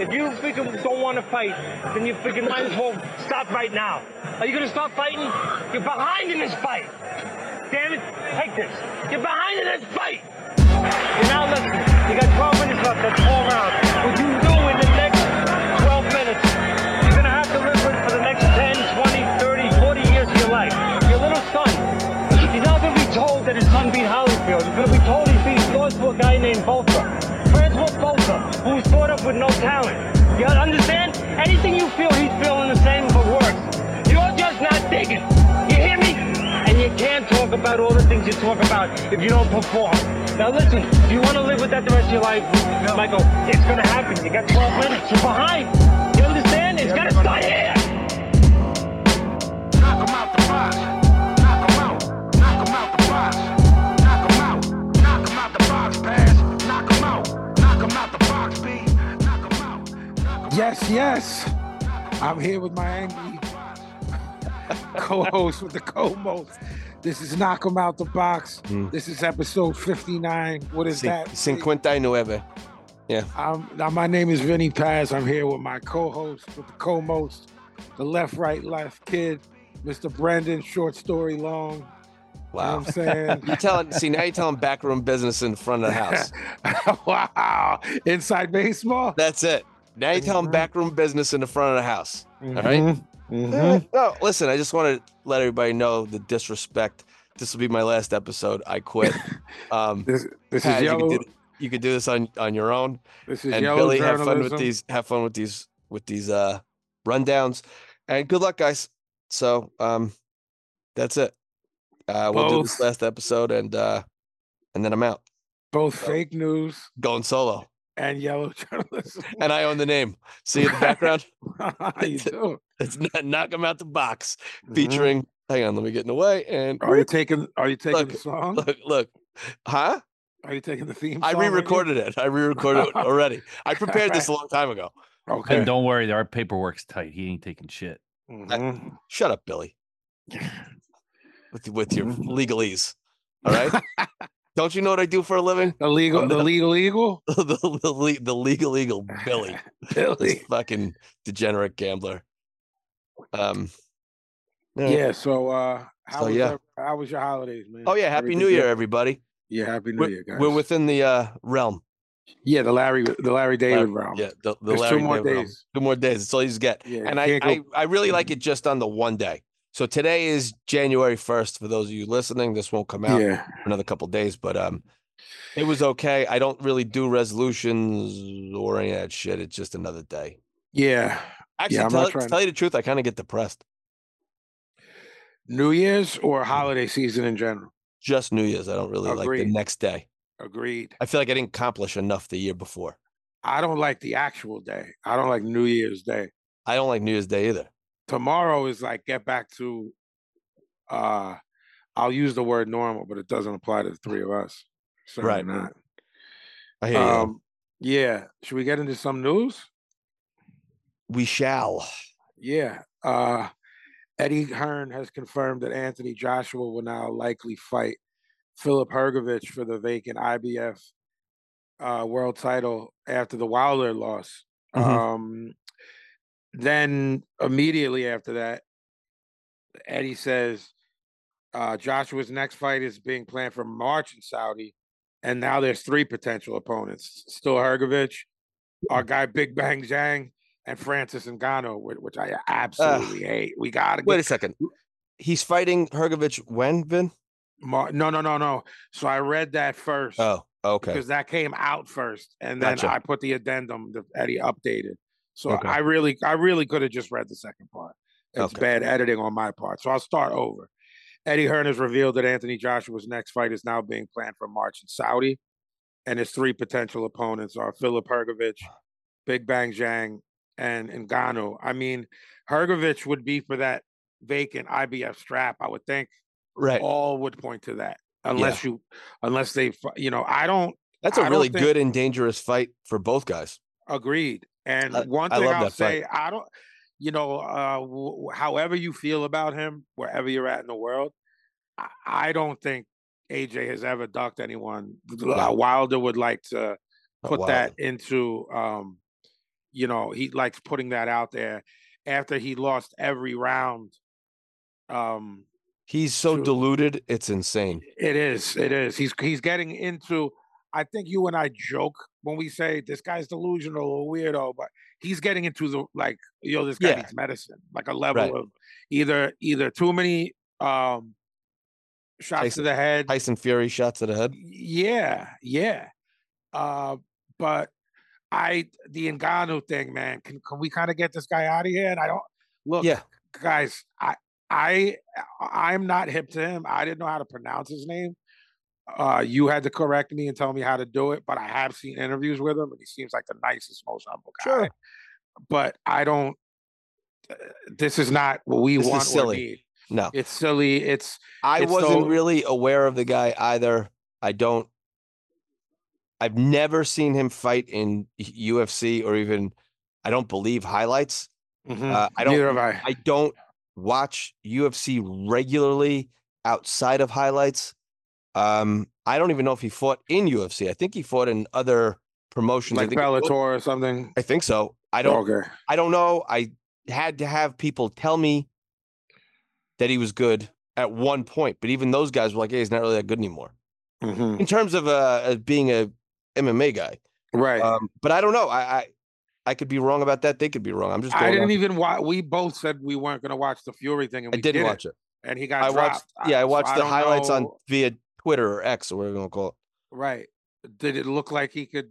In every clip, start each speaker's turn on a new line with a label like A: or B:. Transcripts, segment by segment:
A: If you freaking don't want to fight, then you freaking might as well stop right now. Are you gonna stop fighting? You're behind in this fight. Damn it! Take this. You're behind in this fight. You're now listening. You got 12 minutes left. That's four rounds. What you do in the next 12 minutes, you're gonna have to live with for the next 10, 20, 30, 40 years of your life. Your little son. He's not gonna be told that his son beat Hollyfield. He's gonna be told he beat lost to a guy named Volta. Francois Volta, who was brought up with no talent. You understand? Anything you feel, he's feeling the same, but worse. You're just not digging. You hear me? And you can't talk about all the things you talk about if you don't perform. Now listen, if you want to live with that the rest of your life, Michael, it's gonna happen. You got 12 minutes. You're behind. You understand? It's gotta start here.
B: Knock 'em out the box. Knock 'em out. Knock 'em out the box. Knock 'em out. Knock 'em out the box, pass. Knock 'em out. Knock 'em out the box, B. Knock 'em out. Knock 'em
C: Yes, yes. I'm here with my angry co-host with the co-most. This is Knock 'em Out the Box.
D: Hmm.
C: This is episode 59. What is
D: Cin-
C: that?
D: 59. Yeah.
C: I'm, now my name is Vinny Paz. I'm here with my co-host with the co-most, the left, right, left kid, Mr. Brendan, short story long.
D: Wow.
C: You know what I'm saying?
D: You telling see now you're telling backroom business in front of the house.
C: wow. Inside baseball?
D: That's it. Now you're telling
C: Mhm.
D: backroom business in the front of the house. All right. Eh,
C: Mhm, mhm.
D: No, listen, I just want to let everybody know the disrespect. This will be my last episode. I quit. Um
C: This, this
D: Pat,
C: is
D: you, can
C: yellow.
D: do, th- you can do this on on your own.
C: This is
D: and
C: yellow
D: Billy, have
C: journalism.
D: fun with these. Have fun with these with these uh rundowns, and good luck, guys. So, um, that's it. Uh, we'll do this
C: Both.
D: last episode, and uh, and then I'm out,
C: Both fake news
D: going solo,
C: and yellow journalism.
D: and I own the name. See you in the background.
C: How you doing?
D: It's not knock him out the box,
C: Mhm.
D: featuring. Hang on, let me get in the way. And
C: Mm-hmm. Are you taking? Are you taking
D: Look,
C: the song?
D: look, look, huh?
C: Are you taking the theme?
D: I
C: song with you?
D: re-recorded it. I re-recorded it already. I prepared this a long time ago.
C: Okay.
E: And don't worry, our paperwork's tight. He ain't taking shit.
C: Mhm.
D: Shut up, Billy. With with your
C: Mm-hmm.
D: legalese. All right. Don't you know what I do for a living?
C: The legal, the legal eagle,
D: the, the, le- the legal eagle Billy. This
C: Billy.
D: fucking degenerate gambler. Um yeah.
C: Yeah. So, uh, how
D: So,
C: was
D: yeah.
C: your, how was your holidays, man?
D: Oh yeah, happy
C: Everything
D: new
C: good?
D: year, everybody.
C: Yeah, happy new
D: We're,
C: year, guys.
D: we're within the uh realm.
C: yeah, the Larry, the Larry David
D: Larry-
C: round.
D: Yeah, the, the
C: Um, There's
D: Larry
C: two more
D: David realm.
C: days.
D: Two more days. That's all you get.
C: Yeah, you
D: and I,
C: can't go-
D: I I really like it just on the one day. So today is January first. For those of you listening, this won't come out
C: Yeah.
D: for another couple days, but um, it was okay. I don't really do resolutions or any of that shit. It's just another day.
C: Yeah.
D: Actually,
C: I'm
D: tell,
C: not trying to-
D: tell you the truth, I kind of get depressed.
C: New Year's or holiday season in general.
D: Just New Year's, I don't really like the
C: Agreed.
D: next day.
C: Agreed.
D: I feel like I didn't accomplish enough the year before.
C: I don't like the actual day. I don't like New Year's Day.
D: I don't like New Year's Day either.
C: tomorrow is like get back to uh I'll use the word normal, but it doesn't apply to the three of us. Certainly
D: Right.
C: not.
D: I hear you.
C: Um yeah. Should we get into some news?
D: We shall.
C: Yeah. Uh Eddie Hearn has confirmed that Anthony Joshua will now likely fight Philip Hergovich for the vacant IBF uh, world title after the Wilder loss.
D: Mhm.
C: Um, then immediately after that, Eddie says uh, Joshua's next fight is being planned for March in Saudi, and now there's three potential opponents: still Hergovich, our
D: Mm-hmm.
C: guy Big Bang Zhang, and Francis Ngannou, whi- which I absolutely hate. We gotta
D: Wait a
C: get
D: second. He's fighting Hergovich when, Vin?
C: Mar- no, no, no, no. So I read that first.
D: Oh, okay.
C: because that came out first, and then
D: Gotcha.
C: I put the addendum that Eddie updated. So
D: Okay.
C: I really, I really could have just read the second part. It's
D: Okay.
C: bad editing on my part, so I'll start over. Eddie Hearn has revealed that Anthony Joshua's next fight is now being planned for March in Saudi, and his three potential opponents are Philip Hergovich, Big Bang Zhang, and Ngannou. I mean, Hergovich would be for that vacant IBF strap, I would think
D: Right.
C: all would point to that unless you unless they fi- you know i don't
D: That's a
C: I don't
D: really
C: think-
D: good and dangerous fight for both guys.
C: agreed and
D: I-
C: one
D: I
C: thing
D: love
C: i'll
D: that fight.
C: say i don't you know uh w- however you feel about him wherever you're at in the world i, I don't think aj has ever ducked anyone Th-
D: No.
C: uh, wilder would like to
D: Uh,
C: put
D: Wilder.
C: that into um you know, he likes putting that out there after he lost every round. Um,
D: He's so
C: True.
D: deluded, it's insane.
C: it is, it is. He's he's getting into. I think you and I joke when we say this guy's delusional or weirdo, but he's getting into the like, yo, this guy
D: Yeah.
C: needs medicine, like a level
D: Right.
C: of either either too many um shots
D: Tyson-
C: to the head,
D: Tyson Fury shots to the head.
C: Yeah, yeah. Uh, but I the Engano thing, man. Can can we kind of get this guy out of here? And I don't look,
D: Yeah.
C: guys. I I I'm not hip to him. I didn't know how to pronounce his name. Uh, you had to correct me and tell me how to do it, but I have seen interviews with him, and he seems like the nicest, most humble guy.
D: Sure.
C: But I don't. uh, This is not what we
D: This is
C: want
D: silly.
C: or need.
D: No.
C: It's silly. It's
D: I
C: It's
D: wasn't
C: so-
D: really aware of the guy either. I don't. I've never seen him fight in UFC or even. I don't believe highlights. Uh, I don't-
C: Mm, Neither have I.
D: I don't watch UFC regularly outside of highlights. Um, I don't even know if he fought in UFC. I think he fought in other promotions. I
C: like
D: think, he
C: Bellator
D: fought-
C: or something.
D: I think so. I don't.
C: Okay.
D: I don't know. I had to have people tell me that he was good at one point, but even those guys were like, "Hey, he's not really that good anymore."
C: Mhm.
D: In terms of uh, as being a MMA guy,
C: Right.
D: um, but I don't know. I, I I could be wrong about that. They could be wrong. I'm just. Going
C: I didn't
D: off-
C: even watch. We both said we weren't going to watch the Fury thing, and
D: I
C: we
D: didn't
C: did
D: watch it.
C: it. And he got.
D: I watched.
C: dropped.
D: Yeah, I
C: so
D: watched the
C: don't
D: highlights on
C: know-
D: via Twitter or X or whatever you want to call it.
C: Right. Did it look like he could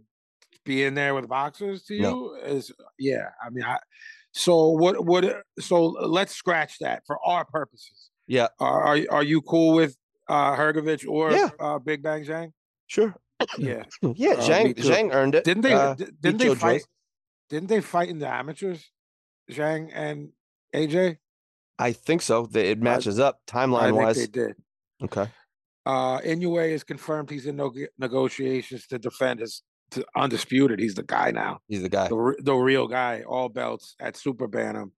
C: be in there with boxers to you?
D: No.
C: Is yeah. I mean, I. So what? What? uh, So let's scratch that for our purposes.
D: Yeah.
C: Are Are, are you cool with uh Hergovich or
D: Yeah.
C: uh, Big Bang Zhang?
D: Sure.
C: Yeah.
D: Yeah,
C: Uh, me
D: Zhang
C: too.
D: Zhang earned it.
C: Didn't they?
D: Uh,
C: di- didn't they
D: killed
C: fight?
D: Joyce.
C: Didn't they fight in the amateurs? Zhang and AJ.
D: I think so. They- It matches up
C: I
D: timeline
C: think
D: wise.
C: they did.
D: Okay.
C: Uh, Inoue is confirmed he's in no- negotiations to defend his to undisputed. He's the guy now,
D: He's the guy.
C: the, re- the real guy, all belts at Super Bantam.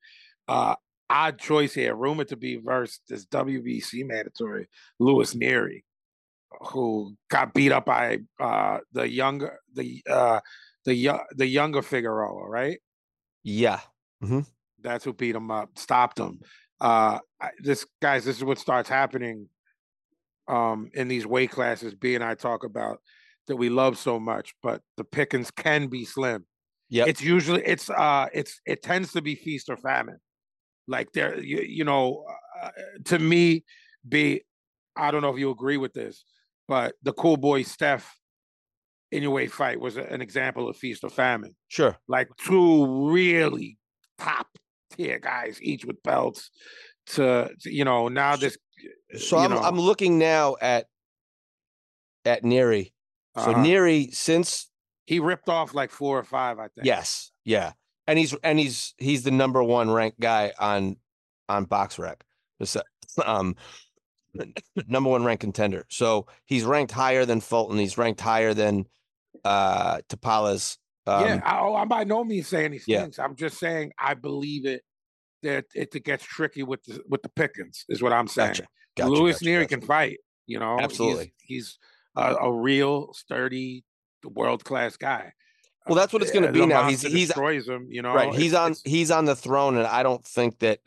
C: Uh, odd choice here, rumored to be versus this WBC mandatory Lewis Neary, who got beat up by uh, the younger the uh, the yo- the younger Figueroa, right?
D: Yeah.
C: That's who beat him up, stopped him. Uh, I- this guys, this is what starts happening um, in these weight classes. B and I talk about that we love so much, but the pickings can be slim.
D: Yep.
C: It's usually it's uh it's it tends to be feast or famine. Like there, you, you know, uh, to me, B, I don't know if you agree with this, but the cool boy Steph in your way fight was a- an example of feast or famine
D: Sure.
C: like two really top tier guys, each with belts. To, to, you know, now
D: So-
C: this.
D: So
C: you
D: I'm
C: know,
D: I'm looking now at at Neary. So
C: uh-huh.
D: Neary since
C: he ripped off like four or five, I think.
D: yes, yeah. And he's and he's he's the number one ranked guy on on BoxRec. This, uh, Um number one ranked contender. So he's ranked higher than Fulton. He's ranked higher than uh Tapalas. Um,
C: yeah. I, oh, I'm by no means saying these
D: yeah.
C: things. I'm just saying I believe it. That it, it gets tricky with the with the pickings is what I'm saying.
D: Gotcha. Gotcha.
C: Lewis
D: gotcha,
C: Neary
D: gotcha.
C: can fight. You know, He's-
D: Absolutely.
C: He's, a, a real sturdy, world class guy.
D: Well, that's what it's gonna
C: Uh,
D: be
C: the
D: now. He's-
C: monster
D: he's-
C: destroys him. You know,
D: right. He's
C: It's-
D: on
C: it's-
D: he's on the throne, and I don't think that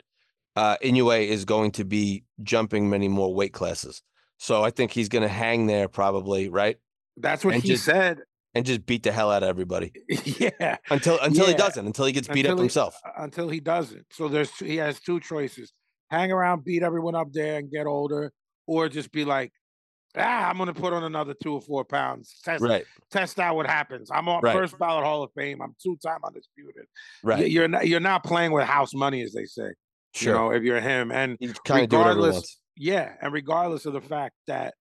D: uh Inoue is going to be jumping many more weight classes. So I think he's gonna hang there probably, right?
C: That's what
D: and
C: he
D: just-
C: said.
D: And just beat the hell out of everybody.
C: yeah.
D: Until until he
C: Yeah.
D: doesn't, until he gets beat
C: Until
D: up
C: he-
D: himself.
C: until he doesn't. So there's two, he has two choices: hang around, beat everyone up there, and get older, or just be like, ah, I'm gonna put on another two or four pounds. Test
D: Right,
C: test out what happens. I'm on
D: Right.
C: first ballot Hall of Fame. I'm two time undisputed.
D: right.
C: Y- You're not you're not playing with house money, as they say.
D: sure.
C: You know, if you're him, and
D: he kind of do whatever he
C: regardless-
D: wants.
C: yeah, and regardless of the fact that,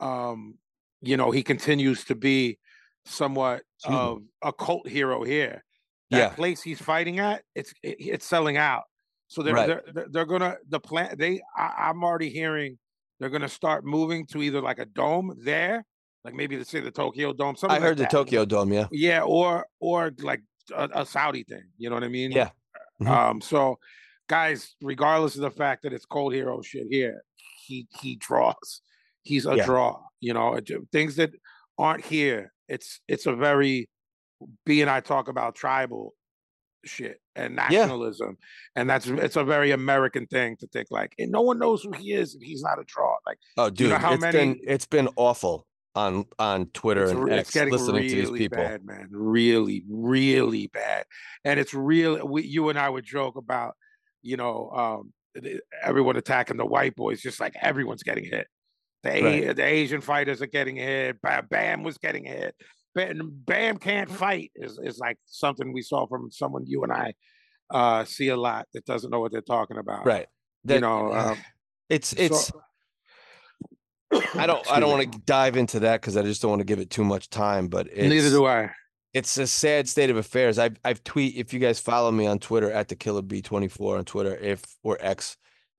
C: um, you know, he continues to be somewhat
D: Excuse me.
C: of a cult hero here that
D: Yeah.
C: place he's fighting at, it's it, it's selling out. So they're
D: Right.
C: they're, they're they're gonna the plan. They I, I'm already hearing they're gonna start moving to either like a dome there, like maybe let's say the Tokyo Dome. Something
D: I heard the
C: like that.
D: Tokyo Dome, yeah.
C: Yeah, or or like a, a Saudi thing. You know what I mean?
D: Yeah. Mhm.
C: Um. So, guys, regardless of the fact that it's cold hero shit here, he he draws. He's a
D: Yeah.
C: draw. You know, it ju- things that aren't here. It's it's a very B and I talk about tribal shit and nationalism, and that's it's a very American thing to think like, and no one knows who he is, and he's not a draw. Like
D: Oh,
C: Do you
D: dude,
C: know how
D: it's
C: many-
D: been it's been awful on on Twitter
C: it's,
D: and
C: re- it's
D: X
C: getting
D: listening
C: really
D: to these people.
C: bad, man. Really, really bad, and it's real. We, you and I would joke about, you know, um, th- everyone attacking the white boys, just like everyone's getting hit. The, A- the Asian fighters are getting hit. Ba- Bam was getting hit. Bam, Bam can't fight is, is like something we saw from someone you and I uh, see a lot that doesn't know what they're talking about.
D: Right.
C: uh, you know, um,
D: it's
C: so-
D: it's I don't I
C: Excuse
D: don't
C: me.
D: want to dive into that because I just don't want to give it too much time. But it's,
C: Neither do I.
D: it's a sad state of affairs. I've I've tweet if you guys follow me on Twitter at the killer B twenty four on Twitter if or X,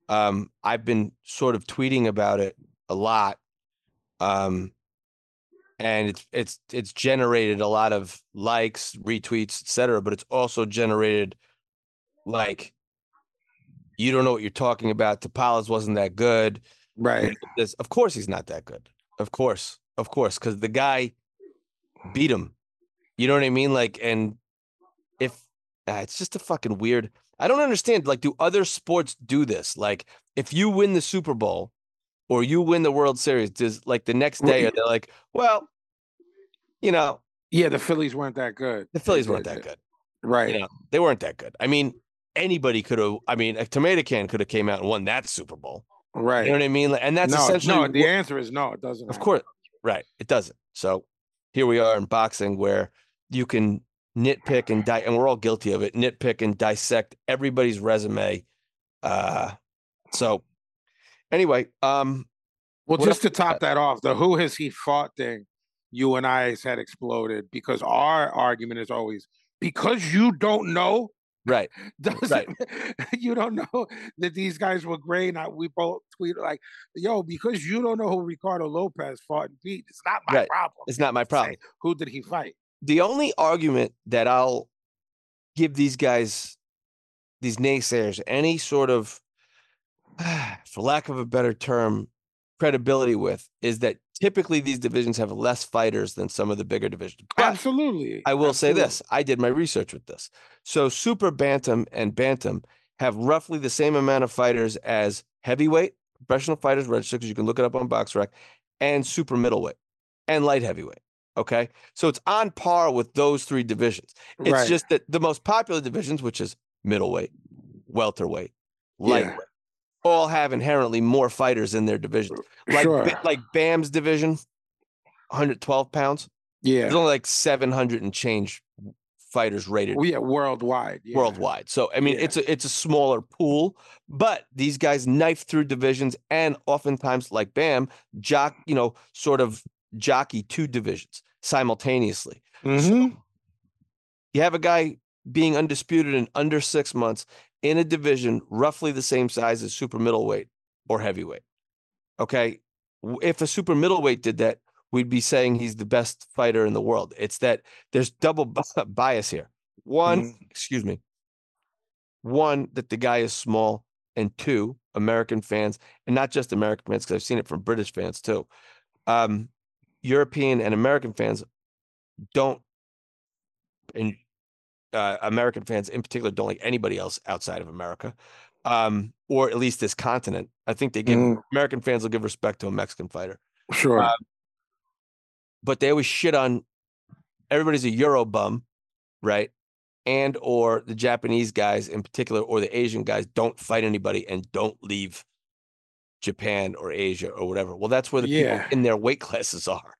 D: um, I've been sort of tweeting about it a lot, um, and it's it's it's generated a lot of likes, retweets, etc. But it's also generated like you don't know what you're talking about. Topalas wasn't that good
C: Right.
D: this. Of course, he's not that good. Of course, of course, because the guy beat him. You know what I mean? Like, and if ah, it's just a fucking weird. I don't understand. Like, do other sports do this? Like, if you win the Super Bowl or you win the World Series, does like the next
C: Well,
D: day
C: yeah.
D: are they like, well, you know,
C: Yeah, the Phillies weren't that good.
D: the
C: They
D: Phillies weren't
C: did-
D: that good.
C: Right.
D: You know, they weren't that good. I mean, anybody could have. I mean, a tomato can could have came out and won that Super Bowl.
C: Right.
D: You know what I mean? Like, And that's
C: no,
D: essentially
C: no.
D: what-
C: The answer is no. It doesn't.
D: Of
C: happen.
D: course, right. It doesn't. So here we are in boxing where you can nitpick and di- and we're all guilty of it, nitpick and dissect everybody's resume. Uh so anyway, um
C: Well,
D: What
C: just to top that off, the who has he fought thing, you and I's had exploded because our argument is always because you don't know
D: right.
C: doesn't you don't know that these guys were great. Not we both tweet like, yo, because you don't know who Ricardo Lopez fought and beat. It's not my
D: Right.
C: problem.
D: It's not my
C: Say,
D: problem.
C: Who did he fight?
D: The only argument that I'll give these guys these naysayers any sort of for lack of a better term credibility with is that typically these divisions have less fighters than some of the bigger divisions. But
C: Absolutely.
D: I will say
C: absolutely.
D: this. I did my research with this. So super bantam and bantam have roughly the same amount of fighters as heavyweight, professional fighters registered, because you can look it up on BoxRec, and super middleweight and light heavyweight. Okay. So it's on par with those three divisions. It's
C: Right.
D: just that the most popular divisions, which is middleweight, welterweight, lightweight, all have inherently more fighters in their divisions. Like,
C: sure.
D: Ba- like Bam's division, 112 pounds.
C: yeah.
D: There's only like 700 and change fighters rated
C: Well, yeah, worldwide. yeah.
D: worldwide. So I mean,
C: Yeah.
D: it's a it's a smaller pool, but these guys knife through divisions and oftentimes, like Bam, jock, you know, sort of jockey two divisions simultaneously.
C: Mhm.
D: You have a guy being undisputed in under six months in a division roughly the same size as super middleweight or heavyweight. Okay. W- If a super middleweight did that, we'd be saying he's the best fighter in the world. It's that there's double bi- bias here. One,
C: Mm-hmm.
D: excuse me, one, that the guy is small, and two, American fans, and not just American fans, because I've seen it from British fans too. Um, European and American fans don't and uh, American fans in particular don't like anybody else outside of America, um, or at least this continent. I think they give
C: Mm,
D: American fans will give respect to a Mexican fighter,
C: sure.
D: uh, but they always shit on everybody's a Euro bum, right? And or the Japanese guys in particular, or the Asian guys don't fight anybody and don't leave Japan or Asia or whatever. Well, that's where the
C: Yeah.
D: people in their weight classes are.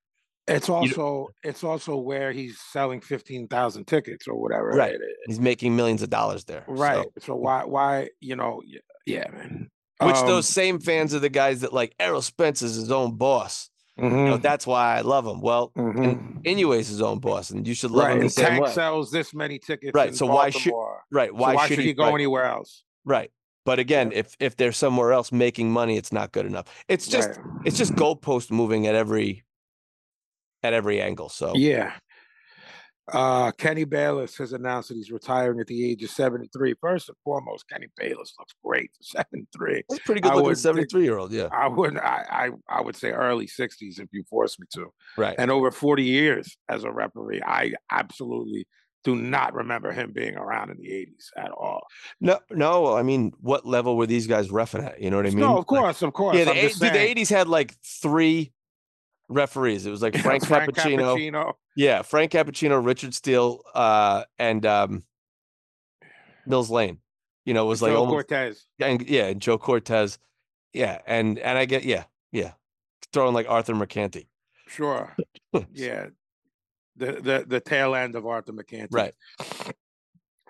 C: It's
D: You d-
C: also it's also where he's selling fifteen thousand tickets or whatever.
D: Right.
C: it is.
D: He's making millions of dollars there.
C: Right.
D: So-
C: So, why why you know y- yeah man.
D: which
C: Um,
D: those same fans are the guys that like Errol Spence is his own boss. You know,
C: mhm,
D: that's why I love him. Well,
C: mhm.
D: Inouye's his own boss, and you should love
C: right.
D: him the
C: and
D: same
C: Tank
D: way.
C: sells this many tickets.
D: Right,
C: in
D: so why should-
C: Baltimore,
D: right?
C: so
D: Why, should, he
C: go
D: right,
C: anywhere else?
D: Right. But again, if if they're somewhere else making money, it's not good enough. It's just
C: Right.
D: it's just goalpost moving at every at every angle. So
C: yeah. Uh, Kenny Bayless has announced that he's retiring at the age of 73. First and foremost, Kenny Bayless looks great for 73.
D: it's pretty
C: I
D: good looking
C: would think-
D: seventy three year old. Yeah.
C: I would I, I I would say early 60s if you force me to.
D: Right.
C: and over 40 years as a referee i absolutely do not remember him being around in the 80s at all.
D: No, no. I mean, what level were these guys refing at? You know what I mean?
C: no, of
D: Like,
C: course, of course.
D: yeah,
C: I'm
D: the, eight,
C: just
D: dude, the
C: saying.
D: 80s had like three referees. It was like
C: Yeah,
D: Frank, Cappuccino. Yeah, Frank Cappuccino, Richard Steele, uh, and um, Mills Lane. You know, was like
C: Joe
D: almost
C: Cortez.
D: and yeah, and Joe Cortez. Yeah, and and I get yeah, yeah, throwing like Arthur McCanty.
C: Sure. yeah. The the the tail end of Arthur McCanty.
D: Right.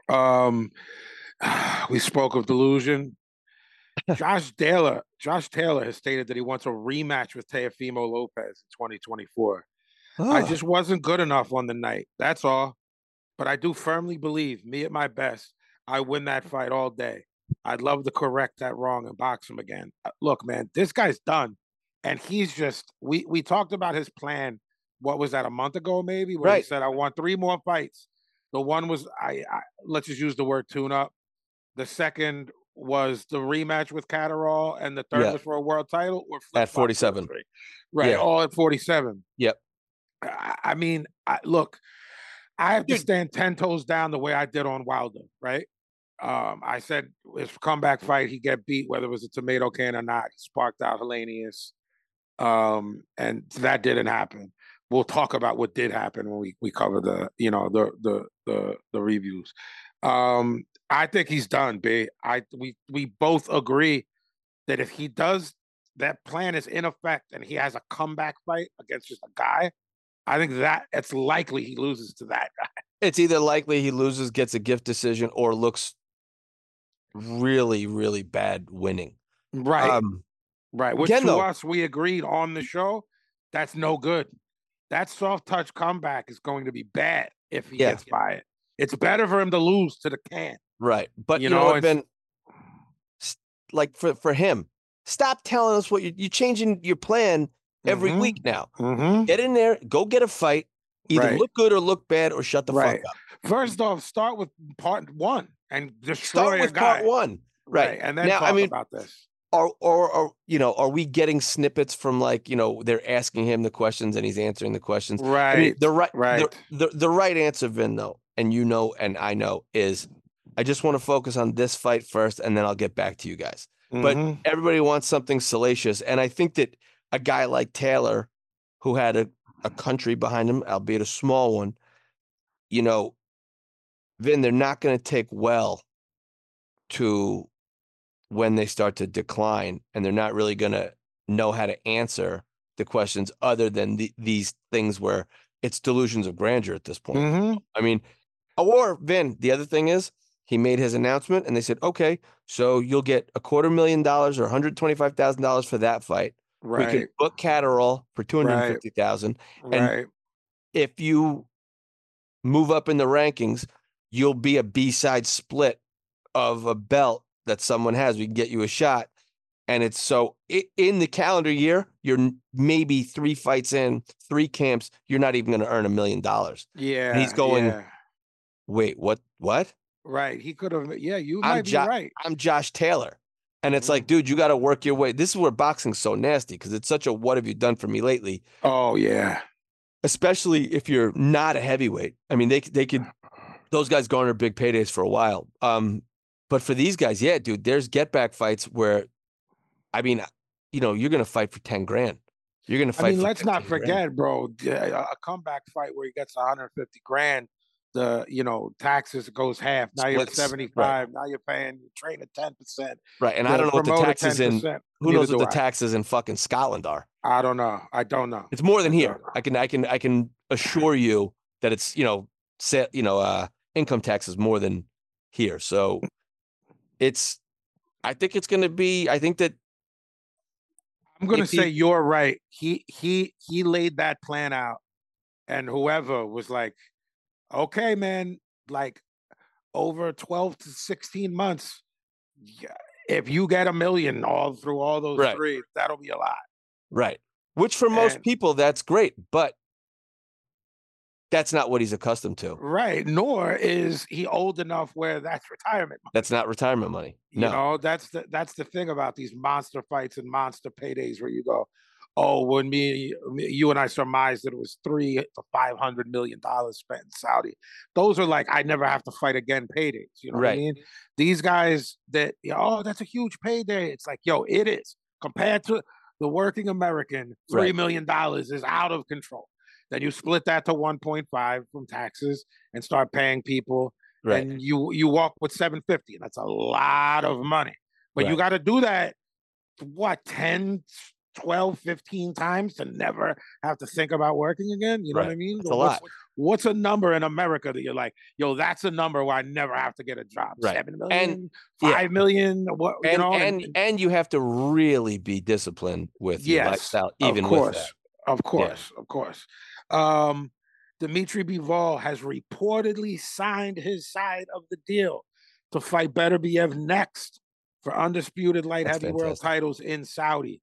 C: Um we spoke of delusion. Josh Taylor, Josh Taylor has stated that he wants a rematch with Teofimo Lopez in 2024. I
D: Ah.
C: just wasn't good enough on the night. That's all. But I do firmly believe, me at my best, I win that fight all day. I'd love to correct that wrong and box him again. Uh, Look, man, this guy's done. And he's just we we talked about his plan. What was that a month ago, maybe? Where he
D: Right.
C: said, I want three more fights. The one was I, I let's just use the word tune up. The second was the rematch with Catterall, and the third
D: Yeah.
C: was for a world title or
D: At 47.
C: Right,
D: Yeah.
C: all at 47.
D: Yep.
C: I, I mean, I, look, I have to
D: Dude.
C: stand 10 toes down the way I did on Wilder, right? Um, I said his comeback fight, he get beat, whether it was a tomato can or not. He sparked out Hellenius. Um, and that didn't happen. We'll talk about what did happen when we, we cover the, you know, the the the the reviews. Um, I think he's done, B. I we we both agree that if he does that plan is in effect and he has a comeback fight against just a guy, I think that it's likely he loses to that guy.
D: It's either likely he loses, gets a gift decision, or looks really, really bad winning.
C: Right.
D: Um,
C: right. Which
D: again,
C: to
D: though-
C: us we agreed on the show, that's no good. That soft touch comeback is going to be bad if he
D: Yeah.
C: gets by it. It's better for him to lose to the can.
D: Right. But
C: You
D: you, know,
C: know,
D: I've
C: it's-
D: been s- like for for him, stop telling us what you you're changing your plan every
C: Mhm.
D: week now.
C: Mm-hmm.
D: Get in there, go get a fight, either
C: Right.
D: look good or look bad or shut the
C: Right.
D: fuck up.
C: First off, start with part one and destroy
D: Start with
C: a guy.
D: part 1 right.
C: And then
D: Now, I
C: talk
D: mean,
C: about this.
D: or, or or you know, are we getting snippets from like, you know, they're asking him the questions and he's answering the questions.
C: Right.
D: I mean, the right,
C: right.
D: The, the the right answer, Vin, though, and you know, and I know, is I just want to focus on this fight first, and then I'll get back to you guys. but-
C: Mhm.
D: Everybody wants something salacious, and I think that a guy like Taylor, who had a, a country behind him, albeit a small one, you know, Vin, they're not going to take well to when they start to decline, and they're not really going to know how to answer the questions other than the, these things where it's delusions of grandeur at this point.
C: Mhm.
D: I mean, or Vin, the other thing is he made his announcement and they said, okay, so you'll get a quarter million dollars or $125,000 for that fight. We
C: Right.
D: can book Catterall for 250,000. and-
C: right.
D: If you move up in the rankings, you'll be a B-side split of a belt that someone has. We can get you a shot. And it's so i- in the calendar year, you're n- maybe three fights in, three camps. You're not even going to earn a million dollars.
C: Yeah.
D: he's going-
C: yeah.
D: Wait, what? What?
C: Right. He could have. Yeah, you
D: I'm
C: might be
D: jo-
C: right.
D: I'm Josh Taylor. And it's
C: Mm.
D: like, dude, you got to work your way. This is where boxing's so nasty because it's such a what have you done for me lately,
C: Oh yeah.
D: especially if you're not a heavyweight. I mean, they c- they could those guys garner big paydays for a while. Um, but for these guys, yeah, dude, there's get back fights where, I mean, you know, you're gonna fight for ten grand. You're gonna fight.
C: I mean,
D: for
C: let's not
D: 15 grand.
C: forget, bro. d- A a comeback fight where he gets 150 grand. The you know taxes goes half. Now you're at
D: Splits, right.
C: 75. Now you're paying your trainer 10 percent.
D: right? And I don't know what the taxes in. Who knows what the
C: I.
D: taxes in fucking Scotland are?
C: I don't know. I don't know.
D: It's more than
C: Yeah.
D: here. I can I can I can assure you that it's you know set you know uh income tax is more than here. So it's I think it's gonna be I think that
C: I'm gonna
D: if he-
C: say you're right. He he he laid that plan out, and whoever was like, "Okay, man, like over 12 to 16 months, y- if you get a million all through all those
D: Right.
C: three, that'll be a lot."
D: right. Which for most
C: And-
D: people that's great, but that's not what he's accustomed to.
C: Right? Nor is he old enough where that's retirement. money,
D: That's not retirement money.
C: You
D: No.
C: know, that's the that's the thing about these monster fights and monster paydays where you go, oh, when me, me- you and I surmised that it was three to five hundred million dollars spent in Saudi. Those are like I never have to fight again paydays. You know what I
D: Right.
C: mean? These guys that you know, oh, that's a huge payday. It's like yo, it is compared to the working American. Three
D: Right.
C: million dollars is out of control. Then you split that to one point five from taxes and start paying people
D: Right.
C: and you you walk with 750 that's a lot of money but you
D: Right.
C: got to do that what 10 12 15 times to never have to think about working again you know what i
D: Right.
C: mean
D: That's
C: Well,
D: a
C: what's-
D: lot.
C: what's a number in america that you're like yo that's a number where i never have to get a job
D: Right.
C: Seven million, five million,
D: And- yeah.
C: what you
D: and,
C: know
D: and, and you have to really be disciplined with your
C: Yes,
D: lifestyle,
C: of
D: even with
C: course,
D: that.
C: Of course, of course. Um, Dimitri Bivol has reportedly signed his side of the deal to fight Better Biev next for undisputed light
D: That's
C: heavy world
D: fantastic.
C: titles in Saudi.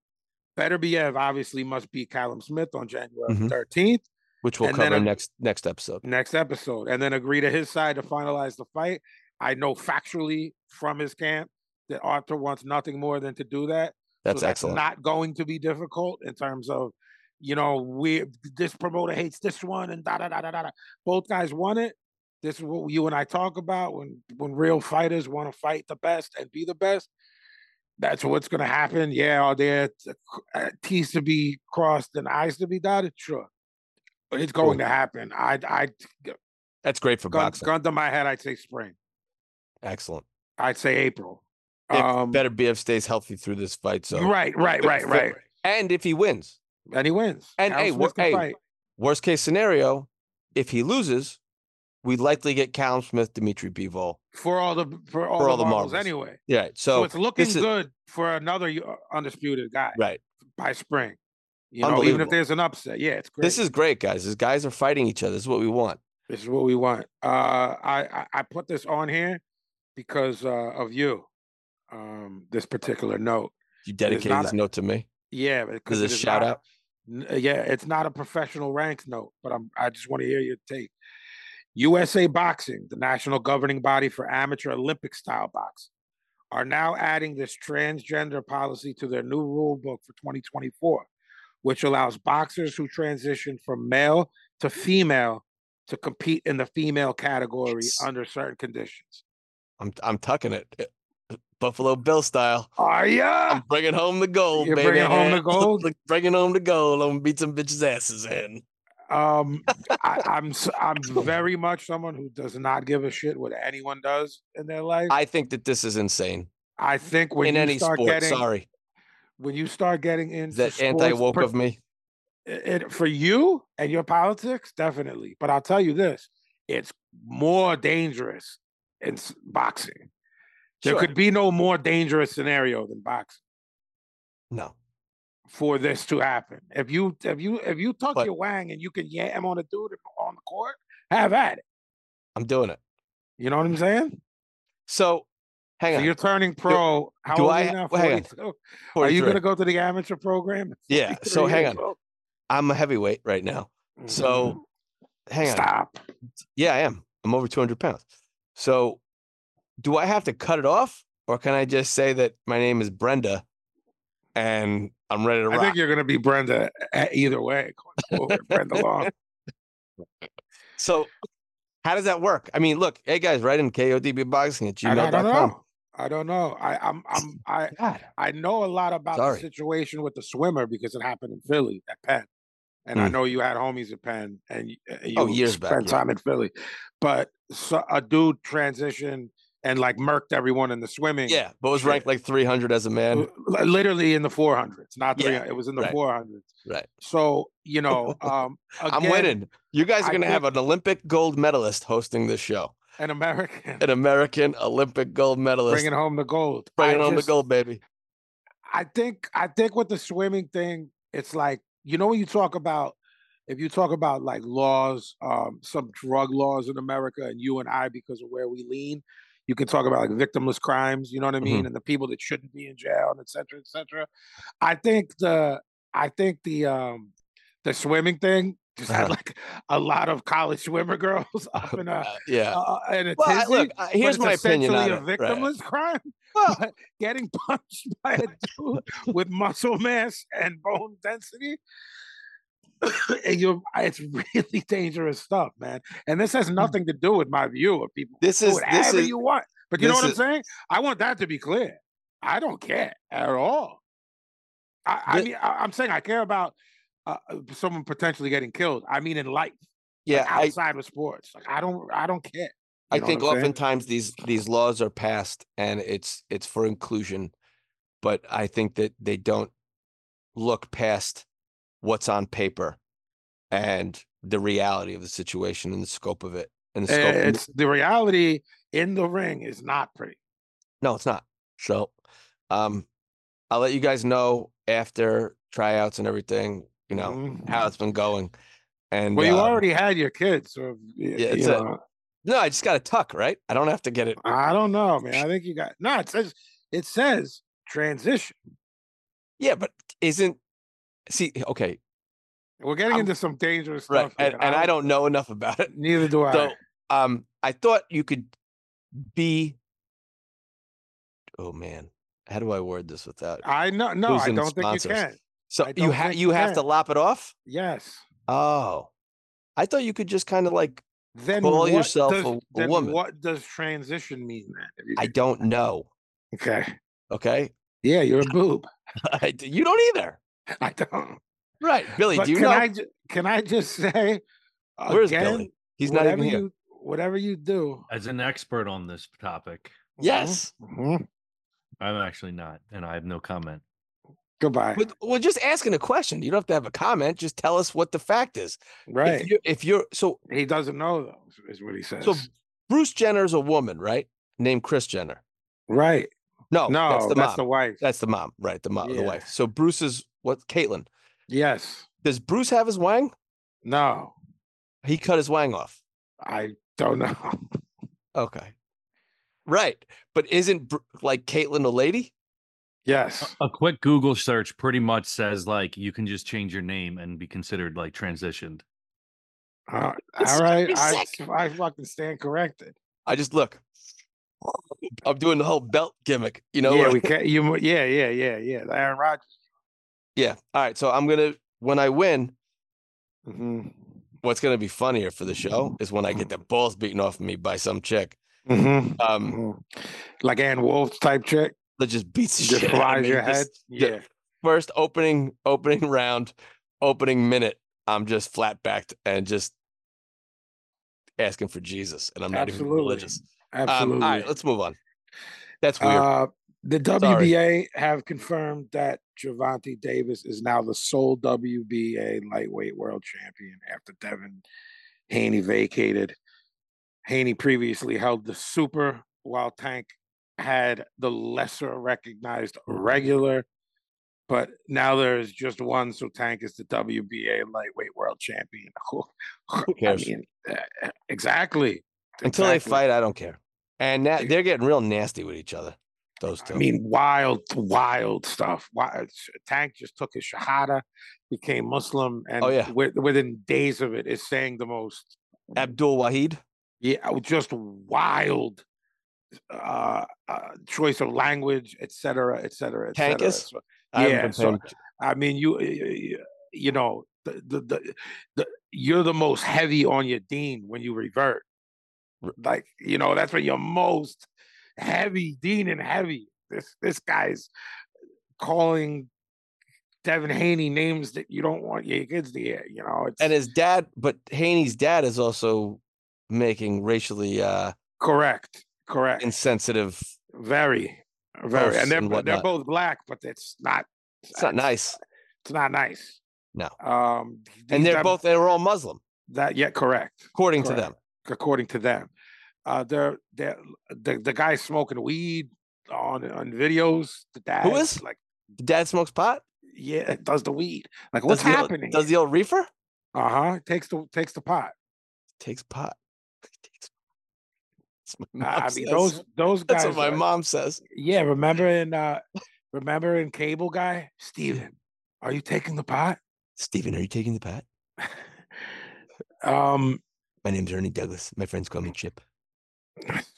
C: Better Biev obviously must beat Callum Smith on January
D: Mhm.
C: 13th,
D: Which we'll
C: And then
D: cover
C: a-
D: next next episode.
C: next episode, and then agree to his side to finalize the fight. I know factually from his camp that Arthur wants nothing more than to do that
D: That's
C: so
D: excellent.
C: That's not going to be difficult in terms of, you know, we this promoter hates this one and da da da da da. da. Both guys want it. This is what you and I talk about when when real fighters want to fight the best and be the best. That's what's going to happen. Yeah, are there t- uh, T's to be crossed and I's to be dotted? Sure, it's going to happen. I I
D: That's great for
C: gun,
D: boxing.
C: gun to my head. I'd say spring.
D: Excellent.
C: I'd say April.
D: If
C: Um,
D: Better BF stays healthy through this fight. So
C: right, right, right, right.
D: and if he wins,
C: And he wins.
D: And,
C: Callum
D: hey,
C: Smith
D: what-
C: can
D: hey,
C: fight.
D: worst case scenario, if he loses, we likely get Callum Smith, Dimitri Bivol.
C: for all the for all, the, marbles, anyway.
D: Yeah. So,
C: So, it's looking
D: is-
C: good for another y- uh, undisputed guy
D: right.
C: by spring. You know, even if
D: Unbelievable.
C: there's an upset, yeah, it's great.
D: This is great, guys. These guys are fighting each other. This is what we want.
C: this is what we want. Uh, I, I I put this on here because uh, of you. Um, this particular note,
D: You dedicated
C: not
D: this
C: a-
D: note to me.
C: yeah, because
D: This is a
C: it is
D: shout
C: not a-
D: out.
C: N- uh, yeah, it's not a professional ranks note, but I'm I just want to hear your take. USA Boxing, the national governing body for amateur Olympic style boxing, are now adding this transgender policy to their new rule book for 2024, which allows boxers who transition from male to female to compete in the female category
D: Yes.
C: under certain conditions.
D: I'm I'm tucking it. Eh, Buffalo Bill style.
C: Are ya?
D: I'm bringing home the gold,
C: You're
D: baby.
C: bringing home the gold?
D: Look, bringing home the gold. I'm gonna beat some bitches' asses in.
C: Um, I, I'm s- I'm very much someone who does not give a shit what anyone does in their life.
D: I think that this is insane
C: I think when
D: in
C: you
D: any
C: start
D: sport.
C: getting
D: Sorry,
C: when you start getting into
D: that
C: sports,
D: anti woke
C: per-
D: of me.
C: it, for you and your politics, definitely. But I'll tell you this: it's more dangerous in s- boxing. There
D: Sure.
C: could be no more dangerous scenario than boxing
D: no,
C: for this to happen. If you if you if you tuck
D: But-
C: your wang and you can yam on a dude on the court, have at it.
D: I'm doing it.
C: You know what I'm saying?
D: So, hang
C: So
D: on.
C: you're turning pro. How
D: do
C: old are
D: I
C: you
D: ha-
C: now?
D: well, hang on.
C: 42? Are you
D: 43.
C: going to go to the amateur program?
D: Yeah. So
C: 43
D: hang
C: years
D: on.
C: old?
D: I'm a heavyweight right now. So, hang on.
C: Mm-hmm. Stop.
D: Yeah, I am. I'm over 200 pounds. So, do I have to cut it off, or can I just say that my name is Brenda, and I'm ready to
C: I
D: rock?
C: think you're going to be Brenda e- either way. going forward, Brenda Long.
D: So how does that work? I mean, look, hey guys, write in KODB boxing at
C: I, don't, I don't
D: gmail.com.
C: know. I don't know. I, I'm, I'm, I,
D: God,
C: I know a lot about
D: Sorry.
C: the situation with the swimmer because it happened in Philly at Penn, and I
D: Mm.
C: know you had homies at Penn, and y- uh, you
D: Oh, years back,
C: spent
D: yeah.
C: time in Philly. But so, a dude transitioned and like murked everyone in the swimming.
D: yeah, but was
C: shit.
D: ranked like 300 as a man.
C: L- li- literally in the 400s, not
D: Yeah,
C: 300. It was in the
D: right.
C: 400s.
D: Right.
C: So you know, um,
D: I'm
C: again,
D: winning. You guys
C: I
D: are going to have an Olympic gold medalist hosting this show.
C: An American
D: An American Olympic gold medalist
C: bringing
D: bringing,
C: home the gold. I
D: home
C: just-
D: the gold, baby.
C: I think I think with the swimming thing, it's like you know when you talk about if you talk about like laws, um, some drug laws in America, and you and I because of where we lean, you can talk about like victimless crimes. You know what I
D: Mm-hmm.
C: mean, and the people that shouldn't be in jail, and et cetera, et cetera. I think the I think the um, the swimming thing Just had
D: Uh-huh.
C: like a lot of college swimmer girls up in a
D: Uh, yeah.
C: uh, in a
D: Well, I-
C: tizzy,
D: look, I-
C: but
D: here's
C: it's
D: my opinion on
C: essentially
D: it.
C: a
D: right.
C: victimless crime.
D: Well,
C: but getting punched by a dude with muscle mass and bone density. and you're, it's really dangerous stuff, man. And this has nothing to do with my view of people.
D: Hmm. This
C: Do
D: is this
C: whatever
D: is
C: you want. But you know
D: this
C: what I'm
D: is-
C: saying? I want that to be clear. I don't care at all. I, I
D: Thi-
C: mean, I, I'm saying I care about uh, uh, someone potentially getting killed. I mean, in life,
D: yeah. I,
C: outside of sports, like I don't, I don't care.
D: I
C: You know what
D: think
C: I'm saying?
D: oftentimes these these laws are passed and it's it's for inclusion, but I think that they don't look past what's on paper and the reality of the situation and the scope of it and the scope. and the-
C: Eh, it's the reality in the ring is not pretty.
D: no, it's not. So, um, I'll let you guys know after tryouts and everything. You know
C: Mhm.
D: how it's been going. And
C: Well, you
D: um,
C: already had your kids, so yeah,
D: it's a- no, I just got to tuck right. I don't have to get it.
C: I don't know, man. I think you got no. It says it says transition.
D: Yeah, but isn't see okay?
C: We're getting
D: I'm-
C: into some dangerous
D: right
C: stuff, here
D: and, and i don't know enough about it
C: Neither do I.
D: so um i thought you could be oh man how do i word this without
C: I know. No, I
D: losing
C: don't think
D: sponsors.
C: you can.
D: so
C: I
D: you
C: don't
D: have
C: think
D: you
C: you
D: have to
C: can.
D: lop it off
C: Yes.
D: oh i thought you could just kind of like
C: Then
D: Call
C: what
D: yourself
C: does,
D: a- a
C: then
D: woman.
C: What does transition mean, man? If you
D: i
C: could-
D: don't know
C: okay.
D: okay
C: Yeah, you're a boob.
D: I d- you don't either
C: I don't.
D: right billy
C: But
D: do you
C: can
D: know
C: I ju- can I just say
D: where's
C: again?
D: billy he's not
C: whatever
D: even here
C: you whatever you do.
E: As an expert on this topic,
C: Mhm,
D: yes
C: mhm.
E: I'm actually not, and I have no comment.
C: Goodbye.
D: but, we're just asking a question you don't have to have a comment just tell us what the fact is
C: right.
D: if you're, if you're so
C: He doesn't know though, is- is what he says.
D: So Bruce Jenner is a woman, right? Named Chris Jenner.
C: right.
D: No,
C: no,
D: Oh, that's the mom.
C: wife.
D: that's the mom, right? The mom, the
C: Yeah.
D: wife. So Bruce is what? Caitlin.
C: yes.
D: Does Bruce have his wang?
C: No.
D: He cut his wang off.
C: I don't know.
D: Oh, Okay. Right, but isn't Bru- like Caitlin a lady?
C: yes.
E: A quick Google search pretty much says like you can just change your name and be considered like transitioned.
C: Uh,
D: It's
C: all right.
D: pretty
C: I,
D: sick.
C: I fucking stand corrected.
D: I just look. I'm doing the whole belt gimmick, you know.
C: yeah,
D: like-
C: we can't. You. mo- Yeah, yeah, yeah, yeah. The Aaron Rodgers.
D: yeah. All right, so I'm gonna when I win.
C: Mhm.
D: What's gonna be funnier for the show
C: Mm-hmm.
D: is when I get the balls beaten off me by some chick.
C: Mhm.
D: Um,
C: Mhm. Like Ann Wolf type chick,
D: that just beats the
C: just
D: shit out of
C: flies
D: me,
C: your
D: just-
C: head.
D: ju-
C: Yeah,
D: first opening opening round, opening minute, I'm just flat backed and just asking for Jesus, and I'm not even
C: Absolutely.
D: religious. Um, all
C: absolutely.
D: right, let's move on. That's weird.
C: Uh, the
D: Sorry.
C: WBA have confirmed that Javante Davis is now the sole WBA lightweight world champion after Devin Haney vacated. Haney previously held the super, while Tank had the lesser recognized regular. But now there's just one, so Tank is the WBA lightweight world champion.
D: cares?
C: I mean, uh, exactly.
D: Until they
C: exactly.
D: fight, I don't care. And that, they're getting real nasty with each other. Those two.
C: I mean, wild, wild stuff. Wild. Tank just took his shahada, became Muslim, and
D: Oh, yeah.
C: wi- within days of it is saying the most,
D: Abdul Wahid.
C: yeah, uh, just wild uh, uh choice of language, et cetera, et cetera, et
D: Tank
C: cetera.
D: is?
C: So,
D: I haven't
C: Yeah,
D: been
C: so-
D: paying-
C: I mean, you, you, you know, the, the, the, the, you're the most heavy on your dean when you revert.
D: R-
C: Like, you know, that's when you're most heavy, dean and heavy. This this guy's calling Devin Haney names that you don't want your kids to hear. You know, it's
D: and his dad, but Haney's dad is also making racially uh
C: correct, correct,
D: insensitive. uh,
C: very, very,
D: posts
C: and they're
D: and
C: bo- they're
D: whatnot.
C: both black, but it's not.
D: It's not nice.
C: It's not nice.
D: No.
C: Um,
D: And
C: these
D: they're
C: Dem-
D: both they're all Muslim,
C: that. Yeah, correct.
D: according to
C: Correct.
D: them.
C: according to them. Uh, they're they're the the guy smoking weed on on videos. The dad
D: is?
C: like,
D: Dad smokes pot.
C: yeah, does the weed? Like,
D: Does
C: what's
D: the old-
C: happening?
D: does the old reefer
C: uh huh. Takes the takes the pot.
D: takes pot? Takes- That's what my mom
C: I I mean,
D: says.
C: those those guys.
D: That's what my
C: are-
D: mom says.
C: Yeah, remember in uh, remember in Cable Guy, Steven, are you taking the pot?
D: Steven, are you taking the pot?
C: Um,
D: My name's Ernie Douglas. My friends call me Chip.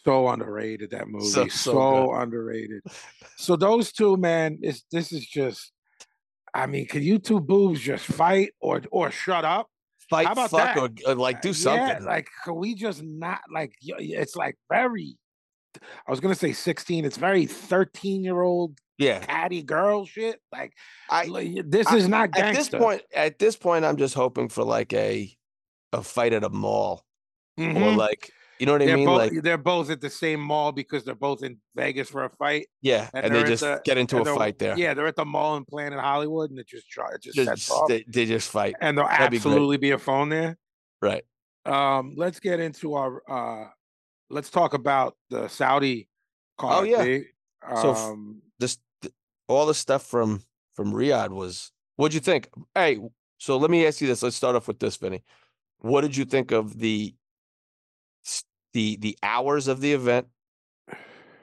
C: so underrated that movie.
D: so
C: So, underrated. So those two, man, it's this is just. I mean, can you two boobs just fight or or shut up?
D: Fight,
C: about
D: fuck,
C: that?
D: or, or, like do
C: Uh, Yeah,
D: something.
C: like can we just not like y- y- it's like very. I was gonna say sixteen. It's very thirteen-year-old
D: yeah.
C: catty girl shit. Like
D: I-
C: li- this
D: I-
C: is not gangster.
D: At this point, at this point, I'm just hoping for like a a fight at a mall or
C: Mhm.
D: like you know what I
C: they're
D: mean.
C: both
D: like
C: they're both at the same mall because they're both in Vegas for a fight.
D: yeah,
C: and
D: and, they
C: they're at
D: just
C: the-
D: get into
C: and
D: a
C: they're-
D: fight there.
C: Yeah, they're at the mall in Planet Hollywood, and it just dri- it just, sets
D: just,
C: off.
D: they, they just fight.
C: and there'll
D: That'd be great.
C: absolutely be, a phone there.
D: Right.
C: Um, let's get into our uh let's talk about the Saudi car.
D: Oh, yeah.
C: B.
D: So f-
C: Um
D: This th- all the stuff from from Riyadh was. What'd you think? Hey, so let me ask you this. Let's start off with this, Vinny. What did you think of the s- the the hours of the event?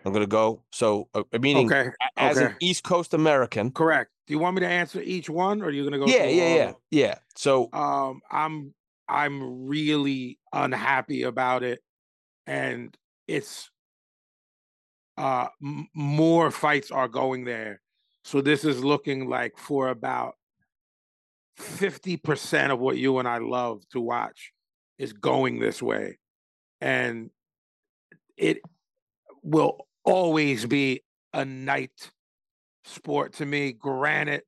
D: I'm gonna go. So uh, meaning
C: okay,
D: a- as an
C: okay.
D: East Coast American.
C: e, correct. Do you want me to answer each one or are you gonna go?
D: Yeah,
C: through
D: yeah,
C: all of
D: yeah,
C: them?
D: yeah. So
C: Um I'm I'm really unhappy about it and it's uh m- more fights are going there. So this is looking like for about 50% of what you and I love to watch is going this way. And it will always be a night sport to me. Granted,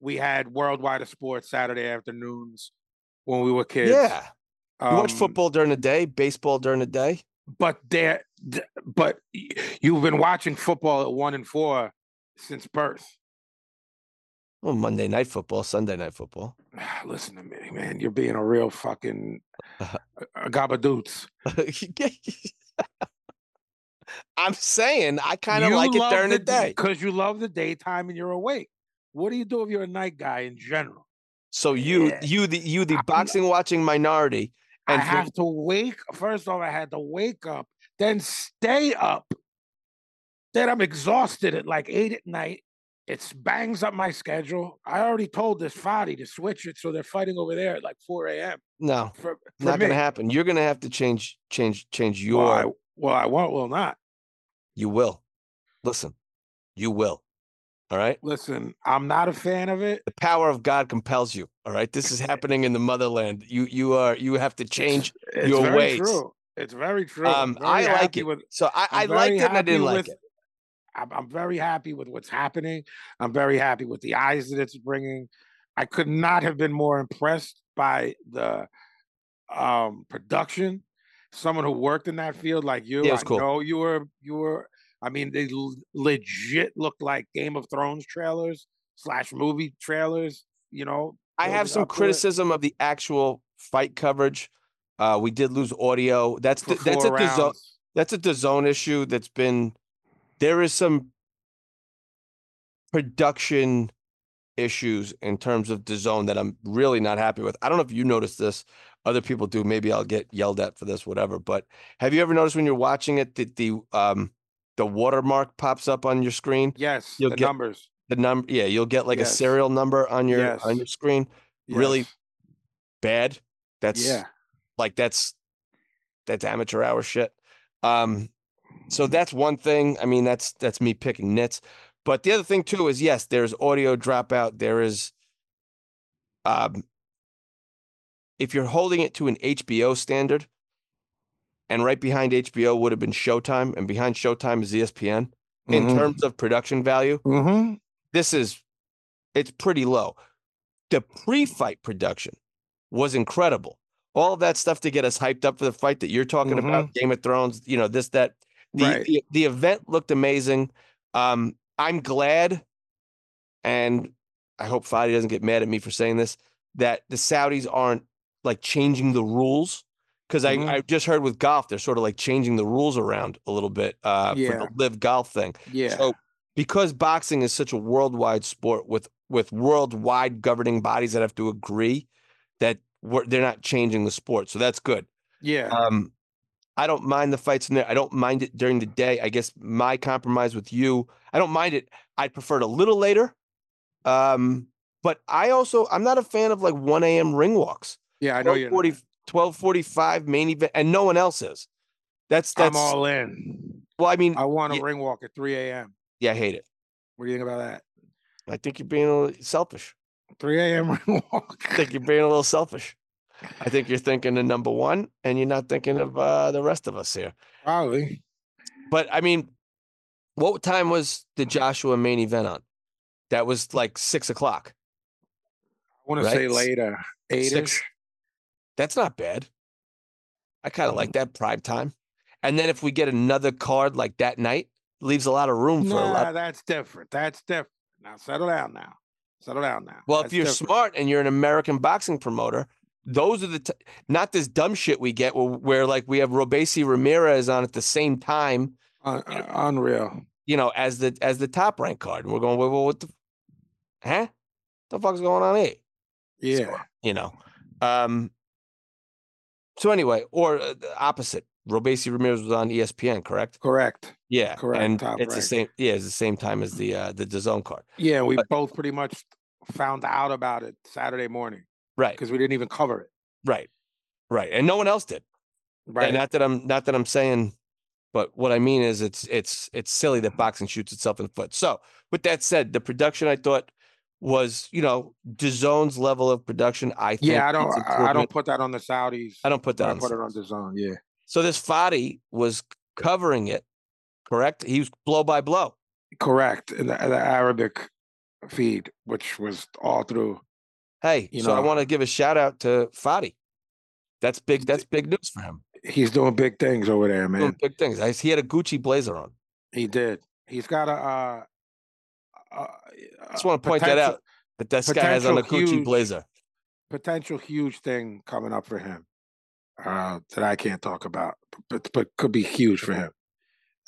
C: we had worldwide of sports Saturday afternoons when we were kids.
D: yeah, you watch
C: Um,
D: football during the day, baseball during the day.
C: but there th- but y- you've been watching football at one and four since birth.
D: Well, Oh, Monday night football, Sunday night football.
C: Listen to me, man. You're being a real fucking uh, gabadoots.
D: I'm saying I kind of like it during the, day.
C: because you love the daytime and you're awake. What do you do if you're a night guy in general?
D: So you,
C: Yeah.
D: you, the you, the
C: I'm-
D: boxing watching minority,
C: I
D: and for-
C: have to wake. First off, I had to wake up, then stay up. Then I'm exhausted at like eight at night. It bangs up my schedule. I already told this Fadi to switch it, so they're fighting over there at like 4 a.m.
D: no,
C: For, for
D: not
C: me.
D: gonna happen. You're gonna have to change, change, change your.
C: Well, I, well, I won't. Will not.
D: You will. Listen, you will. All right.
C: Listen, I'm not a fan of it.
D: the power of God compels you. All right, this is happening in the motherland. You you are you have to change.
C: It's
D: Your
C: very
D: ways.
C: true. It's very true.
D: Um,
C: I'm
D: I
C: very
D: like
C: happy
D: it.
C: with-
D: So I, I
C: I'm
D: liked
C: very
D: it and I
C: happy
D: didn't like
C: with-
D: it.
C: I'm, I'm very happy with what's happening. I'm very happy with the eyes that it's bringing. I could not have been more impressed by the um, production. Someone who worked in that field like you,
D: Yeah, it was
C: I
D: cool.
C: know you were you were. I mean, they l- legit looked like Game of Thrones trailers slash movie trailers. You know,
D: I have
C: building
D: some
C: up to it.
D: criticism of the actual fight coverage. Uh, we did lose audio. That's
C: for
D: the, that's a
C: four
D: DAZN,
C: rounds.
D: that's a zone issue. That's been there is some production issues in terms of the zone that I'm really not happy with. I don't know if you noticed this. Other people do. Maybe I'll get yelled at for this, whatever. But have you ever noticed when you're watching it that the um the watermark pops up on your screen?
C: Yes,
D: You'll
C: the
D: get-
C: numbers.
D: The number, yeah, you'll get like a
C: Yes.
D: serial number on your on
C: Yes.
D: your screen. Really
C: Yes.
D: Bad. That's
C: yeah.
D: like that's that's amateur hour shit. Um, so that's one thing. I mean, that's that's me picking nits. But the other thing too is yes, there's audio dropout. There is, um, if you're holding it to an HBO standard, and right behind HBO would have been Showtime, and behind Showtime is E ESPN. In
C: Mhm.
D: terms of production value,
C: Mm-hmm.
D: this is it's pretty low. The pre-fight production was incredible. All of that stuff to get us hyped up for the fight that you're talking about, Game of Thrones, you know, this, that. The,
C: Mm-hmm. Right.
D: the the event looked amazing. Um, I'm glad, and I hope Fadi doesn't get mad at me for saying this, that the Saudis aren't like changing the rules. Because
C: Mhm.
D: I, I just heard with golf, they're sort of like changing the rules around a little bit uh, for
C: Yeah.
D: the live golf thing.
C: Yeah.
D: So because boxing is such a worldwide sport with with worldwide governing bodies that have to agree that we're, they're not changing the sport, so that's good.
C: yeah.
D: Um, I don't mind the fights in there. I don't mind it during the day. I guess my compromise with you, I don't mind it. I'd prefer it a little later. Um, but I also I'm not a fan of like 1 a.m. ring walks.
C: yeah. I know you're.
D: 12:40
C: not.
D: twelve uh, forty five main event, and no one else is. That's that's
C: I'm all in.
D: well. I mean,
C: I want a
D: yeah.
C: ring walk at 3 a.m.
D: yeah, I hate it.
C: What do you think about that?
D: I think you're being a little selfish.
C: 3 a.m. ring walk.
D: I think you're being a little selfish. I think you're thinking of number one, and you're not thinking of uh, the rest of us here.
C: Probably.
D: But I mean, what time was the Joshua main event on? That was like six o'clock.
C: I want
D: Right?
C: to say later. Eight
D: Six. That's not bad. I kind of like that prime time. And then if we get another card like that night, leaves a lot of room for a
C: Nah,
D: lot.
C: that's different. That's different. Now settle down now. Settle down now.
D: Well, if
C: That's
D: you're
C: different.
D: smart and you're an American boxing promoter, those are the t- not this dumb shit we get where, where like we have Robesi Ramirez on at the same time,
C: Un- un- unreal.
D: you know, as the as the top rank card. And we're going, well, what the huh? The fuck's going on here?
C: Yeah.
D: you know. Um, so anyway, or uh, the opposite. Robesi Ramirez was on E ESPN, correct?
C: Correct.
D: Yeah,
C: Correct,
D: And
C: top
D: it's the same.
C: rank.
D: Yeah, it's the same time as the uh, the DAZN card,
C: Yeah, we
D: But-
C: both pretty much found out about it Saturday morning
D: right?
C: because we didn't even cover it.
D: Right, right. And no one else did.
C: Right.
D: And not that I'm not that I'm saying, but what I mean is it's it's it's silly that boxing shoots itself in the foot. So with that said, the production I thought was you know DAZN's level of production. I think
C: yeah, I don't.
D: needs
C: I, I don't
D: improvement.
C: put that on the Saudis.
D: I don't put that
C: I
D: on.
C: put
D: the-
C: it on the zone. Yeah.
D: So this Fadi was covering it, correct? He was blow by blow.
C: Correct. In the, the Arabic feed, which was all through.
D: Hey,
C: You
D: so I
C: know.
D: want to give a shout out to Fadi. That's big. That's big news for him.
C: He's doing big things over there, man.
D: Doing big things. I, he had a Gucci blazer on.
C: He did. He's got a. Uh, uh,
D: I just want to point that out. That this guy has on a
C: potential
D: Gucci
C: huge-
D: blazer.
C: Potential huge thing coming up for him uh, that I can't talk about, but but could be huge for him,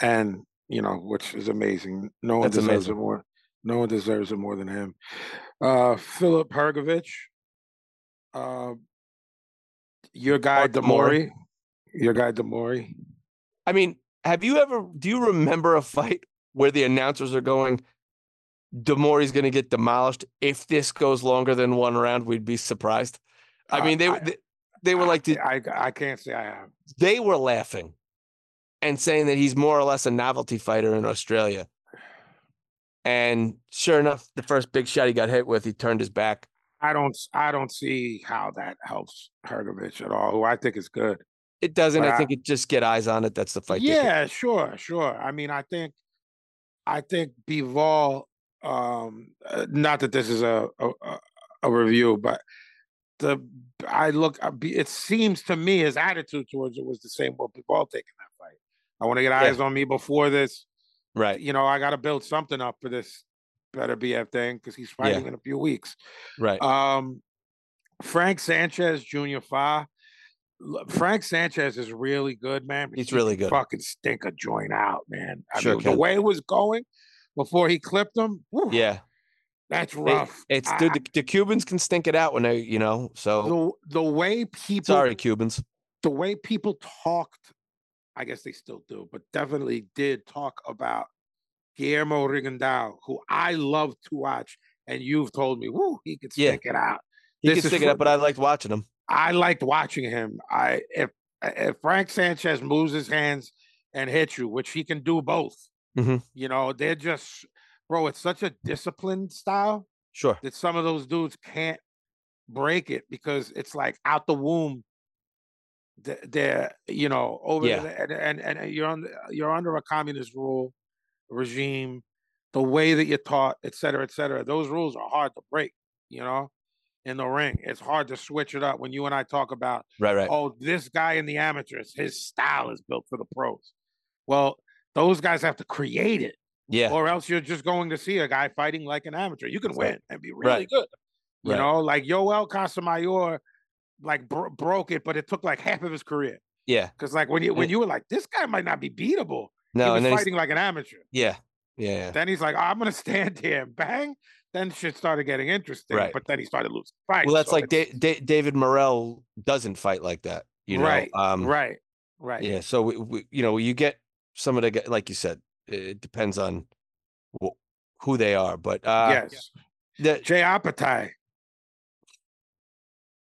C: and you know, which is amazing. No one
D: That's
C: deserves
D: amazing.
C: it more. No one deserves it more than him. Uh, Philip Hergovich, uh, your guy
D: Mark Demore.
C: Demori, your guy Demori.
D: I mean, have you ever? Do you remember a fight where the announcers are going? Demori's going to get demolished if this goes longer than one round. We'd be surprised. I
C: Uh,
D: mean, they
C: I-
D: they, they were like, "Did
C: I I can't say I have.
D: they were laughing and saying that he's more or less a novelty fighter in Australia. And sure enough, the first big shot he got hit with, he turned his back.
C: I don't s- I don't see how that helps Hergovich at all, who I think is good.
D: It doesn't.
C: But
D: I
C: I-
D: think it just get eyes on it. That's the fight. ticket.
C: yeah, sure, sure. I mean, I think I think Bivol um uh, not that this is a a, a- a review, but the I look I be- it seems to me his attitude towards it was the same what Bivol taking that fight. I want to get
D: Yeah.
C: eyes on me before this.
D: Right.
C: You know, I got to build something up for this better BF thing because he's
D: Yeah.
C: fighting in a few weeks.
D: Right.
C: Um, Frank Sanchez Jr. Fa. L- Frank Sanchez is really good, man. but
D: He's
C: he
D: really
C: can
D: good.
C: Fucking stink a joint out, man. I
D: Sure
C: mean, the
D: can.
C: way it was going before he clipped him, whew,
D: yeah.
C: that's
D: They-
C: rough.
D: it's
C: I-
D: dude. The, the Cubans can stink it out when they, you know. So
C: the the way people
D: sorry, Cubans.
C: the way people talked, I guess they still do, but definitely did talk about Guillermo Rigondeaux, who I love to watch, and you've told me, whoo, he could
D: Yeah.
C: stick it out.
D: He can
C: This is
D: stick it
C: for-
D: out, but I liked watching him.
C: I liked watching him. I if if Frank Sanchez moves his hands and hits you, which he can do both,
D: Mhm.
C: you know, they're just bro. It's such a disciplined style
D: Sure.
C: that some of those dudes can't break it because it's like out the womb. th- They're you know over
D: Yeah.
C: the- and, and and you're on you're under a communist rule regime, the way that you're taught, et cetera, et cetera. Those rules are hard to break. You know, in the ring, it's hard to switch it up. When you and I talk about
D: Right. Right.
C: oh, this guy in the amateurs, his style is built for the pros. Well, those guys have to create it,
D: yeah.
C: or else you're just going to see a guy fighting like an amateur. You can
D: Right.
C: win and be really
D: Right.
C: good. You
D: Right.
C: know, like Yoel Casamayor, like bro- broke it, but it took like half of his career.
D: Yeah.
C: Because like when you when you were like, this guy might not be beatable.
D: Mm. No.
C: he was
D: And then he's,
C: fighting like an amateur.
D: yeah. Yeah. Yeah.
C: Then he's like, oh, I'm gonna stand here, and bang. Then shit started getting interesting,
D: Right.
C: but then he started losing fights.
D: Well, that's
C: so
D: like
C: it's-
D: da- da- David Morrell doesn't fight like that. You know.
C: Right,
D: Um,
C: right, right.
D: Yeah, so we, we, you know, you get some of the gu- like you said, it depends on wh- who they are, but uh
C: yes,
D: the,
C: Jay Apatai.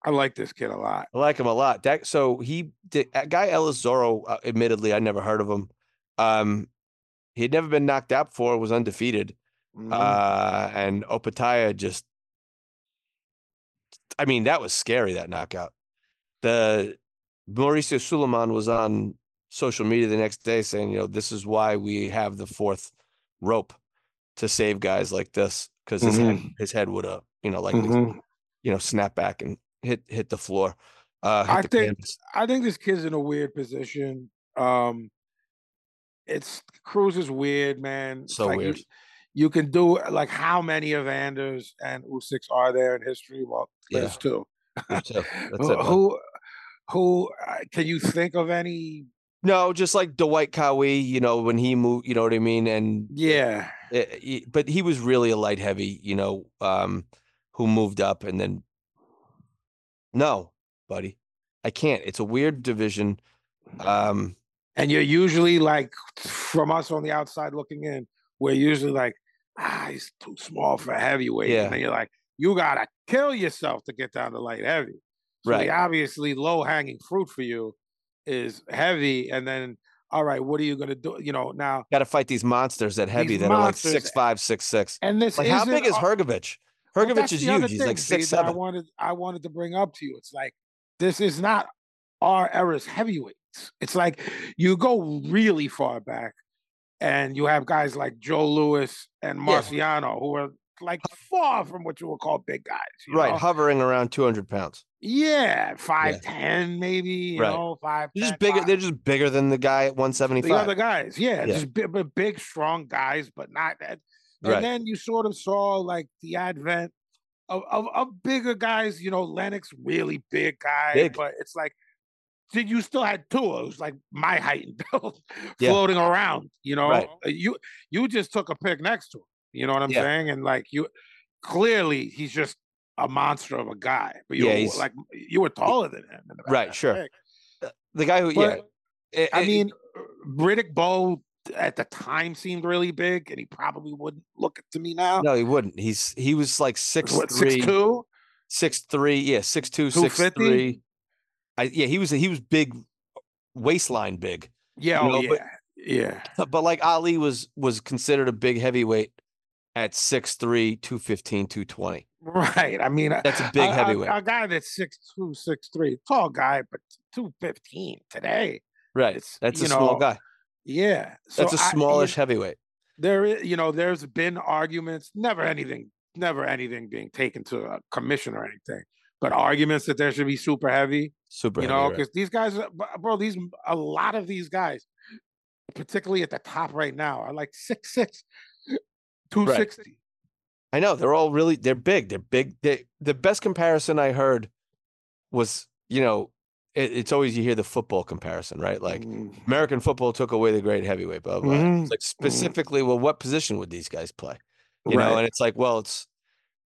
C: I like this kid a lot.
D: I like him a lot. That so he did. That guy Elizoro, uh, admittedly, I never heard of him. Um, he had never been knocked out before. Was undefeated.
C: Mhm.
D: Uh, and Opataya just. I mean, that was scary. That knockout. The Mauricio Suleiman was on social media the next day saying, you know, this is why we have the fourth rope to save guys like this because his
C: Mm-hmm.
D: head, his head would have, you know, like
C: Mhm.
D: you know, snap back and hit hit the floor. Uh, hit
C: I
D: the
C: think-
D: canvas.
C: I think this kid's in a weird position. Um, it's Cruz is weird, man. It's
D: So
C: like
D: weird.
C: You, you can do like how many Evanders and Usyks are there in history? Well,
D: Yeah.
C: there's two.
D: There's two. That's it,
C: who,
D: bud.
C: who, who, uh, can you think of any?
D: No, just like Dwight Cowie, you know, when he moved, you know what I mean, and
C: Yeah,
D: uh, he- but he was really a light heavy, you know, um, who moved up and then. No, buddy, I can't. It's a weird division. Um,
C: and you're usually like from us on the outside looking in. We're usually like, ah, he's too small for heavyweight,
D: Yeah.
C: and then you're like, you gotta kill yourself to get down to light heavy. So
D: right.
C: The obviously low hanging fruit for you is heavy. And then, all right, what are you going to do? You know, now,
D: Got to fight these monsters that heavy
C: These
D: that are like
C: monsters-
D: six five, six six.
C: and this
D: Like how
C: isn't
D: big is
C: a-
D: Hergovich?
C: well,
D: Hergovich
C: that's
D: is
C: the other
D: huge. He's like
C: thing,
D: six
C: Steve, that I
D: seven.
C: wanted, I wanted to bring up to you. It's like, this is not our era's heavyweights. It's like you go really far back and you have guys like Joe Lewis and Marciano who are like far from what you would call big guys. you
D: Right,
C: know?
D: hovering around two hundred pounds.
C: Yeah. 5'10, maybe, you
D: Right.
C: know, 5'10.
D: They're just bigger. They're just bigger than the guy at one seventy
C: the other
D: five.
C: guys. Yeah,
D: Yeah.
C: just big, but big, strong guys, but not that. And
D: Right.
C: then you sort of saw like the advent of, of of bigger guys. You know, Lennox really big guy,
D: Big.
C: but it's like. See, you still had two. It was like my height and build
D: Yeah.
C: floating around. You know,
D: Right.
C: Uh, you you just took a pick next to him. You know what I'm
D: Yeah.
C: saying? And like you, clearly he's just a monster of a guy. But you
D: Yeah,
C: were,
D: he's-
C: like you were taller than him. in the back
D: Right,
C: half
D: sure.
C: pick.
D: The guy who, yeah. eh,
C: But-
D: It-
C: I
D: it-
C: mean, Riddick Bowe at the time seemed really big, and he probably wouldn't look it to me now.
D: no, he wouldn't. He's he was like six
C: He's Oh. what,
D: three,
C: six two?
D: six three, yeah, six two, six
C: 250?
D: three. I, yeah, he was he was big, waistline big,
C: Yeah,
D: You
C: oh,
D: know,
C: yeah,
D: but-
C: yeah.
D: but like Ali was was considered a big heavyweight at 6'3", 215, 220.
C: Right. I mean,
D: That's a big heavyweight,
C: A, guy that's six two, six three, tall guy, but two fifteen today.
D: right?
C: it's,
D: That's a
C: you
D: small
C: know,
D: guy.
C: Yeah, so
D: That's a
C: I- you-
D: smallish heavyweight.
C: there is you know there's been arguments never anything never anything being taken to a commission or anything but arguments that there should be super heavy
D: Super.
C: you know
D: heavyweight.
C: because these guys are- bro- bro these a lot of these guys particularly at the top right now are like 6'6 260
D: I know they're all really they're big. They're big. They, the best comparison I heard was you know it, it's always you hear the football comparison, right? Like
C: Mm,
D: American football took away the great heavyweight, blah blah. blah. It's
C: mhm,
D: like specifically, well, what position would these guys play? You know,
C: right.
D: and it's like, well, it's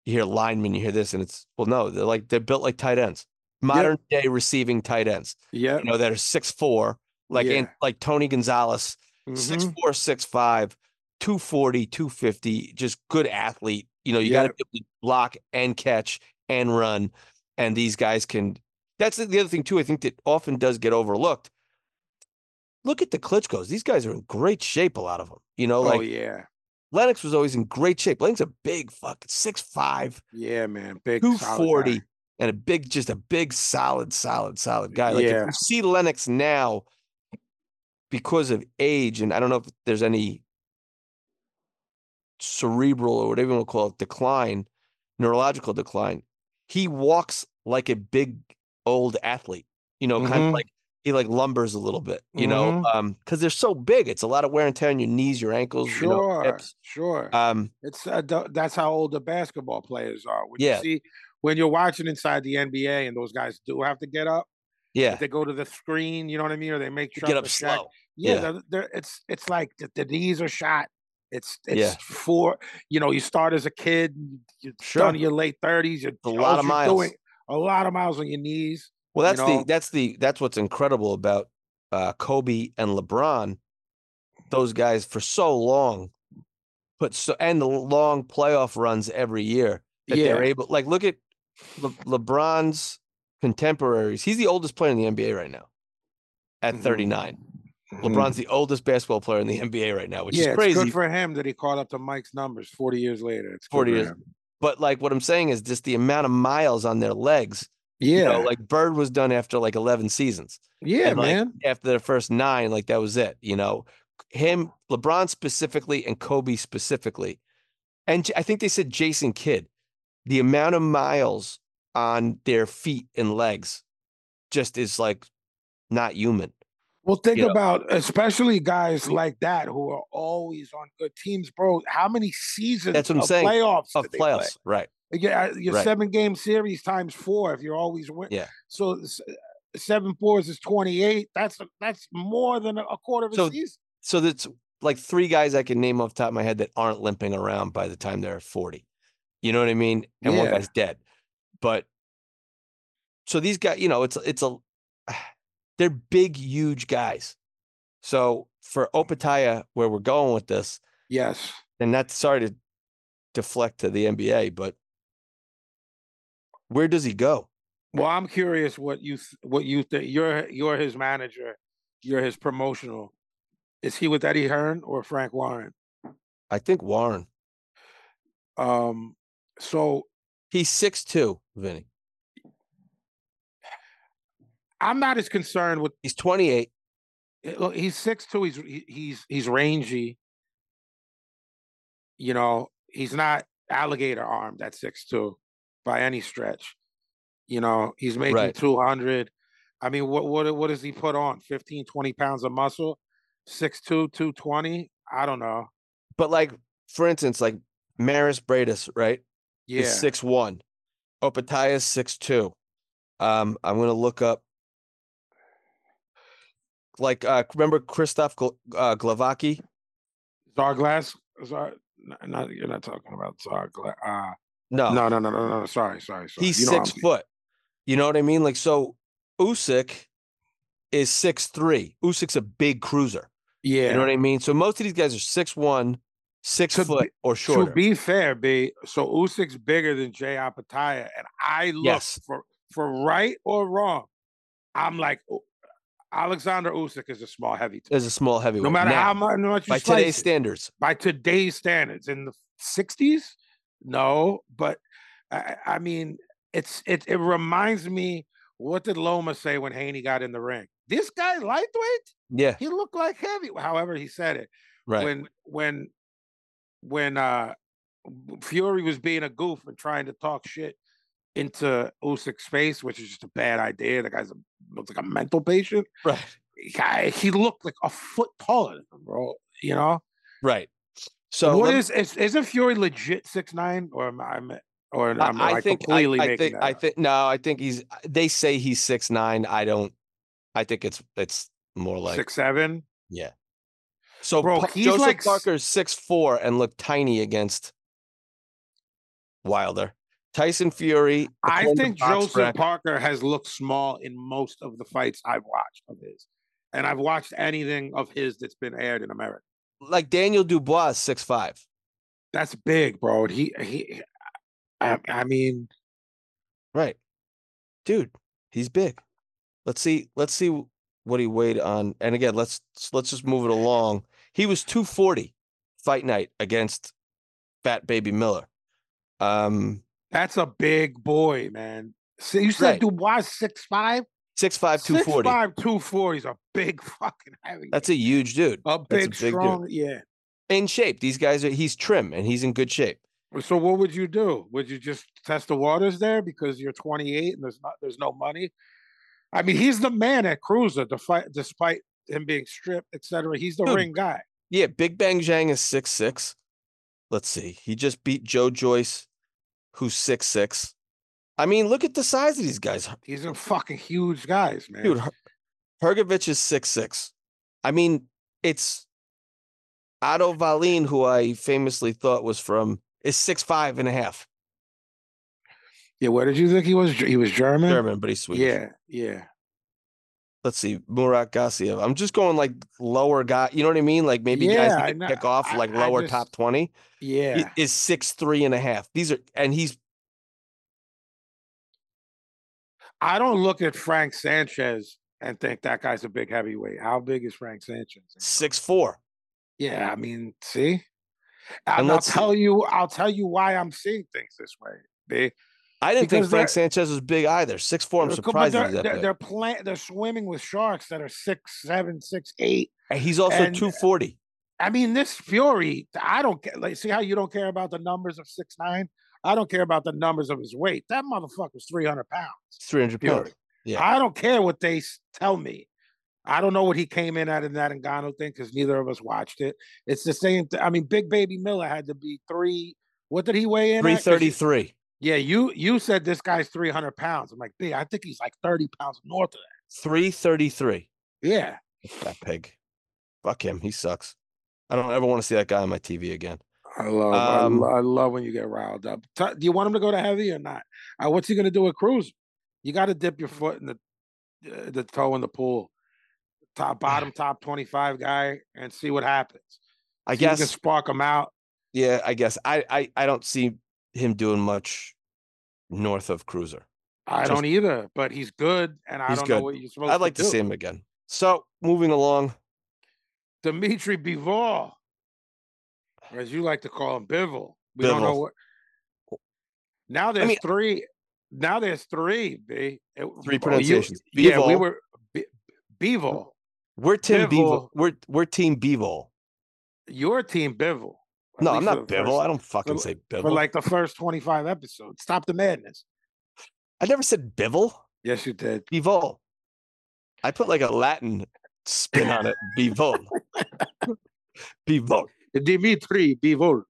D: you hear linemen, you hear this, and it's well, no, they're like they're built like tight ends, modern day receiving tight ends.
C: yeah
D: You know that are six four, like and
C: Yeah.
D: like Tony Gonzalez, six
C: mhm,
D: four, six five, 240, 250, just good athlete. You know, you got to be able to block and catch and run. And these guys can. That's the- the other thing, too. I think that often does get overlooked. Look at the Klitschko's. These guys are in great shape, a lot of them. You know,
C: oh
D: like
C: yeah
D: Lennox was always in great shape. Lennox a big fucking 6'5,
C: yeah man big solid guy.
D: 240, and a big, just a big, solid, solid, solid guy. Like if
C: Yeah.
D: you see Lennox now because of age, and I don't know if there's any cerebral or whatever you want to call it, decline, neurological decline. He walks like a big old athlete, you know, kind of
C: Mhm.
D: like he like lumbers a little bit, you know,
C: Mhm.
D: um, because they're so big. It's a lot of wear and tear on your knees, your ankles, you know,
C: sure
D: hips.
C: sure
D: Um,
C: It's uh, th- that's how old the basketball players are. When
D: Yeah.
C: you see when you're watching inside the NBA and those guys do have to get up,
D: yeah,
C: if they go to the screen, you know what I mean, or they make
D: you
C: sure
D: get up slow.
C: Yeah,
D: yeah.
C: They're, they're, it's it's like the, the knees are shot. It's it's
D: Yeah.
C: for you know you start as a kid, you're
D: Sure.
C: done in your late thirties, you're
D: a
C: all
D: lot of
C: you're
D: miles.
C: a lot of miles on your knees.
D: Well,
C: you
D: that's
C: know?
D: the that's the that's what's incredible about uh, Kobe and LeBron. Those guys for so long, put so and the long playoff runs every year that they're
C: Yeah.
D: able. Like, look at Le, LeBron's contemporaries. He's the oldest player in the NBA right now at
C: Mhm.
D: 39.
C: Mhm.
D: LeBron's the oldest basketball player in the NBA right now, which
C: yeah,
D: is
C: it's
D: crazy.
C: good for him that he caught up to Mike's numbers 40 years later. It's good
D: 40
C: for
D: years.
C: him.
D: but like what I'm saying is just the amount of miles on their legs.
C: Yeah.
D: You know, like Bird was done after like 11 seasons.
C: yeah,
D: and, like,
C: man.
D: After the first nine, like that was it. You know, him, LeBron specifically, and Kobe specifically, and J- I think they said Jason Kidd. The amount of miles on their feet and legs just is like not human.
C: Well, think
D: you know.
C: about especially
D: Mm-hmm.
C: guys like that who are always on good teams, bro. How many seasons
D: That's what I'm
C: of
D: saying,
C: playoffs
D: Of
C: did they play?
D: playoffs, right?
C: Yeah, your
D: Right.
C: seven game series times four if you're always win.
D: Yeah.
C: So s- seven fours is twenty eight. That's that's more than a a quarter of a
D: So-
C: season.
D: So that's like three guys I can name off the top of my head that aren't limping around by the time they're 40. You know what I mean? And one
C: Yeah.
D: guy's dead. But so these guys, you know, it's it's a they're big, huge guys. So for Opataya, where we're going with this,
C: Yes.
D: and that's sorry to deflect to the NBA, but where does he go?
C: Well, I'm curious what you th- what you think. You're you're his manager. You're his promotional. Is he with Eddie Hearn or Frank Warren?
D: I think Warren.
C: Um. So
D: He's 6'2, Vinny.
C: I'm not as concerned with.
D: He's 28.
C: eh, Look, he's six two. He's he- he's he's rangy. You know, he's not alligator armed at six two, by any stretch. You know, he's making
D: Right.
C: two hundred. I mean, what what what does he put on? 15, 20 pounds of muscle, 6'2", 220? I don't know.
D: But like, for instance, like Maris Bradis, right?
C: Yeah,
D: is six one. Opataya is six two. Um, I'm gonna look up. Like, uh, remember Christoph Gl- uh, Glavaki?
C: Zarglass. Zar, n- not you're not talking about Zarglass. Uh,
D: No,
C: No, no, no, no, no. Sorry, sorry, sorry.
D: Oh. he's
C: You know what I'm
D: six
C: thinking.
D: foot. You know what I mean? Like, so Usyk is six three. Usyk's a big cruiser.
C: Yeah.
D: You know what I mean? So most of these guys are six one, six
C: To be-
D: foot or shorter.
C: To be fair, B, so Usyk's bigger than Jay Apataya, and I look
D: Yes.
C: for for right or wrong. I'm like "Oh, Alexander Usyk is a small heavy.
D: As a small heavyweight,
C: no matter
D: Now,
C: how mu- much you
D: by
C: slice
D: today's
C: it,
D: standards,
C: by today's standards in the 60s, no, but I, I I mean it's it it reminds me what did Loma say when Haney got in the ring? This guy lightweight?
D: yeah,
C: He looked like heavy. However, he said it
D: right.
C: when when when uh Fury was being a goof and trying to talk shit into Usyk's face, which is just a bad idea. The guy's a, looks like a mental patient.
D: right.
C: He, he looked like a foot taller than him, bro. You know
D: Right. So
C: what
D: let me-
C: is is isn't Fury legit six nine or am I am- or
D: I-
C: am
D: I,
C: I,
D: think I-
C: completely
D: I,
C: making
D: think
C: that
D: I
C: up?
D: think no, I think he's they say he's six nine. I don't I think it's it's more like
C: six seven?
D: so
C: bro,
D: Pa-
C: he's
D: Joseph
C: like s-
D: Parker's six four and looked tiny against Wilder. Tyson Fury.
C: I
D: according to
C: think
D: Box
C: Joseph
D: Rec-
C: Parker has looked small in most of the fights I've watched of his, and I've watched anything of his that's been aired in America.
D: like Daniel Dubois is six five.
C: That's big, bro. And He he. I, I mean,
D: Right. Dude, he's big. Let's see, let's see what he weighed on. And again, let's let's just move it along. He was 240 fight night against Fat Baby Miller. Um
C: that's a big boy, man. So you said
D: Right.
C: Dubois six five,
D: 6'5, 240.
C: 240 is a big fucking heavy.
D: That's a huge dude.
C: a
D: that's a
C: big,
D: big dude.
C: strong, yeah.
D: In shape. These guys are he's trim and he's in good shape.
C: So what would you do? Would you just test the waters there because you're 28 and there's not there's no money? I mean, he's the man at Cruiser, despite despite him being stripped, etc. He's the
D: Dude.
C: ring guy.
D: Yeah, Big Bang Zhang is six six. Let's see. He just beat Joe Joyce, who's six six. I mean, look at the size of these guys.
C: These are fucking huge guys, man.
D: Dude, Her- Hergovich is six six. I mean, it's Otto Valine, who I famously thought was from, is six five and a half
C: yeah, where did you think he was? Ge- He was German.
D: German, but he's Swedish.
C: Hmm. Yeah, yeah.
D: Let's see, Murat Gassiev. I'm just going like lower guy. You know what I mean? Like maybe
C: Yeah, I
D: guys
C: know.
D: can pick off
C: I-
D: like
C: I
D: lower
C: just-
D: top twenty.
C: Yeah.
D: i- Is six three and a half. These are and he's
C: I don't look at Frank Sanchez and think that guy's a big heavyweight. How big is Frank Sanchez?
D: Six four.
C: Yeah, I mean, see, and
D: And
C: I'll
D: let's-
C: tell you, I'll tell you why I'm seeing things this way. B.
D: I didn't
C: Because
D: think Frank
C: they're-
D: Sanchez was big either. Six four. I'm
C: Uh, But
D: surprised
C: they're
D: he's that
C: they're,
D: big.
C: they're, playing, they're swimming with sharks that are six, seven, six, eight.
D: And he's also
C: and-
D: two forty.
C: I mean, this Fury, I don't care. Like, see how you don't care about the numbers of six nine. I don't care about the numbers of his weight. That motherfucker's three hundred pounds.
D: Three hundred
C: Fury.
D: pounds. Yeah.
C: I don't care what they s- tell me. I don't know what he came in at in that Ngannou thing because neither of us watched it. It's the same. Th- I mean, Big Baby Miller had to be three. What did he weigh in? at?
D: Three
C: 'Cause
D: thirty
C: you-
D: three.
C: Yeah, you you said this guy's three hundred pounds. I'm like, B, I think he's like thirty pounds north of
D: Three thirty three.
C: that. Yeah,
D: That pig. Fuck him. He sucks. I don't ever want to see that guy on my TV again.
C: I love
D: Um,
C: I, lo- I love when you get riled up. T- do you want him to go to heavy or not? Uh, what's he going to do with Cruz? You got to dip your foot in the uh, the toe in the pool, top bottom top twenty five guy, and see what happens.
D: I
C: See if you
D: guess
C: can spark him out.
D: Yeah, I guess I I I don't see him doing much north of Cruiser.
C: I
D: Just-
C: don't either, but he's good, and I
D: He's
C: don't know
D: good.
C: what you're supposed.
D: I'd like to, see
C: do.
D: him again. So moving along,
C: Dimitri Bivol, or as you like to call him, Bivol. We don't know
D: Bivol.
C: what. Now there's
D: mean-
C: three. Now there's three. B. It-
D: Three
C: you-
D: pronunciations.
C: yeah, we
D: Bivol.
C: were B- Bivol.
D: we're Team
C: Bivol.
D: Bevo. We're we're Team Bevo.
C: Your team, Bivol. at
D: No,
C: least
D: I'm
C: for
D: not
C: the
D: Bevel.
C: first-
D: I don't fucking
C: for-
D: say
C: For
D: Bevel.
C: like the first 25 episodes, stop the madness.
D: I never said Bevel.
C: Yes, you did.
D: Bevo. I put like a Latin spin on it. Bevo.
C: Uh,
D: Bevo.
C: Dimitri Bivol.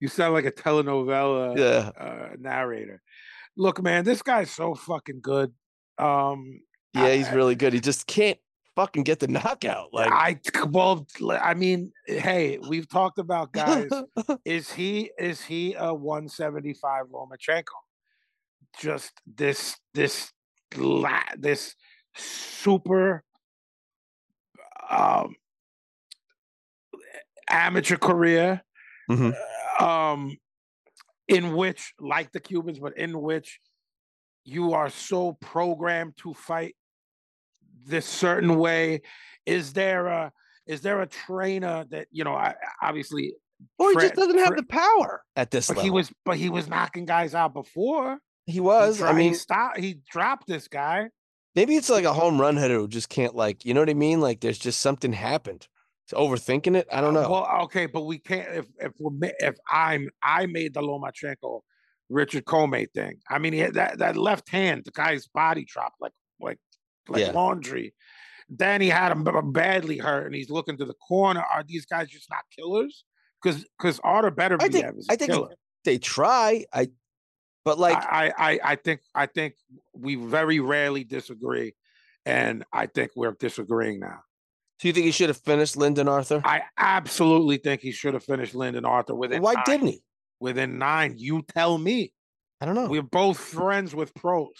C: You sound like a telenovela.
D: Yeah.
C: uh, narrator. Look, man, this guy's so fucking good. Um,
D: Yeah, he's really good. He just can't fucking get the knockout. Like
C: I well, I mean, hey, we've talked about guys. is he is he a 175 Lomachenko? Just this this la, this super um amateur career
D: Mhm.
C: um in which like the Cubans but in which you are so programmed to fight this certain way is there a is there a trainer that you know I, obviously
D: or he
C: Fred-
D: just doesn't have
C: Fred-
D: the power at this
C: but
D: level.
C: he was, but he was knocking guys out before.
D: He
C: He
D: was.
C: dro-
D: I mean,
C: he stopped. He dropped this guy.
D: maybe it's like a home run hitter who just can't like, you know what I mean? Like there's just something happened. It's overthinking it. I don't know.
C: Uh, Well, okay, but we can't. If if we're, ma- if I'm I made the Lomachenko, Richard Comey thing. I mean, he had that that left hand, the guy's body dropped like like like
D: Yeah.
C: laundry. Then he had him b- badly hurt, and he's looking to the corner. Are these guys just not killers? Because because Arter better be
D: I think
C: have is a
D: I think
C: killer.
D: they try. I but like
C: I, I I- I think I think we very rarely disagree, and I think we're disagreeing now.
D: do you think he should have finished Lyndon Arthur?
C: I absolutely think he should have finished Lyndon Arthur within
D: Why
C: nine,
D: didn't he? Oh.
C: within nine. You tell me.
D: I don't know.
C: We're both friends with pros,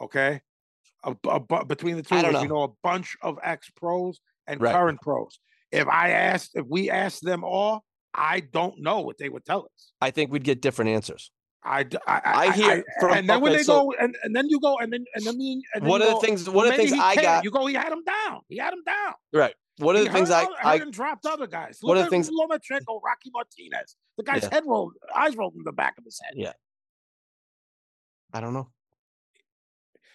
C: okay? A, bu- a bu- between the two
D: I
C: of us,
D: don't
C: you know a bunch of ex pros and
D: Right.
C: current pros. If I asked, if we asked them all, I don't know what they would tell us.
D: I think we'd get different answers.
C: I, d- I- I-
D: I
C: I-
D: hear from
C: and then when
D: okay,
C: they
D: so
C: go, and, and then you go, and then and then me, and- and then
D: one
C: you
D: of the
C: go,
D: things
C: "Well,
D: one of the
C: maybe
D: things
C: he
D: I
C: can't."
D: got
C: You go, he had him down. He had him down.
D: right. One of
C: He
D: the things I
C: hurt oth-
D: I
C: hurt and dropped other guys.
D: one
C: Look
D: of
C: at
D: the things-
C: Lomachenko, Rocky Martinez. The guy's
D: Yeah.
C: head rolled, eyes rolled in the back of his head.
D: I don't know.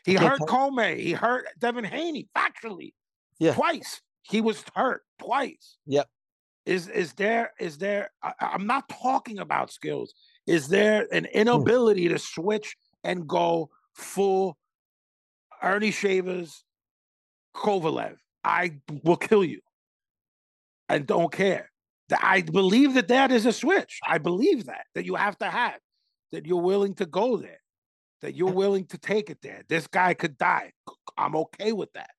C: He
D: can't
C: hurt Comey. He hurt Devin Haney factually.
D: Yeah.
C: Twice. He was hurt twice.
D: Yep.
C: Is is there is there I, I- I'm not talking about skills. Is there an
D: Hmm.
C: inability to switch and go full Ernie Shavers Kovalev? I will kill you. I don't care. Th- I believe that that is a switch. I believe that that you have to have that you're willing to go there, that you're willing to take it there. This guy could die. C- I'm okay with that.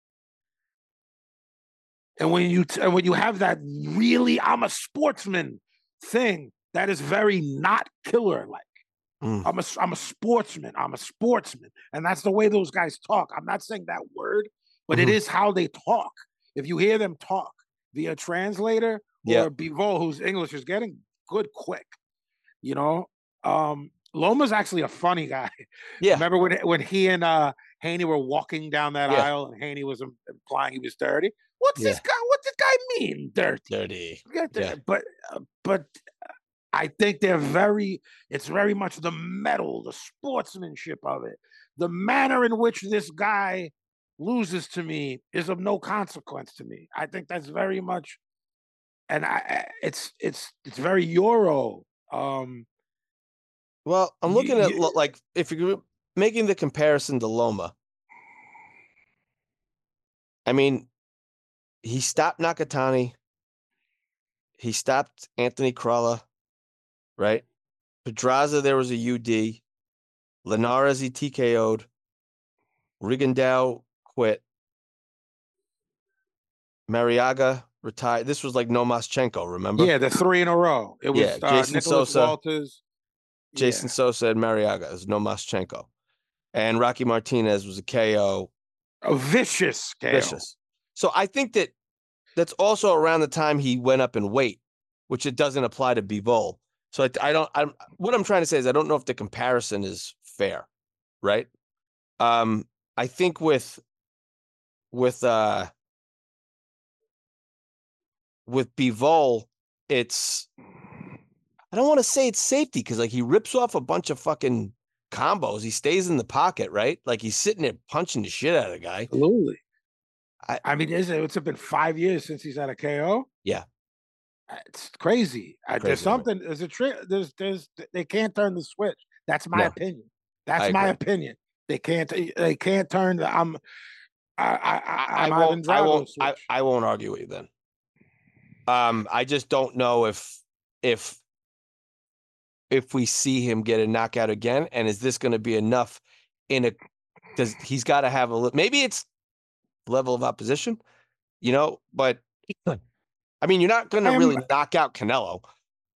C: And when you t- and when you have that really I'm a sportsman thing that is very not killer like.
D: Mm.
C: I'm a s- I'm a sportsman. I'm a sportsman, and that's the way those guys talk. I'm not saying that word, but it
D: Mhm.
C: is how they talk. If you hear them talk via translator
D: Yeah.
C: or Bivol, whose English is getting good quick, you know, um, Loma's actually a funny guy.
D: Yeah.
C: Remember when when he and uh Haney were walking down that
D: Yeah.
C: aisle and Haney was im- implying he was dirty? What's
D: Yeah.
C: this guy? What's this guy mean? Dirty.
D: Dirty.
C: Yeah,
D: Yeah.
C: th- but uh, but uh, I think they're very. It's very much the metal, the sportsmanship of it, the manner in which this guy loses to me is of no consequence to me. I think that's very much, and I- I it's it's it's very Euro. Um,
D: Well, I'm
C: You-
D: looking at
C: you-
D: lo- like if you're making the comparison to Loma. I mean, he stopped Nakatani. He stopped Anthony Kralla, right? Pedraza, there was a UD. Linares, he TKO'd. Rigondeaux quit. Mariaga retired. This was like Nomaschenko, remember?
C: yeah, the three in a row. It was
D: Yeah,
C: uh,
D: Jason
C: Nicholas
D: Sosa,
C: Walters,
D: Jason
C: yeah.
D: Sosa and Mariaga is Nomaschenko. And Rocky Martinez was a KO,
C: a vicious, KO.
D: vicious. So I think that that's also around the time he went up in weight, which it doesn't apply to Bivol. So I, I don't. I'm what I'm trying to say is I don't know if the comparison is fair, right? Um, I think with with uh with Bivol, it's I don't want to say it's safety because like he rips off a bunch of fucking combos. He stays in the pocket, right? Like he's sitting there punching the shit out of the guy.
C: Absolutely.
D: I-
C: I, I mean, is it, it's been five years since he's had a KO.
D: Yeah.
C: Uh, It's crazy. I, there's
D: Crazy, right.
C: something. There's a trick. There's there's th- they can't turn the switch. That's my
D: No.
C: opinion. That's
D: I
C: my
D: agree.
C: opinion. They can't. t- They can't turn the. I'm. I I I,
D: I
C: I'm
D: won't. I
C: Ivan Drago
D: won't. I,
C: switch.
D: I won't argue with you then. Um, I just don't know if if if we see him get a knockout again, and is this going to be enough? In a does he's got to have a li- maybe it's level of opposition, you know? But I mean, you're not going to
C: I'm-
D: really knock out Canelo.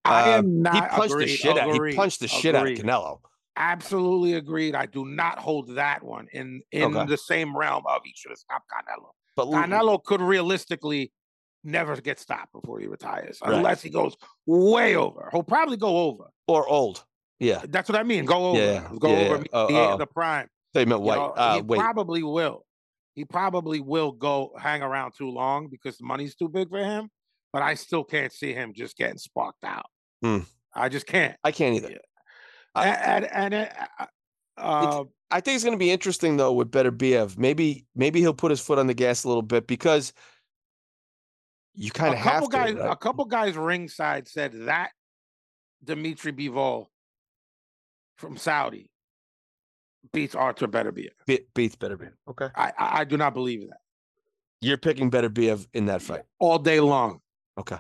C: I
D: uh,
C: am not.
D: He punched the
C: agreed,
D: shit out. He
C: agreed,
D: punched the shit out of
C: agreed.
D: Canelo.
C: Absolutely agreed. I do not hold that one in in
D: Okay.
C: the same realm of he should have stopped Canelo.
D: But l-
C: Canelo could realistically never get stopped before he retires,
D: Right.
C: unless he goes way over. He'll probably go over.
D: or old, yeah.
C: That's what I mean. Go over.
D: Yeah,
C: Go
D: yeah,
C: over
D: yeah.
C: me-
D: Oh,
C: the,
D: oh.
C: the prime.
D: They meant
C: you
D: white.
C: know,
D: uh,
C: he
D: wait,
C: probably will. He probably will go hang around too long because the money's too big for him. But I still can't see him just getting sparked out.
D: Mm.
C: I just can't.
D: I can't either. I-
C: and and, and it, uh, uh,
D: I think it's going to be interesting though with Better BF. Maybe maybe he'll put his foot on the gas a little bit because you kind
C: a
D: of have
C: couple
D: to.
C: guys, uh,
D: right?
C: a couple guys ringside said that Dimitri Bivol from Saudi beats Arthur Beterbiev.
D: Be- beats Better BF. Okay,
C: I, I I do not believe that
D: you're picking Better BF in that fight.
C: all day long.
D: Okay,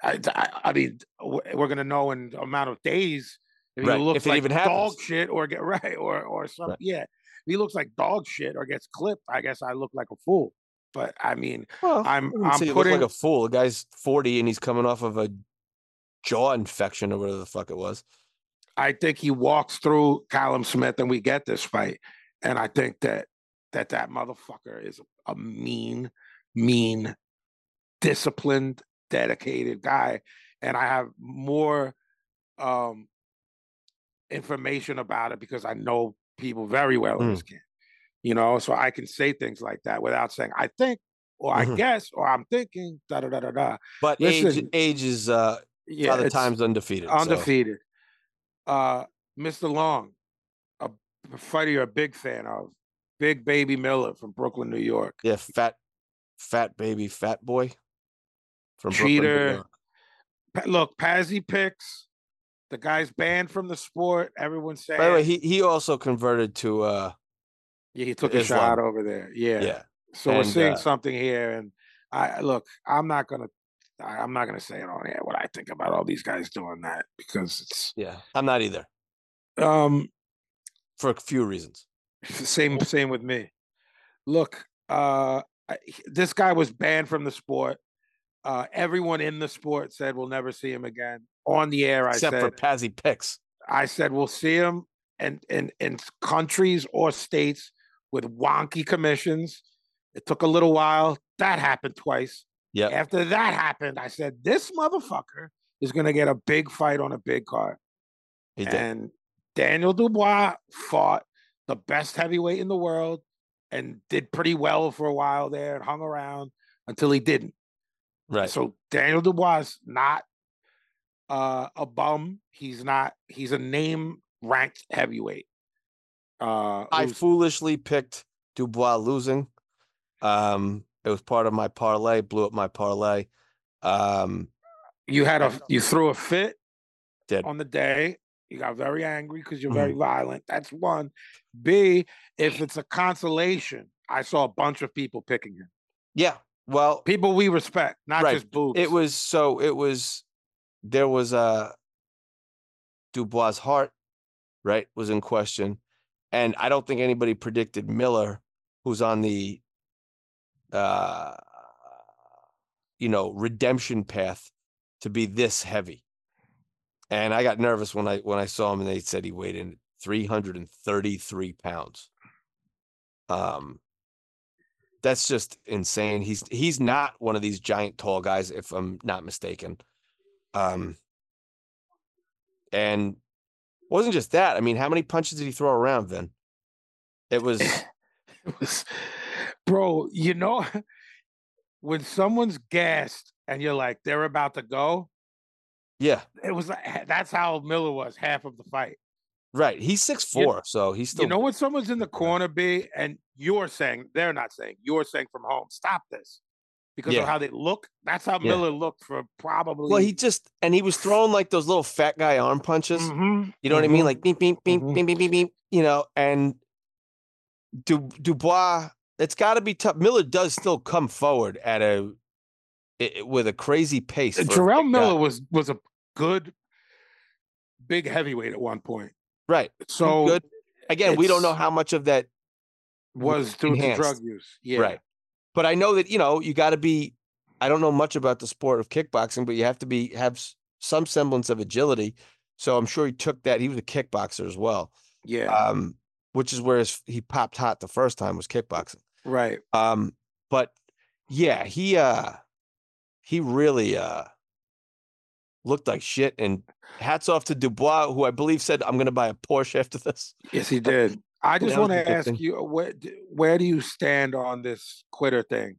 C: I, I, I mean, w- we're gonna know in the amount of days if
D: Right,
C: he looks
D: if it
C: like
D: even
C: dog
D: happens.
C: shit or get right or or something.
D: Right.
C: Yeah, if he looks like dog shit or gets clipped, I guess I look like a fool. But I mean,
D: well,
C: I'm-
D: I wouldn't
C: I'm
D: say you look
C: putting-
D: like a fool. The guy's 40 and he's coming off of a jaw infection or whatever the fuck it was.
C: I think he walks through Callum Smith and we get this fight. And I think that that that motherfucker is a mean, mean, disciplined, dedicated guy. And I have more um information about it because I know people very well in this camp. You know, so I can say things like that without saying I think or I
D: Mhm.
C: guess or I'm thinking da da da da da.
D: But age
C: Listen.
D: age is uh,
C: Yeah,
D: other
C: it's-
D: times undefeated. so-
C: undefeated. Uh, Mr. Long, a b- fighter you're a big fan of, Big Baby Miller from Brooklyn, New York.
D: yeah, fat fat baby, fat boy from Brooklyn. New
C: Cheater.
D: York.
C: Pa- look, Pazzy picks. The guy's banned from the sport. Everyone's saying,
D: By the way, he he also converted to uh
C: yeah, he took
D: Islam.
C: a shot over there. Yeah.
D: yeah.
C: So we're
D: And,
C: seeing
D: uh,
C: something here, and I look. I'm not gonna. I- I'm not gonna say it on here what I think about all these guys doing that because it's
D: Yeah, I'm not either
C: um
D: for a few reasons.
C: same same with me look uh I- he- this guy was banned from the sport uh everyone in the sport said we'll never see him again on the air i
D: Except
C: said
D: for Pazzy Picks.
C: i said we'll see him in in in s- countries or states with wonky commissions it took a little while that happened twice
D: Yep.
C: after that happened i said this motherfucker is going to get a big fight on a big card
D: He did.
C: and Daniel Dubois fought the best heavyweight in the world and did pretty well for a while there and hung around until he didn't.
D: Right.
C: So Daniel Dubois is not uh, a bum. He's not. He's a name ranked heavyweight. Uh,
D: I
C: who's-
D: foolishly picked Dubois losing. Um, it was part of my parlay, blew up my parlay. Um,
C: you had a you threw a fit
D: Did. Mm-hmm.
C: on the day. You got very angry because you're very violent. That's one. B, if it's a consolation, I saw a bunch of people picking him.
D: yeah. Well,
C: People we respect, not
D: Right.
C: just boobs.
D: it was so it was there was a Dubois' heart, right, was in question. And I don't think anybody predicted Miller, who's on the uh you know, redemption path to be this heavy. And I got nervous when I when I saw him and they said he weighed in 333 pounds. Um that's just insane. He's he's not one of these giant tall guys, if I'm not mistaken. Um, and wasn't just that. I mean, how many punches did he throw around? Then it was
C: It was, bro, you know, when someone's gassed and you're like, they're about to go,
D: yeah,
C: it was like, ha- that's how Miller was half of the fight.
D: right. He's six four, so he's still
C: you know when someone's in the
D: Yeah.
C: corner, B, and you're saying they're not saying you're saying from home, stop this because
D: Yeah.
C: of how they look. That's how
D: Yeah.
C: Miller looked for probably.
D: well. He just and he was throwing like those little fat guy arm punches.
C: Mhm,
D: You know what I mean?
C: mhm.
D: Like beep beep beep
C: Mhm.
D: beep beep beep beep. You know, and Du- Dubois, it's got to be tough. Miller does still come forward at a i- i- with a crazy pace.
C: Uh,
D: for a
C: Jarrell
D: big guy.
C: Miller was was a good big heavyweight at one point.
D: right?
C: So
D: good. Again, we don't know
C: Oh, it's-
D: how much of that,
C: was due to
D: enhanced.
C: drug use. Yeah.
D: right? But I know that you know you got to be. I don't know much about the sport of kickboxing, but you have to be have s- some semblance of agility. So I'm sure he took that. He was a kickboxer as well,
C: Yeah.
D: um, which is where his, he popped hot the first time was kickboxing.
C: right.
D: Um, but yeah, he uh he really uh looked like shit. And hats off to Dubois, who I believe said, "I'm going to buy a Porsche after this."
C: Yes, he did.
D: Uh,
C: I just
D: that was
C: want
D: a
C: to
D: good
C: ask
D: thing.
C: you uh, where d- where do you stand on this quitter thing?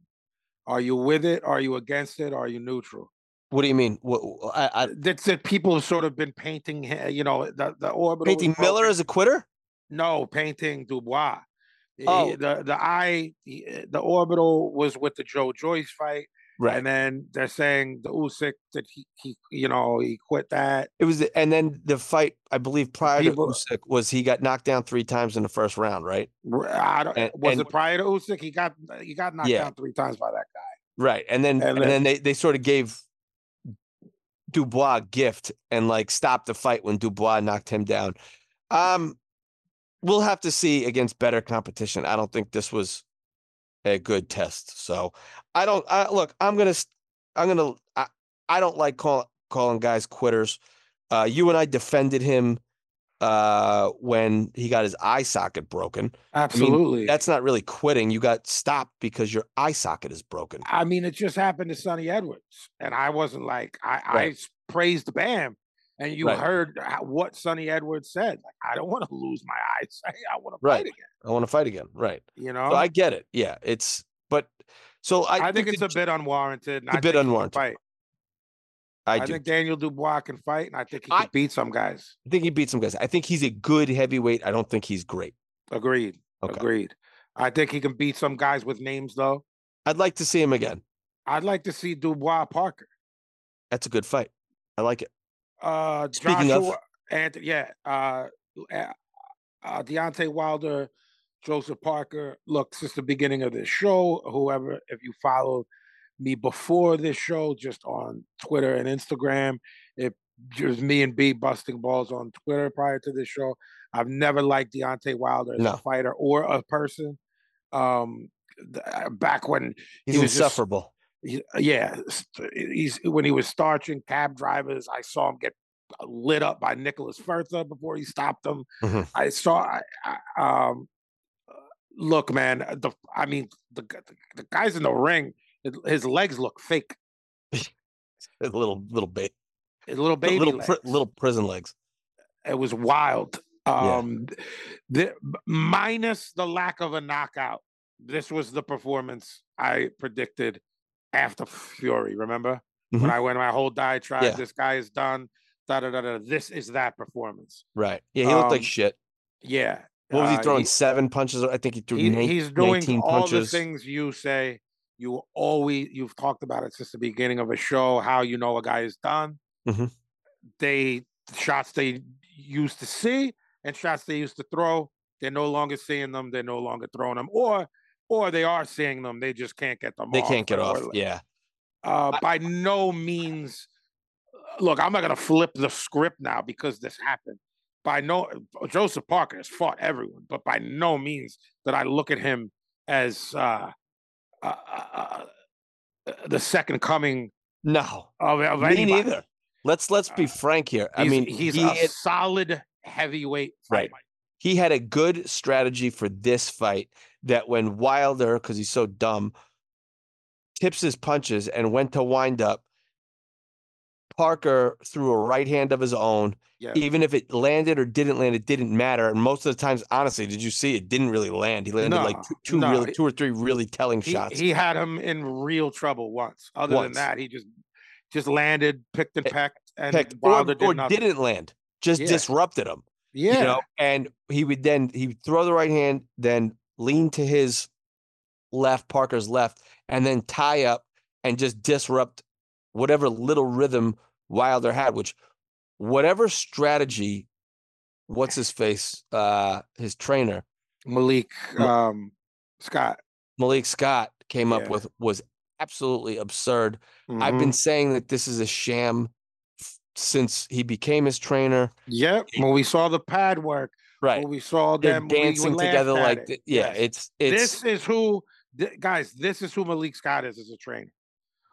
C: Are you with it? Are you against it? Are you neutral?
D: What do you mean? What, I, I,
C: That's it. People have sort of been painting, hi- you know, the the orbital was
D: painting Miller
C: broken.
D: as a quitter?
C: no painting Dubois. He-
D: Oh.
C: the the eye, he- uh, the orbital was with the Joe Joyce fight,
D: Right.
C: and then they're saying the Usyk that he, he you know he quit that.
D: It was, and then the fight I believe prior to
C: people-
D: Usyk was he got knocked down three times in the first round, right?
C: R- I don't,
D: And-
C: was
D: and-
C: it prior to Usyk? He got he got knocked
D: Yeah.
C: down three times by that guy.
D: Right, and then
C: And
D: and, then they they sort of gave Dubois a gift and like stopped the fight when Dubois knocked him down. Um, we'll have to see against better competition. I don't think this was a good test. So I don't. I, look, I'm gonna s- I'm gonna I, I don't like calling calling guys quitters. Uh, you and I defended him uh when he got his eye socket broken
C: Absolutely.
D: that's not really quitting you got stopped because your eye socket is broken
C: I mean, it just happened to Sonny Edwards, and I wasn't like I, I
D: Right.
C: s- praised Bam, and you
D: Right.
C: heard h- what Sonny Edwards said. Like, I don't want to lose my eyesight. I want to
D: Right.
C: fight again.
D: I want to fight again. Right.
C: You know,
D: So I get it. Yeah. It's but so I,
C: Uh-huh. I, think it's a bit unwarranted. and
D: a
C: I
D: bit
C: think he can
D: unwarranted.
C: Fight.
D: I,
C: I,
D: do.
C: think Daniel Dubois can fight, and I think he
D: I-
C: can beat some guys.
D: I think he beat some guys. I think he's a good heavyweight. I don't think he's great.
C: Agreed.
D: Okay.
C: Agreed. I think he can beat some guys with names, though.
D: I'd like to see him again.
C: I'd like to see Dubois Parker.
D: That's a good fight. I like it.
C: Uh,
D: Speaking of-
C: Joshua, Anthony, yeah, uh, uh, uh, Deontay Wilder, Joseph Parker. Look, since the beginning of this show, whoever, if you followed me before this show, just on Twitter and Instagram, it just me and B busting balls on Twitter prior to this show. I've never liked Deontay Wilder as
D: No.
C: a fighter or a person. Um, th- uh, back when
D: He's
C: He was just-
D: insufferable.
C: he, uh, yeah, st- he's when he was starching cab drivers. I saw him get uh, lit up by Nicholas Furtha before he stopped him.
D: Mhm.
C: I saw. I, I, um, uh, look, man, uh, the I mean, the g- the, the guys in the ring, his- his legs look fake.
D: little little ba-
C: His little baby
D: little
C: legs.
D: pri- little prison legs.
C: It was wild.
D: Yeah.
C: Um, th- th- minus the lack of a knockout, this was the performance I predicted after Fury. Remember when
D: Mhm.
C: I went my whole diatribe?
D: Yeah.
C: This guy is done. Da da da da. This is that performance.
D: Right. Yeah, he looked
C: Um,
D: like shit.
C: Yeah.
D: What was
C: uh,
D: he throwing? Seven punches. I think he threw
C: he-
D: nine-
C: he's doing
D: 19
C: all
D: punches.
C: the things you say. You always you've talked about it since the beginning of a show. How you know a guy is done.
D: Mhm.
C: They shots they used to see and shots they used to throw. They're no longer seeing them. They're no longer throwing them, or or they are seeing them. They just can't get them.
D: They can't get
C: or-
D: off.
C: or-
D: Yeah.
C: uh, by no means. Look, I'm not gonna flip the script now because this happened. By no, Joseph Parker has fought everyone, but by no means did I look at him as uh, uh, uh, uh, the second coming
D: No.
C: of, of
D: Me
C: anybody.
D: neither. Let's let's be
C: Uh,
D: frank here. I
C: He's-
D: mean,
C: he's
D: he
C: a
D: had-
C: solid heavyweight.
D: Right.
C: fighter.
D: he had a good strategy for this fight that when Wilder, because he's so dumb, tips his punches and went to wind up, Parker threw a right hand of his own.
C: Yeah.
D: Even if it landed or didn't land, it didn't matter. And most of the times, honestly, did you see it didn't really land? He landed like
C: No,
D: two, two
C: no,
D: really
C: it-
D: two or three really telling
C: He,
D: shots.
C: he had him in real trouble once. Other
D: Once.
C: than that, he just just landed, picked and
D: Eh,
C: pecked, and
D: Picked, or,
C: Wilder did
D: or
C: nothing.
D: didn't land, just
C: Yeah.
D: disrupted him.
C: Yeah,
D: you know and he would then he would throw the right hand then lean to his left parker's left and then tie up and just disrupt whatever little rhythm wilder had which whatever strategy what's his face uh his trainer
C: Malik
D: Ma-
C: um, Scott.
D: malik scott came up
C: Yeah.
D: with was absolutely absurd i've
C: Mhm.
D: been saying that this is a sham f- since he became his trainer
C: Yep. When we saw the pad work,
D: right
C: when we saw
D: they're
C: them we- we
D: dancing
C: laughed
D: together
C: at
D: like
C: it.
D: th- yeah
C: Yes.
D: it's it's
C: this is who, th- guys. This is who Malik Scott is as a trainer.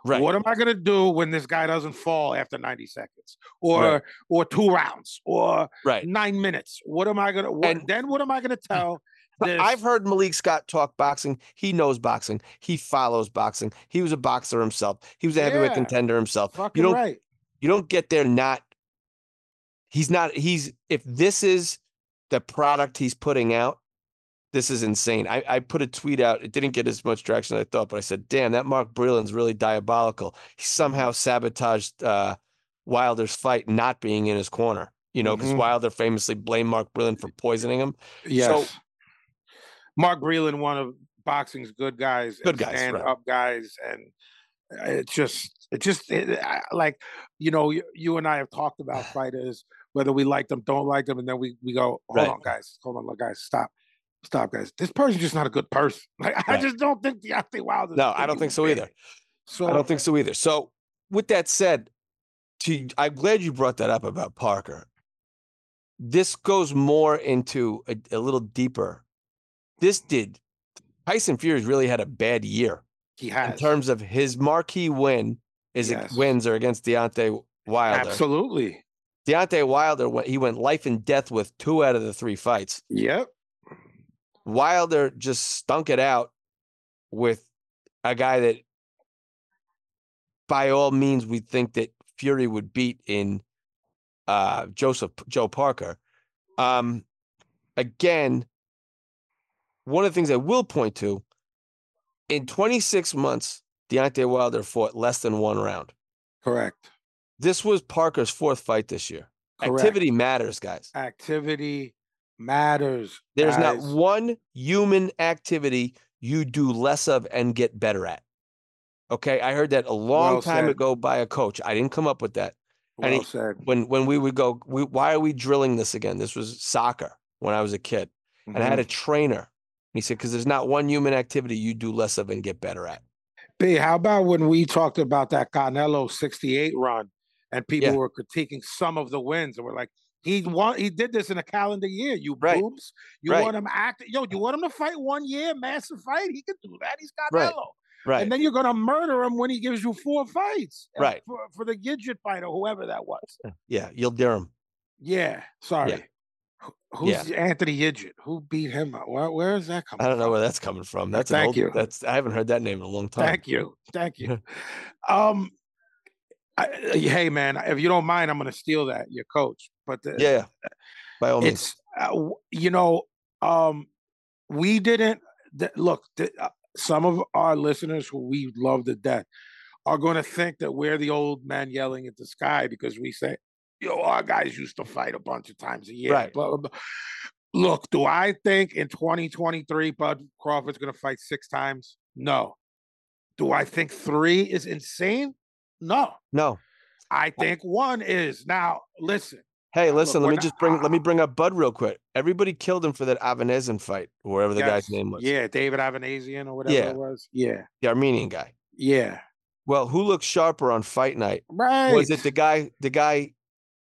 D: right
C: What am I gonna do when this guy doesn't fall after ninety seconds, or
D: Right.
C: or two rounds, or
D: right
C: nine minutes? What am I gonna? What,
D: And-
C: then what am I gonna tell?
D: But I've
C: this-
D: heard Malik Scott talk boxing. He knows boxing. He follows boxing. He was a boxer himself. He was a heavyweight
C: Yeah.
D: contender himself.
C: Fucking
D: You don't
C: right.
D: you don't get there not he's not he's if this is the product he's putting out, this is insane. I, I put a tweet out. It didn't get as much traction as I thought, but I said, damn, that Mark Breland's really diabolical. He somehow sabotaged uh, Wilder's fight not being in his corner. You know, because
C: Mhm.
D: Wilder famously blamed Mark Breland for poisoning him.
C: Yes. Mark Breland, one of boxing's good guys,
D: Good guys, right.
C: stand up guys, and it just, it just it, I- like you know, you, you and I have talked about fighters whether we like them, don't like them, and then we we go, hold
D: Right.
C: on, guys, hold on, guys, stop, stop, guys. This person's just not a good person. Like I
D: Right.
C: just don't think Deontay Wilder.
D: No, I don't think so either.
C: So
D: I don't think so either. So, with that said, to I'm glad you brought that up about Parker. This goes more into a, a little deeper. This did Tyson Fury's really had a bad year
C: he has
D: in terms of his marquee win is ag-
C: Yes.
D: wins are against Deontay Wilder.
C: absolutely.
D: Deontay Wilder went, he went life and death with two out of the three fights.
C: Yep.
D: Wilder just stunk it out with a guy that, by all means, we think that Fury would beat in uh, Joseph Joe Parker. Um, again, one of the things I will point to in 26 months, Deontay Wilder fought less than one round.
C: Correct.
D: This was Parker's fourth fight this year.
C: Correct.
D: Activity matters, guys.
C: Activity matters.
D: There's not
C: guys.
D: one human activity you do less of and get better at. Okay, I heard that a long
C: Well
D: time
C: said.
D: ago by a coach. I didn't come up with that.
C: Well
D: and he-
C: said.
D: When when we would go, we, why are we drilling this again? This was soccer when I was a kid, and I had
C: Mhm.
D: a trainer. And he said, "Because there's not one human activity you do less of and get better at."
C: B, how about when we talked about that Canelo 68 run and people
D: Yeah.
C: were critiquing some of the wins and we're like, he won he did this in a calendar year, you
D: Right.
C: boobs. You
D: Right.
C: want him act yo, you want him to fight one year, massive fight? He can do that. He's Canelo.
D: Right. Right,
C: And then you're gonna murder him when he gives you four fights. and
D: Right.
C: For, for the Gidget fight or whoever that was.
D: yeah, you'll dare him.
C: Yeah. Sorry. Who- Who's Anthony Gidget? Who beat him up? Where, where is that coming
D: I don't know
C: from?
D: where that's coming from. That's an
C: Thank
D: old,
C: you.
D: That's I haven't heard that name in a long time.
C: Thank you. Thank you. um, I, I- hey man, if you don't mind, I'm gonna steal that your coach. But the,
D: Yeah, by all means.
C: it's uh, w- you know um we didn't th- look th- uh, some of our listeners who we love to death are going to think that we're the old man yelling at the sky because we say yo our guys used to fight a bunch of times a year
D: Right.
C: blah, blah, blah." look do i think in 2023 bud crawford's going to fight six times no do i think three is insane no
D: No.
C: i think one is now listen
D: Hey,
C: Look,
D: listen,
C: we're
D: let me
C: not-
D: just bring let me bring up Bud real quick. Everybody killed him for that Avanesian fight, or whatever the
C: yes,
D: guy's name was.
C: yeah david avanesian or whatever
D: Yeah.
C: it was yeah
D: The Armenian guy.
C: Yeah.
D: Well, who looked sharper on fight night?
C: Right.
D: Was it the guy the guy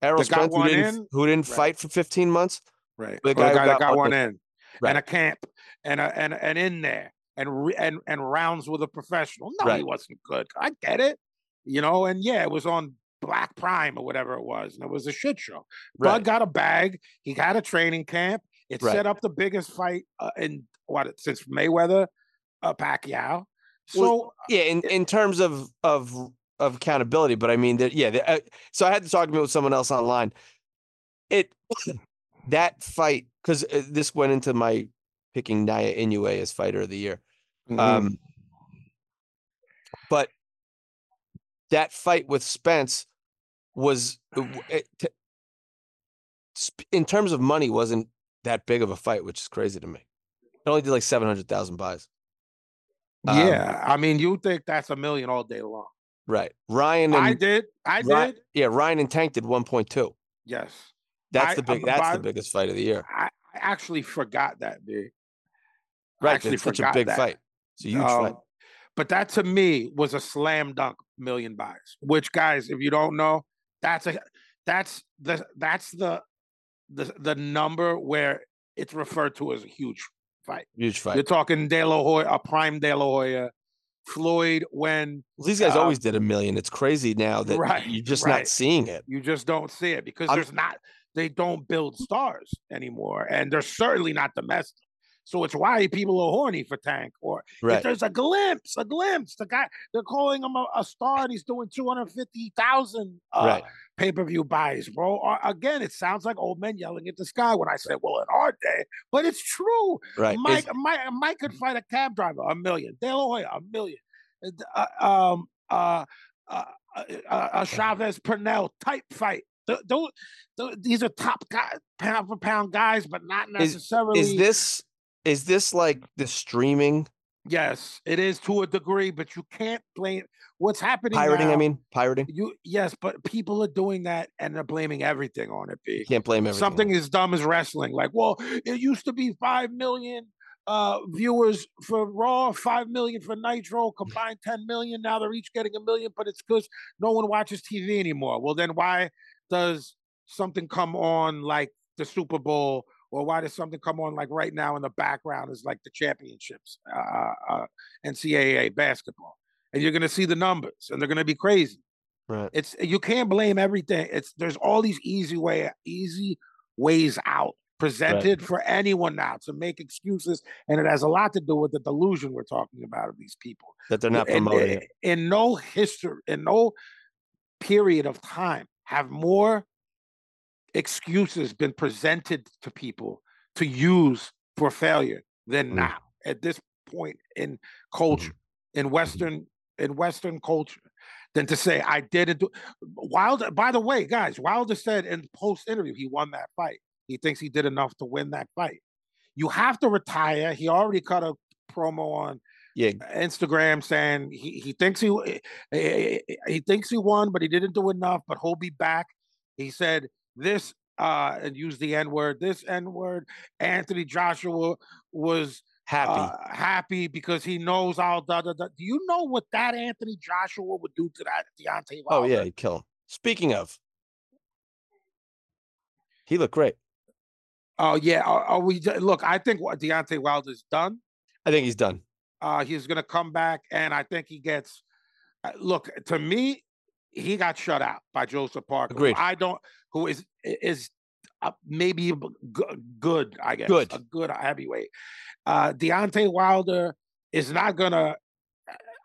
D: Errol
C: The guy
D: Spence who
C: one
D: didn't,
C: in?
D: who didn't
C: Right.
D: fight for 15 months?
C: right.
D: the
C: Or
D: guy who
C: that
D: got
C: got
D: one
C: one
D: in?
C: in
D: Right.
C: and a camp and a and and in there and re, and and rounds with a professional? No, he
D: Right.
C: wasn't good. I get it. You know, and yeah, it was on Black Prime or whatever it was, and it was a shit show.
D: Right.
C: Bud got a bag. He had a training camp. It
D: Right.
C: set up the biggest fight uh, in what since Mayweather, uh, Pacquiao. So
D: yeah in, in terms of of of accountability but i mean that yeah the, uh, so i had this argument with someone else online it that fight because this went into my picking naya inoue as fighter of the year
C: um,
D: um but that fight with spence was uh, w- it, t- sp- in terms of money wasn't that big of a fight which is crazy to me it only did like 700000 buys um,
C: yeah, I mean, you think that's a million all day long?
D: right ryan and
C: I did. I
D: Ry-
C: did.
D: Yeah, Ryan and Tank did 1.2.
C: Yes.
D: That's
C: I-
D: the
C: uh,
D: big. That's the
C: but-
D: biggest fight of the year.
C: I, I actually forgot that, dude. I
D: Right,
C: actually
D: it's such a
C: forgot
D: big
C: that.
D: fight. It's a huge fight.
C: Um, But that to me was a slam dunk million buys. Which guys, if you don't know, that's a that's the that's the the the number where it's referred to as a huge fight.
D: Huge fight.
C: You're talking De La Hoya, a prime De La Hoya, Floyd when
D: These guys
C: um,
D: always did a million. It's crazy now that
C: right,
D: you're just
C: right.
D: not seeing it.
C: you just don't see it because
D: I'm-
C: there's not they don't build stars anymore, and they're certainly not domestic. So it's why people are horny for Tank or If
D: Right.
C: there's a glimpse, a glimpse, the guy they're calling him a, a star and he's doing 250,000 uh,
D: Right.
C: pay-per-view buys, bro. Uh, again, it sounds like old men yelling at the sky when I said, "Well, in our day," but it's true.
D: Right.
C: Mike,
D: It's-
C: Mike, Mike could fight a cab driver, a million. De La Hoya, a million. Uh, d- Uh, um, uh, uh, uh, uh, a Chavez Purnell type fight. Th- tho- tho- these are top guy, pound for pound guys, but not
D: Is-
C: necessarily.
D: is this is this like the streaming
C: Yes, it is to a degree, but you can't blame what's happening.
D: pirating? I
C: now,
D: mean, pirating.
C: you yes, but people are doing that and they're blaming everything on it. B
D: You can't blame everything.
C: something as dumb as wrestling, like well, it used to be five million uh viewers for Raw, five million for Nitro, combined ten million. Now they're each getting a million, but it's because no one watches TV anymore. Well, then why does something come on like the Super Bowl? Or why does something come on like right now in the background is like the championships, uh, uh, NCAA basketball, and you're gonna see the numbers, and they're gonna be crazy.
D: Right.
C: It's you can't blame everything. It's there's all these easy way easy ways out presented for anyone now to make excuses, and it has a lot to do with the delusion we're talking about of these people.
D: That they're not
C: In-
D: promoting
C: in,
D: it.
C: eh, in no history, in no period of time, have more excuses been presented to people to use for failure than
D: Mm. Mm-hmm.
C: now at this point in culture, in Western in Western culture, than to say I didn't do. Wilder, by the way, guys, Wilder said in post interview he won that fight. He thinks he did enough to win that fight. You have to retire. He already cut a promo on
D: Yeah.
C: Instagram saying he, he thinks he w- eh, eh, eh, he thinks he won, but he didn't do enough. But he'll be back. He said this uh, and used the N word. This N word. Anthony Joshua was
D: Happy.
C: uh, happy because he knows all da da da. Do you know what that Anthony Joshua would do to that Deontay
D: oh
C: Wilder?
D: yeah, you kill him. Speaking of, he looked great.
C: Oh yeah. Are, are we d- look? I think what Deontay Wilder's done.
D: I think he's done.
C: Uh, he's going to come back, and I think he gets. uh, Look to me, he got shut out by Joseph Parker. who
D: Agreed.
C: I don't. Who is i- is uh, maybe a b- g- good? I guess
D: Good.
C: a good heavyweight. Uh, Deontay Wilder is not gonna.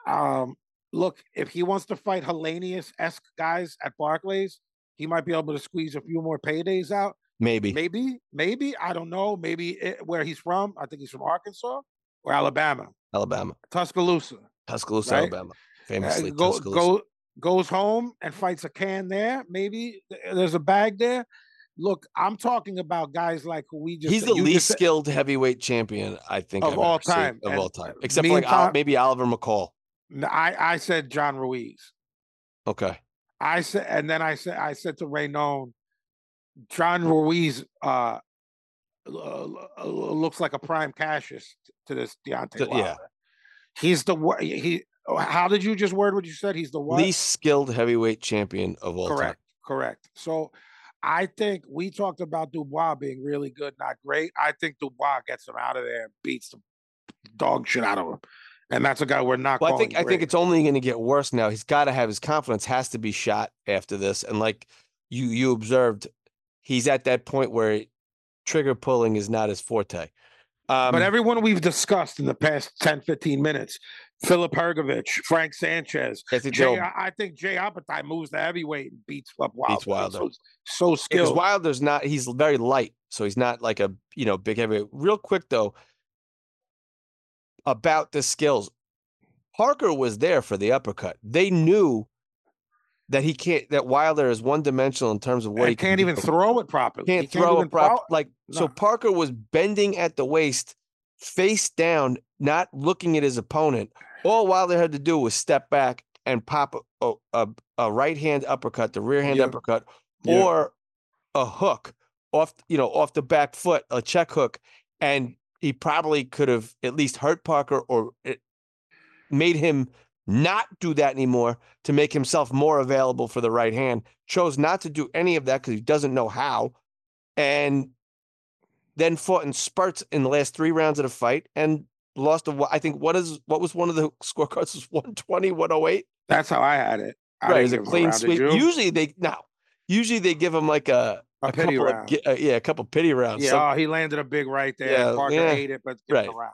C: Um, look, if he wants to fight Hellenius esque guys at Barclays, he might be able to squeeze a few more paydays out.
D: Maybe.
C: Maybe, maybe I don't know. Maybe it, where he's from. I think he's from Arkansas or Alabama,
D: Alabama,
C: Tuscaloosa.
D: Tuscaloosa,
C: Right?
D: Alabama,
C: Uh,
D: famously
C: go,
D: Tuscaloosa.
C: go, goes home and fights a can there. Maybe Th- there's a bag there. Look, I'm talking about guys like who we just
D: He's the
C: you
D: least
C: just said-
D: skilled heavyweight champion I think
C: Of
D: I've ever
C: all
D: seen,
C: time,
D: of
C: and
D: all time, except for like Ol-
C: meantime-
D: maybe Oliver McCall.
C: No, I I said John Ruiz.
D: Okay,
C: I said, and then I said I said to Raynon, John Ruiz uh, l- l- looks like a prime cashius to this Deontay.
D: Th- yeah.
C: Wilder. he's the wor- he. oh, How did you just word what you said? He's the what?
D: least skilled heavyweight champion of all time.
C: Correct. Correct. So I think we talked about Dubois being really good, not great. I think Dubois gets him out of there and beats the dog shit out of him. And that's a guy we're not
D: Well, I
C: calling
D: think I think
C: Oh, great.
D: it's only going to get worse now. He's got to have his confidence has to be shot after this, and like you you observed, he's at that point where trigger pulling is not his forte. Um,
C: but everyone we've discussed in the past 10, 15 minutes, Philip Hergovich, Frank Sanchez,
D: I think
C: Jay,
D: they'll-
C: I I think Jay Oppenheim moves to heavyweight and beats up Wilder.
D: Beats Wilder.
C: So, so
D: because
C: skilled.
D: Wilder's not he's very light, so he's not like a you know big heavyweight. Real quick though, about the skills, Parker was there for the uppercut. They knew that he can't that Wilder is one dimensional in terms of what
C: and
D: he can
C: can't
D: do.
C: even throw it properly. He
D: can't throw a
C: even
D: prop like so.
C: no.
D: Parker was bending at the waist, face down, not looking at his opponent. All Wilder had to do was step back and pop a, a, a, a right hand uppercut, the rear hand
C: Yeah.
D: uppercut,
C: Yeah.
D: or a hook off you know off the back foot, a check hook, and he probably could have at least hurt Parker or it made him not do that anymore to make himself more available for the right hand. Chose not to do any of that because he doesn't know how, and then fought in spurts in the last three rounds of the fight and lost. A, I think what is what was one of the scorecards was 120, 108.
C: That's how I had it. I
D: Right, it
C: didn't
D: was a
C: give him
D: clean
C: round, did
D: sweep.
C: you?
D: Usually they now, usually they give him like a,
C: a,
D: a
C: pity
D: couple of
C: round.
D: gi- uh, yeah, a couple pity rounds.
C: Yeah,
D: So
C: oh, he landed a big right there.
D: Yeah,
C: and Parker
D: yeah,
C: ate it, but give it
D: right.
C: a round.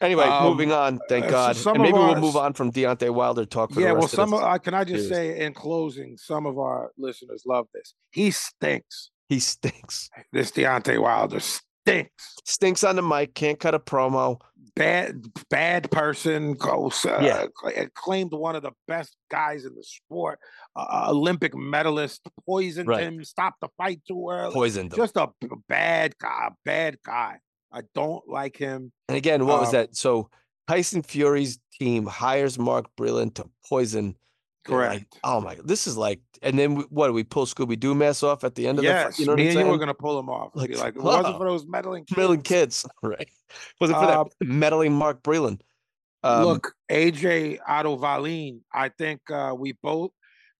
D: anyway,
C: um,
D: moving on. Thank
C: uh, so
D: God.
C: some
D: and maybe
C: of
D: we'll
C: us-
D: move on from Deontay Wilder talk. For
C: Yeah,
D: the
C: well,
D: rest
C: some
D: of
C: of,
D: this.
C: uh, can I just
D: series.
C: say in closing, some of our listeners love this. He stinks.
D: he stinks.
C: This Deontay Wilder stinks.
D: Stinks on the mic. Can't cut a promo.
C: Bad, bad person. Goes, uh,
D: Yeah.
C: cla- claimed one of the best guys in the sport, uh, Olympic medalist. Poisoned
D: Right.
C: him. Stopped the fight too early.
D: Poisoned him.
C: Just a b- bad guy. Bad guy. I don't like him.
D: And again, what was
C: Um,
D: that? So Tyson Fury's team hires Mark Breland to poison. they're like,
C: Correct.
D: oh my, this is like, and then we, what do we pull Scooby Doo mess off at the end of the?
C: Yes,
D: fi- You know what
C: me
D: I'm
C: and
D: saying?
C: you were gonna pull him off.
D: Like,
C: Be like, if it wasn't
D: wow.
C: for those meddling.
D: meddling
C: kids,
D: kids, right? Was it for
C: Uh,
D: that meddling Mark Breland? Um,
C: Look, AJ Otto Valine, I think uh, we both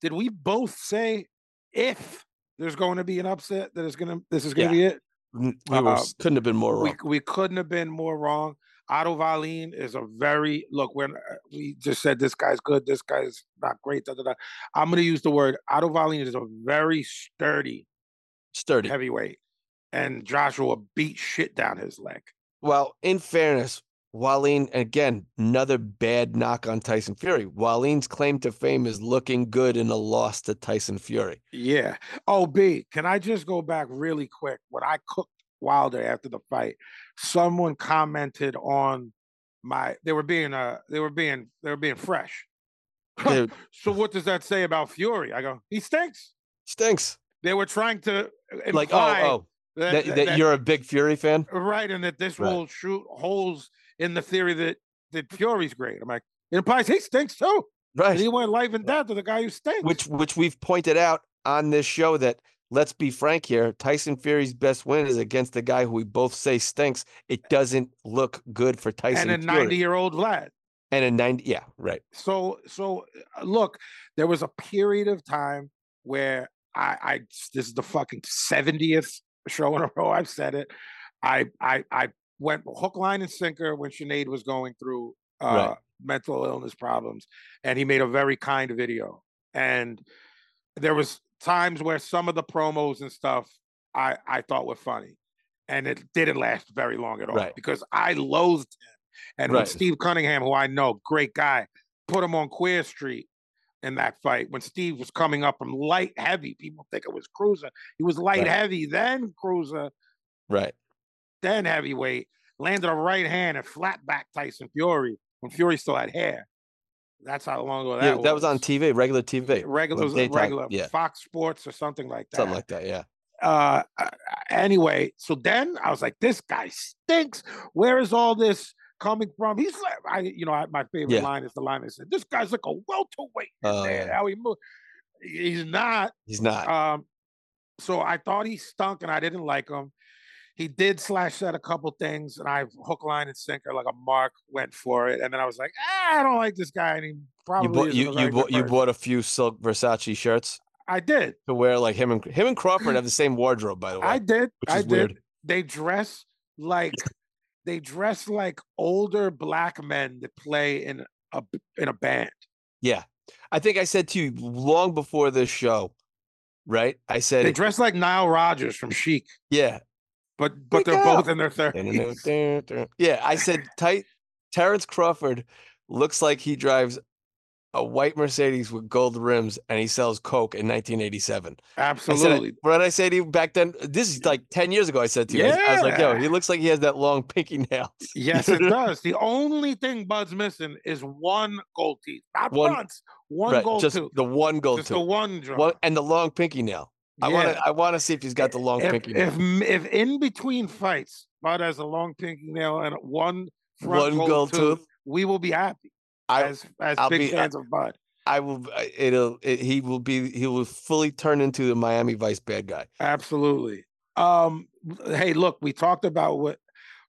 C: did. We both say if there's going to be an upset, that is gonna this is gonna
D: Yeah,
C: be it.
D: n- we were,
C: uh,
D: s- couldn't have been more
C: We
D: wrong.
C: we couldn't have been more wrong. Otto Valine is a very look. When uh, we just said this guy's good, this guy's not great. Da, da, da. I'm gonna use the word Otto Valine is a very sturdy
D: Sturdy.
C: heavyweight, and Joshua beat shit down his leg.
D: Well, in fairness, Wallin again another bad knock on Tyson Fury. Wallin's claim to fame is looking good in a loss to Tyson Fury.
C: Yeah. Oh, B, can I just go back really quick? When I cooked Wilder after the fight, someone commented on my they were being uh they were being they were being fresh.
D: Dude,
C: So what does that say about Fury? I go, he stinks.
D: stinks.
C: They were trying to uh, imply
D: Like oh oh,
C: that,
D: that,
C: that-
D: that
C: that-
D: you're a big Fury fan.
C: right and that this
D: Right.
C: will shoot holes in the theory that that Fury's great. I'm like, it implies he stinks too. And
D: Right.
C: he went life and death to the guy who stinks.
D: Which which we've pointed out on this show that let's be frank here, Tyson Fury's best win is against the guy who we both say stinks. It doesn't look good for Tyson
C: and a
D: Fury.
C: 90 year old Vlad.
D: and a 90 yeah, right.
C: so so uh, look there was a period of time where i i this is the fucking 70th show in a row i've said it i i i went hook line and sinker when Sinead was going through uh
D: Right.
C: mental illness problems and he made a very kind video and there was times where some of the promos and stuff i i thought were funny and it didn't last very long at all
D: Right.
C: because i loathed him and when
D: Right.
C: steve cunningham who i know great guy put him on Queer Street. in that fight when Steve was coming up from light heavy. People think it was cruiser. He was light
D: Right.
C: heavy, then cruiser,
D: Right.
C: then heavyweight. Landed a right hand and flat back Tyson Fury when Fury still had hair. That's how long ago that
D: yeah,
C: was.
D: that was on TV, regular TV.
C: regular,
D: the
C: it was
D: daytime-
C: regular
D: yeah.
C: Fox Sports or something like that.
D: Something like that. Yeah.
C: uh, uh, anyway, so then I was like, this guy stinks. Where is all this coming from? He's like, I, you know, I, my favorite
D: Yeah.
C: line is the line that said, this guy's like a welterweight.
D: Oh,
C: man,
D: yeah.
C: how he moves. He's not.
D: He's not.
C: Um, so I thought he stunk and I didn't like him. He did slash said a couple things, and I hook, line, and sinker like a mark went for it. And then I was like, ah, I don't like this guy, and he probably
D: you bought
C: isn't a
D: you
C: very
D: you
C: good
D: bought, you
C: person."
D: bought a few silk Versace shirts
C: I did,
D: to wear. Like him and him and Crawford have the same wardrobe, by the way,
C: I did,
D: which
C: I
D: is
C: did.
D: weird.
C: they dress like they dress like older black men that play in a b- in a band.
D: Yeah, I think I said to you long before this show, right? I said,
C: They dress like Nile Rodgers from Chic,
D: yeah,
C: but but they're
D: Wake
C: both
D: up.
C: in their thirties.
D: yeah. I said, tight. Terrence Crawford looks like he drives a white Mercedes with gold rims, and he sells coke in 1987. I said,
C: Absolutely.
D: what did I say to you back then? This is like 10 years ago. I said to you, I was- I, was like, yo,
C: Yeah.
D: he looks like he has that long pinky nail.
C: Yes, it does. The only thing Bud's missing is one gold teeth. Not
D: One-
C: once. One
D: right,
C: gold
D: just
C: tooth.
D: the one gold
C: just
D: tooth.
C: the one drum.
D: Well, and the long pinky nail. I want
C: Yeah.
D: to. I want to see if he's got the long
C: if,
D: pinky nail.
C: if m- if in between fights Bud has a long pinky nail and one front
D: One
C: gold,
D: gold
C: tooth,
D: tooth.
C: we will be happy
D: I-
C: as as
D: I'll
C: big
D: be- I-
C: fans of Bud.
D: I will. I- It'll. It, he will be. He will fully turn into the Miami Vice bad guy.
C: Absolutely. Um, l- hey, look, we talked about what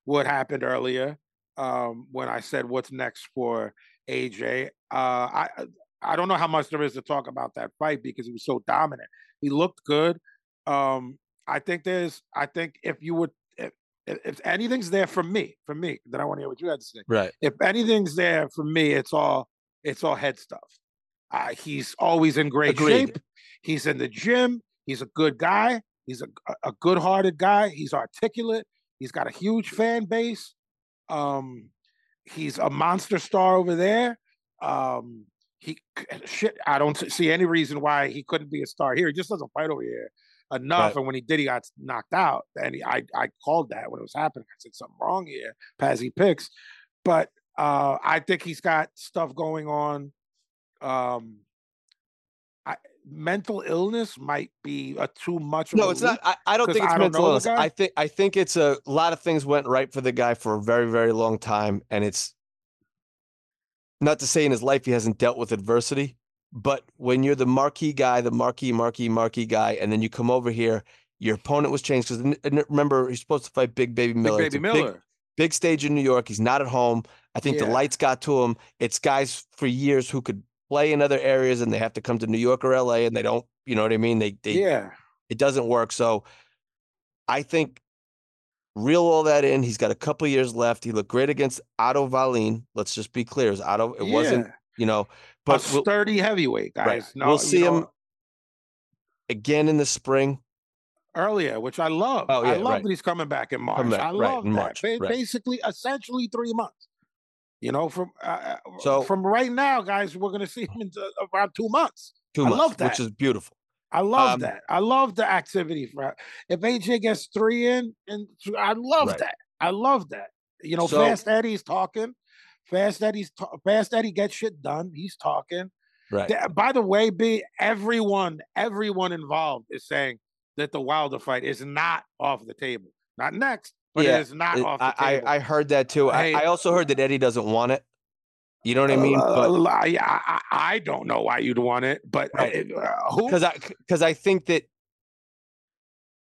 C: what happened earlier um, when I said what's next for AJ. Uh, I I- I don't know how much there is to talk about that fight because he was so dominant. He looked good. Um, I think there's. I think if you would, if, if if anything's there for me, for me, then I want to hear what you had to say
D: Right.
C: if anything's there for me, it's all it's all head stuff. Uh, he's always in great
D: Agreed.
C: shape. He's in the gym. He's a good guy. He's a, a good-hearted guy. He's articulate. He's got a huge fan base. Um, he's a monster star over there. Um, he c- shit. I don't s- see any reason why he couldn't be a star here. He just doesn't fight over here enough.
D: Right.
C: And when he did, he got knocked out. And he, I I called that when it was happening. I said something wrong here. Pazzi picks, but uh, I think he's got stuff going on. Um, I, mental illness might be a too much. of
D: No,
C: a
D: it's not.
C: leap.
D: I, I don't
C: 'Cause
D: think it's
C: I don't
D: mental
C: know the
D: illness.
C: guy.
D: I think. I think it's a lot of things went right for the guy for a very, very long time, and it's not to say in his life he hasn't dealt with adversity, but when you're the marquee guy, the marquee, marquee, marquee guy, and then you come over here, your opponent was changed because remember he's supposed to fight Big Baby Miller.
C: Big
D: It's
C: Baby
D: a
C: Miller.
D: big stage in New York. He's not at home. I think the
C: Yeah.
D: lights got to him. It's guys for years who could play in other areas and they have to come to New York or LA and they don't, you know what I mean? They they
C: yeah,
D: it doesn't work. So I think reel all that in. He's got a couple years left. He looked great against Otto Valine. Let's just be clear. It was Otto, it wasn't,
C: yeah.
D: you know,
C: a
D: but we'll,
C: sturdy heavyweight, guys.
D: right.
C: No,
D: we'll
C: you
D: see
C: know,
D: him again in the spring.
C: earlier, which I love.
D: Oh,
C: I
D: yeah,
C: love
D: right.
C: that he's coming back in March.
D: Coming back,
C: I
D: right,
C: love
D: in
C: that.
D: March,
C: Ba-
D: right.
C: Basically, essentially three months. You know, from uh, uh,
D: So-
C: from right now, guys, we're gonna see him in uh, around two months.
D: Two
C: I
D: months,
C: love
D: which
C: that.
D: is beautiful.
C: I love
D: Um,
C: that. I love the activity for if AJ gets three in, and th- I love
D: Right.
C: that. I love that. You know,
D: So-
C: Fast Eddie's talking. Fast Eddie's ta- Fast Eddie gets shit done. He's talking.
D: Right.
C: Th- By the way, B, everyone, everyone involved is saying that the Wilder fight is not off the table. Not next, but
D: Yeah,
C: it is not
D: It-
C: off the
D: I,
C: table.
D: I, I heard that too.
C: Hey,
D: I, I also heard that Eddie doesn't want it. You know what I mean? But
C: Uh, I, I, I don't know why you'd want it, but uh,
D: Right.
C: uh, who?
D: because I because I think that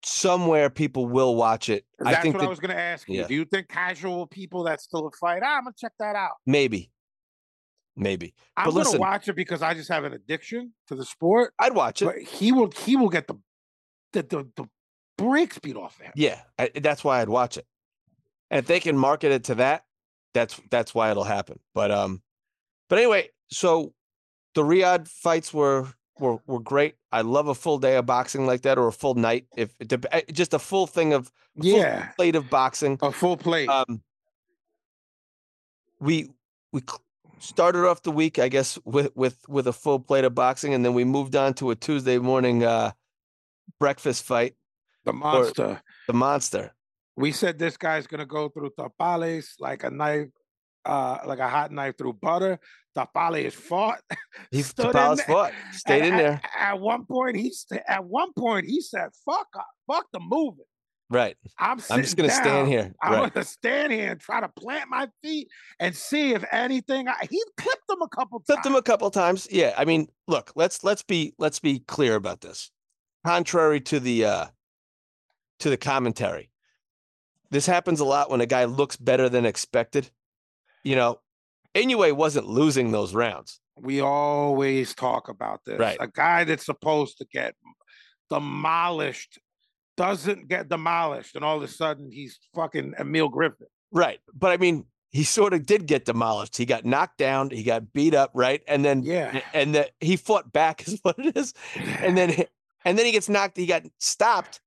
D: somewhere people will watch it.
C: That's
D: I think
C: what
D: that
C: I was going to ask you.
D: yeah.
C: Do you think casual people that still fight? Ah, I'm gonna check that out.
D: maybe, maybe
C: I'm
D: But
C: gonna
D: listen-
C: watch it because I just have an addiction to the sport.
D: I'd watch it.
C: But he will, he will get the the the, the brakes beat off of him.
D: Yeah, I, that's why I'd watch it. And if they can market it to that, that's that's why it'll happen. But um, but anyway, so the Riyadh fights were were were great. I love a full day of boxing like that, or a full night, if it dep- eh, just a full thing of full
C: Yeah,
D: plate of boxing.
C: a full plate.
D: Um, we we cl- started off the week, I guess, with with with a full plate of boxing, and then we moved on to a Tuesday morning uh, breakfast fight.
C: The monster.
D: The monster.
C: we said this guy's gonna go through tapales like a knife, uh, like a hot knife through butter. Tapale is fought.
D: He's
C: Stood in
D: Tapalas
C: there.
D: fought, stayed
C: And
D: in
C: at-
D: there,
C: At one point, he st- at one point he said, "Fuck, uh, fuck the movement.
D: right?
C: I'm
D: I'm just
C: sitting
D: gonna stand
C: down.
D: here,
C: I'm
D: right?
C: gonna stand here and try to plant my feet and see if anything." I- he clipped him a couple
D: Clipped him
C: times.
D: a couple times. Yeah, I mean, look, let's let's be let's be clear about this. Contrary to the uh to the commentary, this happens a lot when a guy looks better than expected. You know, Inoue wasn't losing those rounds.
C: We always talk about this.
D: Right.
C: A guy that's supposed to get demolished doesn't get demolished, and all of a sudden he's fucking Emil Griffin.
D: Right. But I mean, he sort of did get demolished. He got knocked down, he got beat up, right? And then
C: Yeah.
D: and that he fought back is what it is. and then and then he gets knocked he got stopped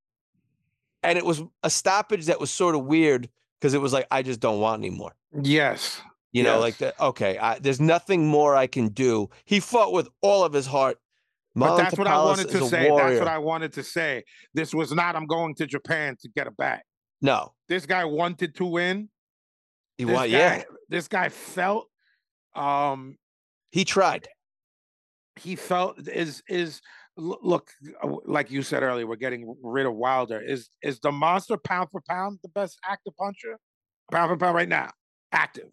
D: and it was a stoppage that was sort of weird because it was like i just don't want anymore
C: Yes.
D: you know like
C: Yes.
D: that okay I, there's nothing more i can do he fought with all of his heart
C: But
D: Marlon
C: that's what I
D: Topales
C: wanted
D: is
C: to
D: a
C: say. That's
D: warrior.
C: what I wanted to say. This was not I'm going to Japan to get a bag.
D: no
C: This guy wanted to win.
D: he
C: This
D: wa-
C: guy,
D: yeah
C: This guy felt um
D: he tried
C: he felt is is l- look uh, w- like you said earlier we're getting rid of Wilder. Is is the monster pound for pound the best active puncher? Pound for pound right now. Active.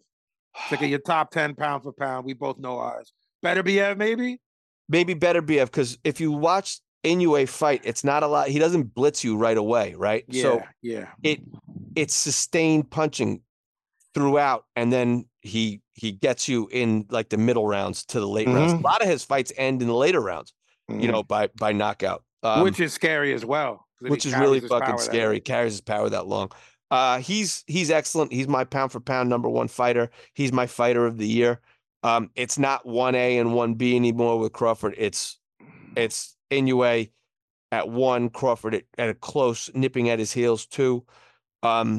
C: Look at your top 10 pound for pound. We both know ours. Better be uh, maybe?
D: maybe better bf because if you watch Inoue fight it's not a lot he doesn't blitz you right away right
C: Yeah,
D: so
C: yeah.
D: it's sustained punching throughout and then he he gets you in like the middle rounds to the late rounds a
C: Mhm.
D: lot of his fights end in the later rounds you
C: Mhm.
D: know by by knockout um,
C: which is scary as well. 'cause if he
D: which is
C: carries
D: really
C: his
D: fucking
C: power that way.
D: scary carries his power that long uh he's he's excellent he's my pound for pound number one fighter he's my fighter of the year um it's not 1a and 1b anymore with crawford it's it's Inoue at one crawford at, at a close nipping at his heels too um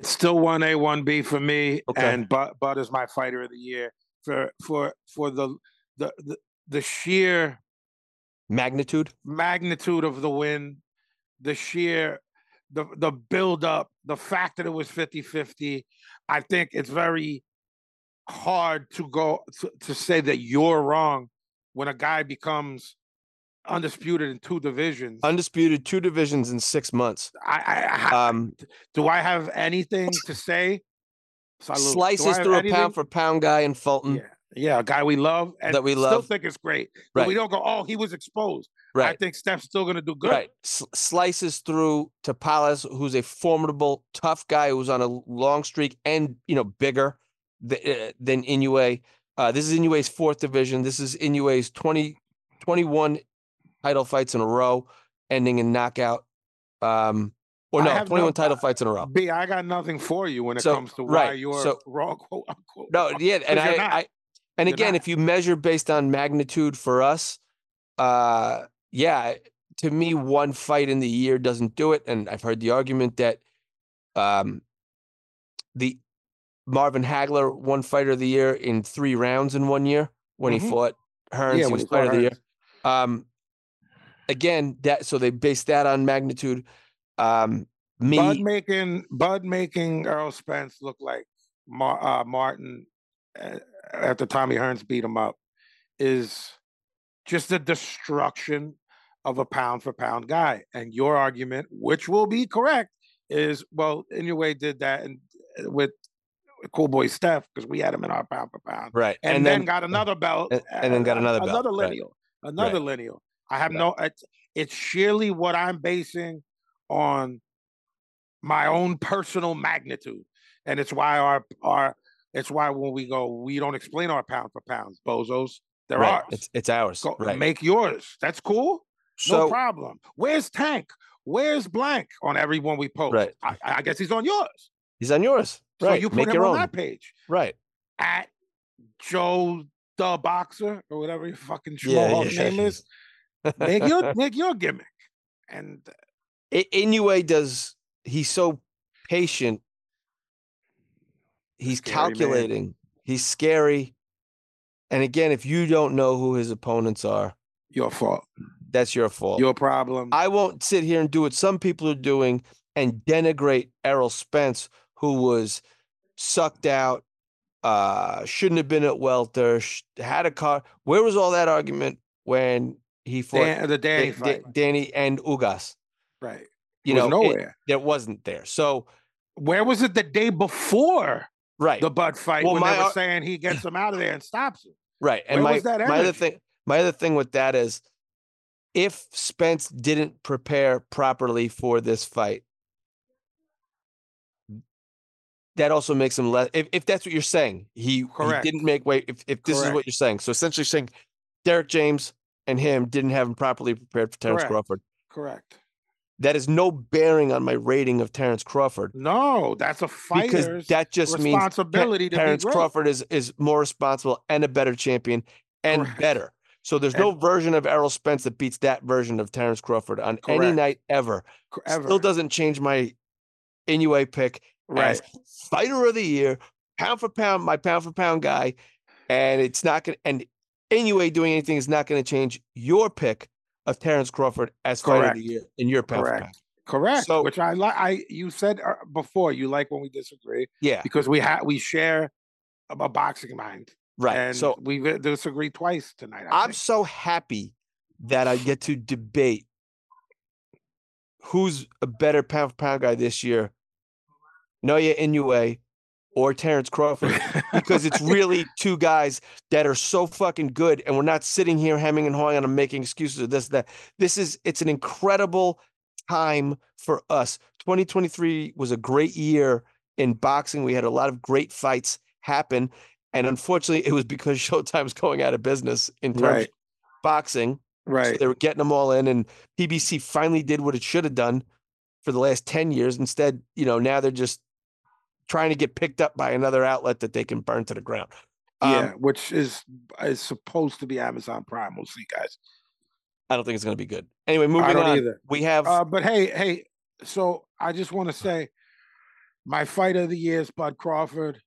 C: It's still one A, one B for me,
D: Okay.
C: and Bud, Bud is my fighter of the year for for for the the the, the sheer
D: magnitude
C: magnitude of the win, the sheer the the build up, the fact that it was 50-50. I think it's very hard to go to, to say that you're wrong when a guy becomes undisputed in two divisions.
D: undisputed two divisions in six months.
C: I, I, I
D: Um,
C: Do I have anything to say? Salute. Do I
D: slices
C: have
D: through a
C: anything?
D: pound for pound guy in Fulton.
C: Yeah. Yeah, a guy we love and
D: That we
C: still
D: love.
C: think it's great. But we
D: Right.
C: don't go, oh, he was exposed. I
D: right,
C: think Steph's still gonna do good.
D: right. S- slices through to Palace, who's a formidable, tough guy who's on a long streak and you know bigger th- uh, than Inoue. Uh, this is Inoue's fourth division. This is Inoue's 20, 21 title fights in a row, ending in knockout. Um, or
C: I
D: no,
C: have no-
D: twenty-one title fights in a row.
C: B, I got nothing for you when it
D: So,
C: comes to why
D: right,
C: you're
D: so-
C: wrong, quote unquote.
D: No,
C: wrong.
D: yeah, and I,
C: you're not.
D: I and
C: You're
D: again,
C: not.
D: if you measure based on magnitude for us, uh, yeah, to me, one fight in the year doesn't do it. And I've heard the argument that um, the Marvin Hagler won fighter of the year in three rounds in one year when
C: Mhm.
D: he fought Hearns,
C: yeah,
D: he
C: when
D: was
C: he
D: fighter
C: fought
D: of the year.
C: Hearns.
D: Um, again, that so they base that on magnitude. Um, me,
C: Bud making Bud making Earl Spence look like Mar- uh, Martin uh, after Tommy Hearns beat him up is just the destruction of a pound for pound guy. And your argument, which will be correct, is well, Inouye did that and uh, with Cool Boy Steph because we had him in our pound for pound,
D: right,
C: and, then, got another belt,
D: and- and then got
C: uh,
D: another belt,
C: another
D: right.
C: lineal, another lineal. I have
D: Right.
C: no. It's, it's sheerly what I'm basing on my own personal magnitude, and it's why our our it's why when we go, we don't explain our pound for pounds, bozos. They're
D: right,
C: ours.
D: it's it's ours,
C: Go,
D: right?
C: Make yours. That's cool.
D: so
C: no problem. Where's Tank? Where's Blank on everyone we post?
D: Right.
C: I, I guess he's on yours.
D: he's on yours, right?
C: So you put
D: Make
C: him
D: your
C: on
D: own,
C: that page
D: right?
C: at Joe the Boxer or whatever your fucking
D: Yeah,
C: schmohawk
D: yeah.
C: name is. Make your make your gimmick. And
D: I- Inoue does. He's so patient. He's
C: Scary man.
D: calculating. He's scary. And again, if you don't know who his opponents are,
C: Your fault.
D: that's your fault.
C: Your problem.
D: Oh, I won't sit here and do what some people are doing and denigrate Errol Spence, who was sucked out, uh, shouldn't have been at welter, sh- had a car. Where was all that argument when he fought
C: Dan- the
D: Da-
C: Danny
D: Da-
C: fight.
D: Danny and Ugas?
C: right.
D: You
C: was
D: know, it,
C: nowhere.
D: that wasn't there. So
C: Where was it the day before
D: right,
C: the Bud fight
D: Well,
C: when
D: my uh,
C: they were
D: ar-
C: saying he gets him out of there and stops him?
D: right. And
C: where
D: my
C: was that
D: my other
C: energy?
D: thing, my other thing with that is, if Spence didn't prepare properly for this fight. That also makes him less. If, if that's what you're saying, he, he
C: Correct.
D: didn't make weight. If, if this is what
C: Correct.
D: you're saying, so essentially saying Derek James andim didn't have him properly prepared for Terrence
C: Correct.
D: Crawford.
C: Correct.
D: That is no bearing on my rating of Terrence Crawford
C: No, that's a
D: because
C: fighter's
D: that just means Ter-
C: responsibility to
D: Terrence
C: be great.
D: Crawford is is more responsible and a better champion and
C: Correct.
D: better. So there's no version of Errol Spence that beats that version of Terrence Crawford on any
C: Correct.
D: night ever.
C: C- ever.
D: Still doesn't change my Inoue pick
C: right.
D: as fighter of the year, pound for pound, my pound for pound guy, and it's not gonna and Inoue doing anything is not gonna change your pick of Terrence Crawford as fighter of the
C: Correct.
D: year in your pound for
C: Correct.
D: pound.
C: Correct.
D: So-
C: Which I like. I you said uh, before you like when we disagree
D: Yeah,
C: because we have we share a, a boxing mind,
D: right.
C: and
D: so
C: we disagree twice tonight. I
D: I'm
C: think.
D: so happy that I get to debate who's a better pound for pound guy this year, Noya Inoue or Terrence Crawford, because it's really two guys that are so fucking good, and we're not sitting here hemming and hawing and making excuses or this that. This is it's an incredible time for us. 2023 was a great year in boxing. We had a lot of great fights happen. And unfortunately, it was because Showtime's going out of business in terms
C: Right.
D: of boxing. So
C: right.
D: they were getting them all in, and PBC finally did what it should have done for the last 10 years. Instead, you know, now they're just trying to get picked up by another outlet that they can burn to the ground. Um,
C: yeah, Uh, which is is supposed to be Amazon Prime. We'll see, guys.
D: I don't think it's going to be good. Anyway, moving
C: don't
D: on.
C: either.
D: We have
C: Uh, but hey, hey, so I just want to say my fight of the year is Bud Crawford.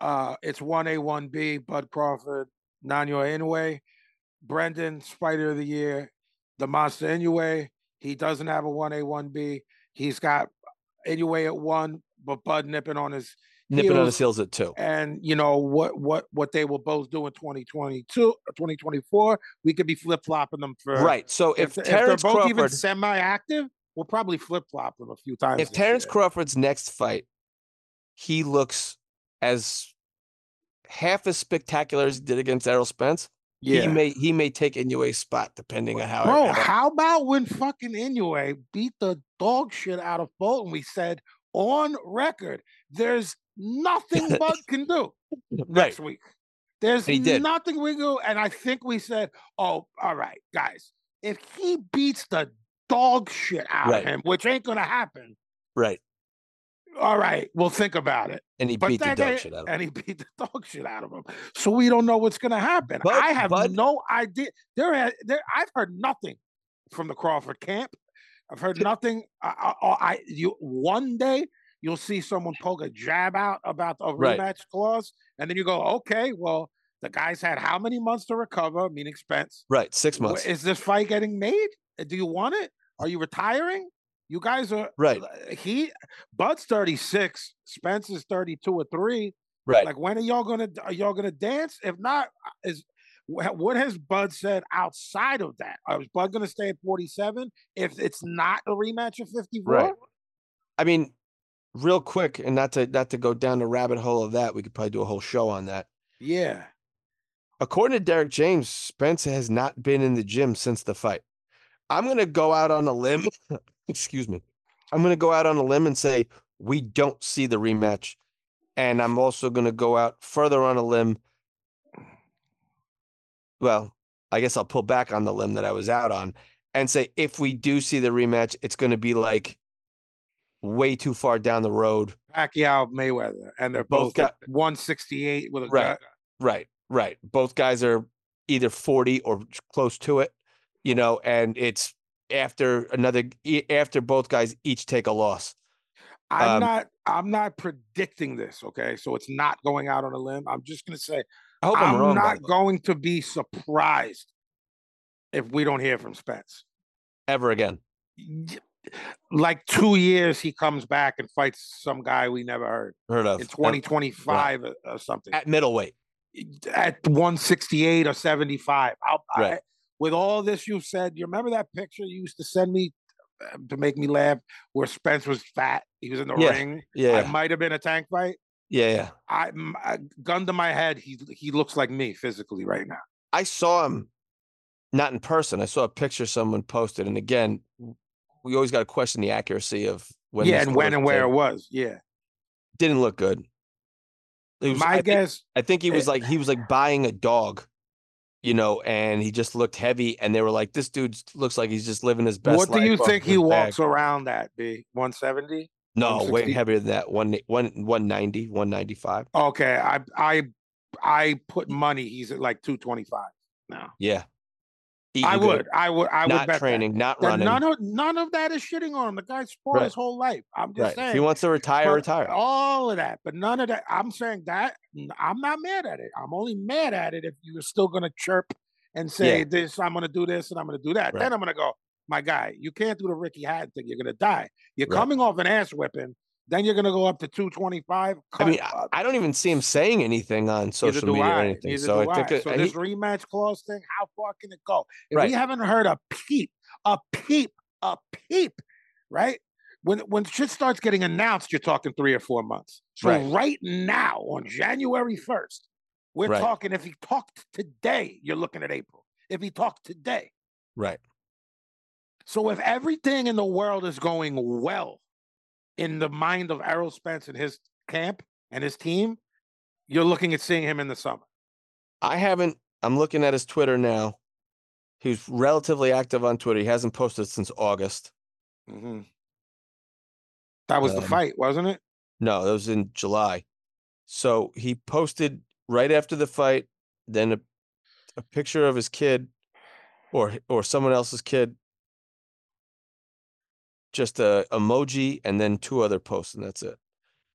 C: Uh, it's 1A, 1B, Bud Crawford, Nanyo Inoue. Brendan's fighter of the year, the Monster Inoue. He doesn't have a 1A, 1B. He's got Inoue at one, but Bud nipping on his
D: nipping on
C: heels.
D: his heels at two.
C: and you know what what what they will both do in 2022 2024 we could be flip-flopping them for
D: Right. So if,
C: if, th- if they're
D: Terrence
C: both even
D: Crawford,
C: semi-active, we'll probably flip-flop them a few times.
D: if
C: this
D: Terrence
C: year.
D: Crawford's next fight, he looks as half as spectacular as he did against Errol Spence.
C: yeah,
D: He may he may take Inouye's spot depending on how. it-
C: bro,
D: how-
C: how about when fucking Inoue beat the dog shit out of Bolton? We said on record, there's nothing Bud can do
D: right.
C: next week. There's
D: And he did.
C: nothing we do, and I think we said, oh, all right, guys, if he beats the dog shit out
D: Right.
C: of him, which ain't gonna happen.
D: Right.
C: All right, we'll think about it.
D: And he
C: But
D: beat the
C: that eh,
D: dog
C: ain't-
D: shit out of him.
C: And he beat the dog shit out of him. So we don't know what's going to happen.
D: Bud-
C: I have
D: Bud-
C: no idea. There, ha- there, I've heard nothing from the Crawford camp. I've heard nothing. I, I, I you one day you'll see someone poke a jab out about a
D: Right.
C: rematch clause, and then you go, okay, well, the guy's had how many months to recover, meaning Spence.
D: Right. Six
C: Wh-
D: months.
C: Is this fight getting made? Uh, Do you want it? Are you retiring? You guys are uh,
D: Right.
C: he Bud's 36, Spence is 32 or 3.
D: Right.
C: Like when are y'all gonna are y'all gonna dance? If not, uh, is wha- what has Bud said outside of that? Uh, Is Bud gonna stay at 47 if it's not a rematch of 54?
D: Right. I mean, real quick, and not to not to go down the rabbit hole of that, we could probably do a whole show on that.
C: Yeah.
D: According to Derek James, Spence has not been in the gym since the fight. I'm going to go out on a limb. excuse me. I'm going to go out on a limb and say we don't see the rematch. And I'm also going to go out further on a limb. Well, I guess I'll pull back on the limb that I was out on and say if we do see the rematch, it's going to be like way too far down the road.
C: Pacquiao Mayweather, and they're
D: Both
C: both, at 168 with a
D: Right.
C: gut.
D: Right, right. Both guys are either 40 or ch- close to it, you know, and it's after another e- after both guys each take a loss.
C: I'm
D: Um,
C: not I'm not predicting this, okay? So it's not going out on a limb. I'm just gonna say
D: I hope I'm,
C: I'm
D: wrong. by
C: not
D: the way.
C: going to be surprised if we don't hear from Spence.
D: ever again.
C: Y- Like two years, he comes back and fights some guy we never heard
D: Heard of
C: in
D: Ever-
C: 2025 or- or something
D: at middleweight.
C: at 168 or 75. I'll, I,
D: Right.
C: with all this you've said, you remember that picture you used to send me uh, to make me laugh where Spence was fat? He was in the
D: Yeah,
C: ring. I
D: Yeah,
C: might have been a tank fight.
D: yeah, yeah.
C: I, m- I- gun to my head, he he looks like me physically right now.
D: I saw him, not in person. I saw a picture someone posted, and again, w- we always got to question the accuracy of when.
C: yeah,
D: this
C: and when
D: was
C: and where it
D: taken.
C: was. Yeah,
D: didn't look good. It was- I
C: my
D: think-
C: guess.
D: I think he was
C: Eh.
D: like he was like buying a dog, you know, and he just looked heavy. And they were like, "This dude looks like he's just living his best."
C: What do you
D: life off
C: think
D: his
C: he
D: bag."
C: walks around at? B one seventy.
D: No, way
C: 160?
D: heavier than that. One one one ninety, one ninety five.
C: Okay, I I I put
D: E
C: money. He's at like two twenty five now.
D: Yeah,
C: I
D: Eating good,
C: would, I would, I would
D: not
C: bet that.
D: training, not
C: That
D: running.
C: none of none of that is shitting on him. The guy spoiled
D: Right.
C: his whole life. I'm
D: right.
C: just
D: If
C: saying.
D: he wants to retire,
C: but
D: retire.
C: All of that, but none of that. I'm saying that n- I'm not mad at it. I'm only mad at it if you were still going to chirp and say this. I'm going to do this and I'm going to do that.
D: Right.
C: Then I'm going to go, my guy. You can't do the Ricky Hatton thing. You're going to die. You're
D: Right.
C: coming off an ass whipping. Then you're going to go up to 225.
D: I mean,
C: cut,
D: I,
C: uh,
D: I don't even see him saying anything on
C: neither
D: social
C: do
D: media or
C: I,
D: anything.
C: neither
D: So
C: do
D: I think
C: I.
D: it-
C: so
D: I-
C: this
D: he-
C: rematch clause thing. How far can it go? If
D: right,
C: we haven't heard a peep, a peep, a peep, right? When when shit starts getting announced, you're talking three or four months. So
D: Right.
C: right, now, on January first, we're
D: Right.
C: talking. If he talked today, you're looking at April. If he talked today,
D: right,
C: so if everything in the world is going well in the mind of Errol Spence and his camp and his team, you're looking at seeing him in the summer.
D: I haven't. I'm looking at his Twitter now. He's relatively active on Twitter. He hasn't posted since August.
C: Mhm. That was the
D: Um,
C: fight, wasn't it?
D: No, that was in July. So he posted right after the fight, then a, a picture of his kid, or h- or someone else's kid. Just a emoji and then two other posts, and that's it.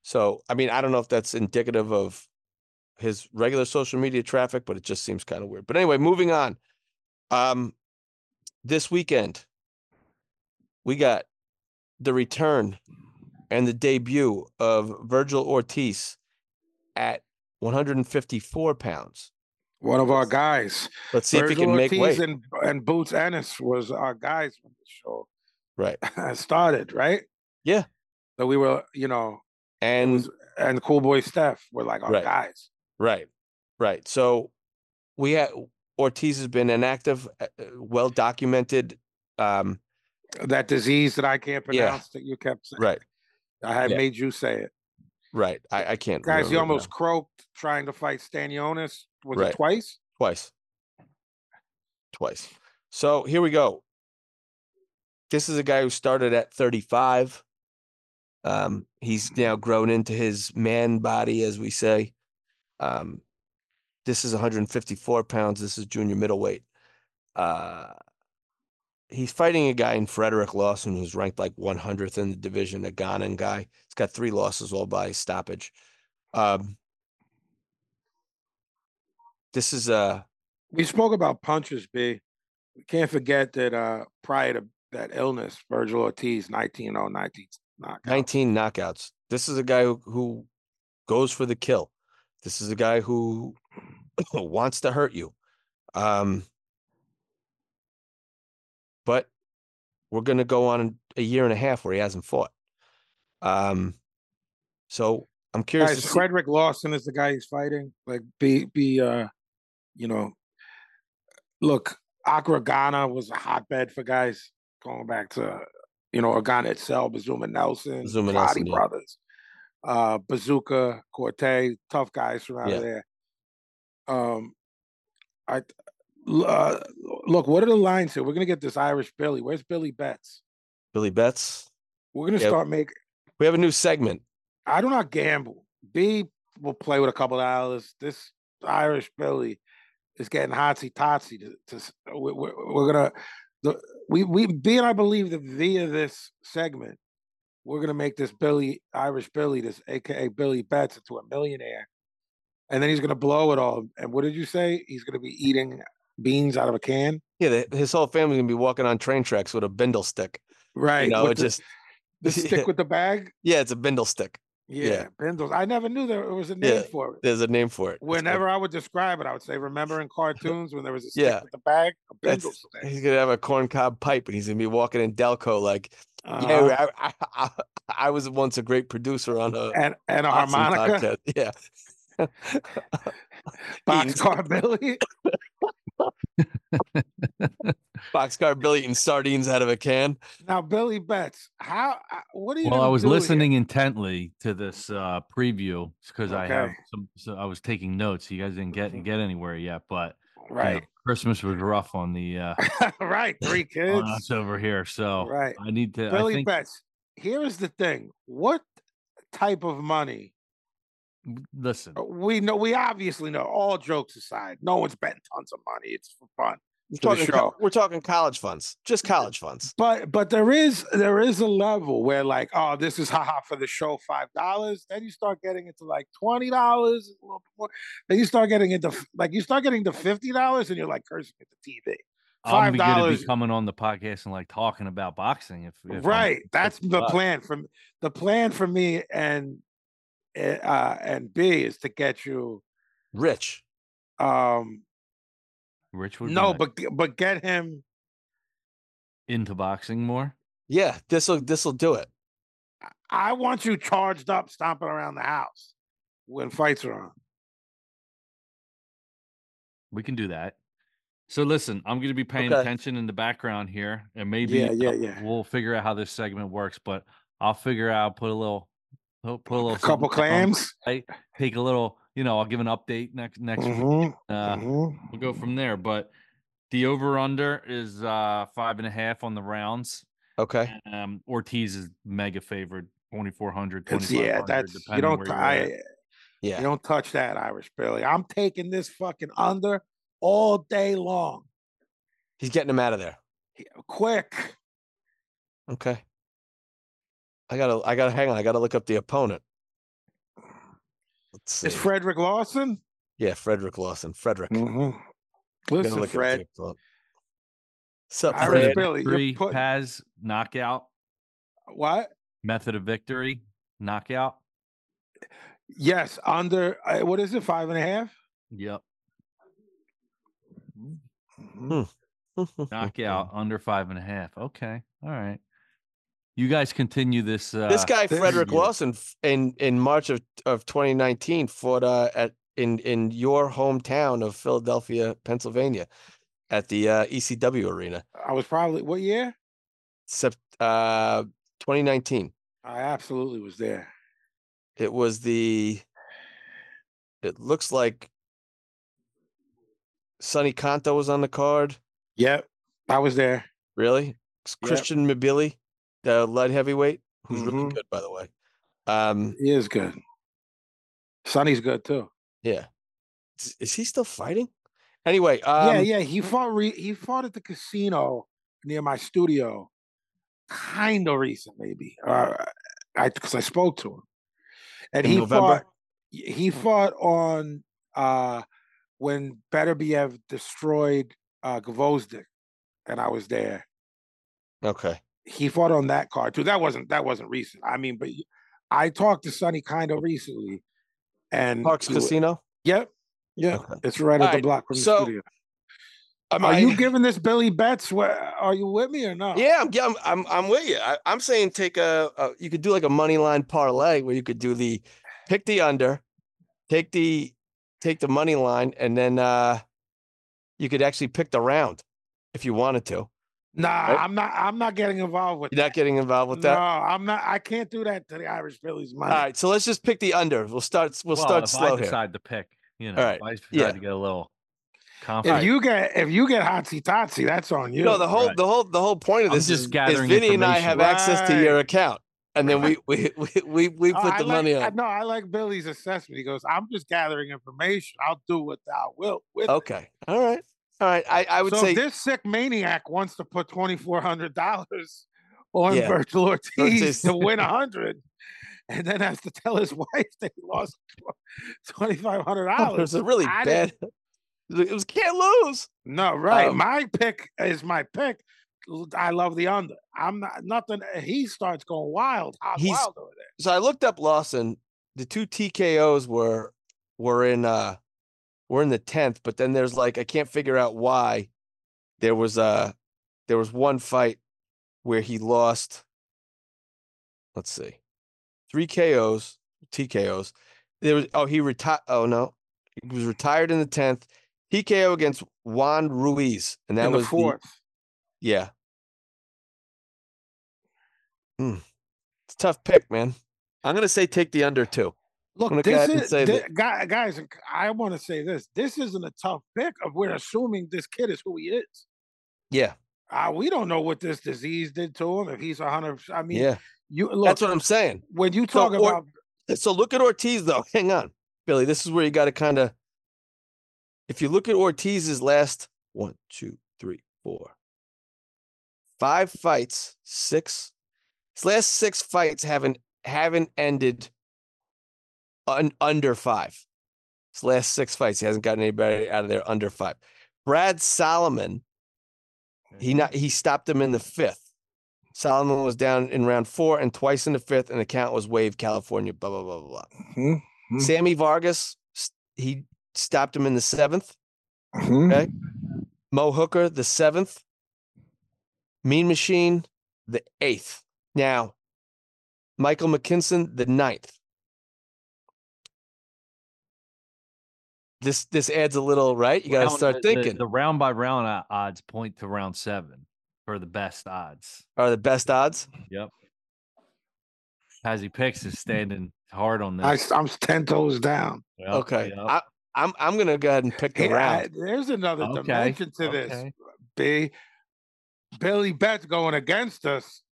D: So I mean, I don't know if that's indicative of his regular social media traffic, but it just seems kind of weird. But anyway, moving on. Um, this weekend we got the return and the debut of Virgil Ortiz at 154 pounds.
C: One of our guys.
D: Let's see if he
C: Virgil
D: can make weight.
C: Ortiz And, and Boots Ennis was our guys when the
D: right.
C: show started, right?
D: Yeah.
C: So we were, you know,
D: And
C: was- and Cool Boy Steph were like our
D: Right.
C: guys.
D: right. Right. So we had Ortiz has been inactive, uh, uh, well documented. Um,
C: That disease that I can't pronounce that you kept saying.
D: right.
C: I had
D: Yeah.
C: made you say it.
D: Right. I, I can't.
C: Guys,
D: remember it
C: he
D: now.
C: almost croaked trying to fight Stanionis. Was
D: Right.
C: it twice?
D: Twice. Twice. So here we go. This is a guy who started at 35. Um, he's now grown into his man body, as we say. Um, this is 154 pounds. This is junior middleweight. Uh, he's fighting a guy in Frederick Lawson who's ranked like 100th in the division, a Ghanaian guy. He's got three losses all by stoppage. Um, this is a
C: We spoke about punches, B. We can't forget that uh prior to that illness, Virgil Ortiz, oh, 19 0, 19 knockout.
D: 19 knockouts. This is a guy who, who goes for the kill. This is a guy who wants to hurt you. Um, but we're going to go on a year and a half where he hasn't fought. Um, so I'm curious.
C: Guys,
D: to see-
C: Frederick Lawson is the guy he's fighting. Like, be be uh, you know, look, Accra Ghana was a hotbed for guys going back to, you know, Ghana itself, Bazuma Nelson,
D: Bazuma
C: Bazuma
D: Nelson, yeah.
C: brothers, uh, Bazooka, Corte, tough guys from out
D: Yeah.
C: of there. Um, I l- uh, look. What are the lines here? We're gonna get this Irish Billy. Where's Billy Betts?
D: Billy Betts.
C: We're gonna
D: Yeah.
C: start making.
D: We have a new segment.
C: I do not gamble. B will play with a couple of dollars. This Irish Billy is getting hotsy totsy. To, to s- we- we- we're gonna the, we we B and I believe that via this segment we're gonna make this Billy Irish Billy, this AKA Billy Betts, into a millionaire and then he's gonna blow it all. And what did you say? He's gonna be eating beans out of a can,
D: Yeah, the, his whole family's gonna be walking on train tracks with a bindle stick.
C: right?
D: you know,
C: with
D: it
C: the,
D: just
C: the stick with the bag.
D: yeah, it's a bindle stick.
C: Yeah,
D: Yeah.
C: Bindles. I never knew there was a name
D: Yeah.
C: for it.
D: There's a name for it. It's called-
C: Whenever I would describe it, I would say, "Remember in cartoons when there was a stick
D: Yeah.
C: with the bag, a
D: That's-
C: bindle stick."
D: he's gonna have a corncob pipe and he's gonna be walking in Delco like,
C: Uh-huh.
D: yeah, I, I, I, I was once a great producer on a
C: and and a
D: boxing contest.
C: harmonica,
D: Yeah, Beans.
C: boxcar Billy.
D: boxcar Billy eating sardines out of a can.
C: Now, Billy Betts, how? uh, What are you?
E: Well, I
C: gonna
E: was
C: do here?
E: listening intently to this uh, preview because I have
C: Okay. Mm-hmm.
E: some. So I was taking notes. You guys didn't get get anywhere yet, but you know,
C: Right,
E: Christmas was rough on the uh,
C: right. Three
E: on
C: kids.
E: us over here. So
C: Right.
E: I need to.
C: Billy
E: I think
C: Betts. Here is the thing. What type of money? uh,
E: listen.
C: We know. We obviously know. All jokes aside, no one's betting tons of money. It's for fun.
D: We're
C: For the
D: talking,
C: show.
D: co- we're talking college funds, just college funds.
C: But but there is there is a level where like oh this is haha for the show five dollars. Then you start getting into like twenty dollars. Then you start getting into f- like you start getting to fifty dollars, and you're like cursing at the TV.
E: I'm
C: Five
E: going to
C: dollars,
E: be coming on the podcast and like talking about boxing. If, if I'm-
C: right? That's the
E: bucks.
C: plan from the plan for me and uh, uh and B is to get you
D: Rich,
C: um
E: Rich would be
C: no,
E: nice.
C: but g- but get him.
E: into boxing more.
D: yeah, this will this will do it.
C: I want you charged up, stomping around the house when fights are on.
E: We can do that. So listen, I'm going to be paying
D: Okay.
E: attention in the background here, and maybe
C: Yeah, yeah,
E: uh,
C: yeah.
E: we'll figure out how this segment works. But I'll figure out, put a little, put put a little
C: A couple
E: something down,
C: clams.
E: take a little, you know, I'll give an update next next. week.
C: Mhm,
E: Uh,
C: mhm.
E: We'll go from there. But the over under is uh five and a half on the rounds.
D: Okay,
E: Um, Ortiz is mega favored, 2400,
C: It's- yeah,
E: 2500,
C: that's you
E: depending
C: don't
E: where
C: t-
E: you're
C: I,
E: at.
D: yeah,
C: you don't touch that Irish Billy. I'm taking this fucking under all day long.
D: he's getting him out of there.
C: He- Quick.
D: Okay, I gotta I gotta hang on. I gotta look up the opponent. Let's see.
C: It's Frederick Lawson.
D: yeah, Frederick Lawson. Frederick.
C: Mm-hmm.
D: I'm gonna
C: Listen,
D: look up the
C: Fred.
D: opponent. Sup,
C: Irish
D: Fred?
C: Billy.
E: Three
C: You're putting,
E: Paz knockout
C: what?
E: method of victory knockout.
C: Yes, under uh, what is it? Five and a half.
E: Yep.
C: Mhm.
D: Mm-hmm.
E: Knockout under five and a half. Okay. All right. You guys continue this. Uh,
D: this guy
C: this-
D: Frederick
E: yeah.
D: Lawson f- in in March of, of 2019 fought uh, at in in your hometown of Philadelphia, Pennsylvania, at the uh, ECW arena,
C: I was probably what year?
D: Sep- uh, 2019.
C: I absolutely was there.
D: It was the. It looks like. Sonny Kanto was on the card.
C: Yep, I was there.
D: Really? It's
C: Yep.
D: Christian Mabili, the lead heavyweight, who's really
C: Mhm.
D: good, by the way. Um,
C: He is good. Sonny's good too.
D: yeah. Is, is he still fighting? Anyway,
C: yeah,
D: um,
C: yeah. He fought. Re- he fought at the casino near my studio, kind of recent, maybe. Uh, I because I spoke to him, and
D: In
C: he
D: November? Mm.
C: fought. y- He fought on uh, when Beterbiev destroyed uh, Gvozdik, and I was there.
D: okay.
C: He fought on that card too. That wasn't that wasn't recent. I mean, but y- I talked to Sonny kind of recently, and
D: Parks
C: he wa-
D: Casino.
C: Yep, yeah,
D: Okay.
C: it's right
D: All
C: up the
D: right,
C: block from
D: so-
C: the studio.
D: Am
C: Are
D: I-
C: you giving this Billy Betts? wh- Are you with me or not?
D: Yeah, I'm, yeah, I'm, I'm, I'm with you. I, I'm saying take a, a, you could do like a money line parlay where you could do the, pick the under, take the, take the money line, and then uh, you could actually pick the round if you wanted to.
C: Nah,
D: Right.
C: I'm not. I'm not getting involved with
D: You're not getting involved with
C: no,
D: that.
C: I'm not. I can't do that to the Irish Billy's money.
D: All right, so let's just pick the under. We'll start. We'll start
E: if
D: slow
E: I
D: here.
E: decide to pick, you know,
D: right,
E: if I decide
D: yeah.
E: to get a little
C: if
E: confident.
C: you get if you get hotsy totsy, that's on you.
D: No, the whole
E: Right.
D: the whole the whole point of
E: I'm
D: this
E: just
D: is, is
E: gathering
D: Vinny and I have
E: information.
D: access to your
C: Right.
D: account, and then we we we we, we
C: Oh,
D: put
C: I
D: the
C: like,
D: money
C: I-
D: on.
C: No, I like Billy's assessment. He goes, "I'm just gathering information. I'll do what thou wilt with." it."
D: Okay, all right, all right. Oh, I I would
C: so
D: say
C: if this sick maniac wants to put twenty four hundred dollars on
D: Yeah.
C: Virgil Ortiz
D: just-
C: to win a hundred, and then has to tell his wife that he lost twenty five hundred
D: it
C: dollars.
D: was a really
C: I
D: bad.
C: didn't-
D: It was can't lose.
C: No, right.
D: Um,
C: my pick is my pick. L- I love the under. I'm not nothing. uh, He starts going wild, hot
D: He's-
C: wild over there.
D: So I looked up Lawson. The two TKOs were were in uh were in the tenth, but then there's like I can't figure out why there was uh there was one fight where he lost. Let's see, three KOs, TKOs. There was oh he retired. Oh no, he was retired in the tenth. TKO against Juan Ruiz, and that
C: in
D: was
C: the
D: the-
C: fourth.
D: yeah. Hmm. It's a tough pick, man. I'm gonna say take the under two. I'm gonna
C: Look,
D: go
C: this
D: ahead and
C: is
D: save
C: thi-
D: it.
C: guy- guys. and c- I want to say this. This isn't a tough pick. Of we're assuming this kid is who he is.
D: Yeah,
C: Uh, we don't know what this disease did to him. If he's a hundred, I mean,
D: yeah.
C: you look.
D: That's what I'm saying.
C: when you talk
D: or-
C: about
D: So look at Ortiz though. Hang on, Billy. This is where you got to kind of. If you look at Ortiz's last one, two, three, four, five fights, six, his last six fights haven't haven't ended un, under five. His last six fights, he hasn't gotten anybody out of there under five. Brad Solomon, he not he stopped him in the fifth. Solomon was down in round four and twice in the fifth, and the count was waived. California, blah blah blah blah. blah.
C: Mhm.
D: Sammy Vargas, s- he stopped him in the seventh. Okay. Mo Hooker, the seventh. Mean Machine, the eighth. Now, Michael McKinson, the ninth. This this adds a little, right? You got to
E: Round-
D: start
E: the- the-
D: thinking.
E: The, round by round o- odds point to round seven for the best odds.
D: Are the best odds?
E: Hazzy Picks is standing hard on
C: I,
E: this.
C: am ten toes down.
E: Yep,
D: okay,
E: yep.
D: I, I'm I'm gonna go ahead and pick the
C: Here, I-
D: round.
C: there's another
E: Okay,
C: dimension to this.
E: okay.
C: B. Billy Betts going against us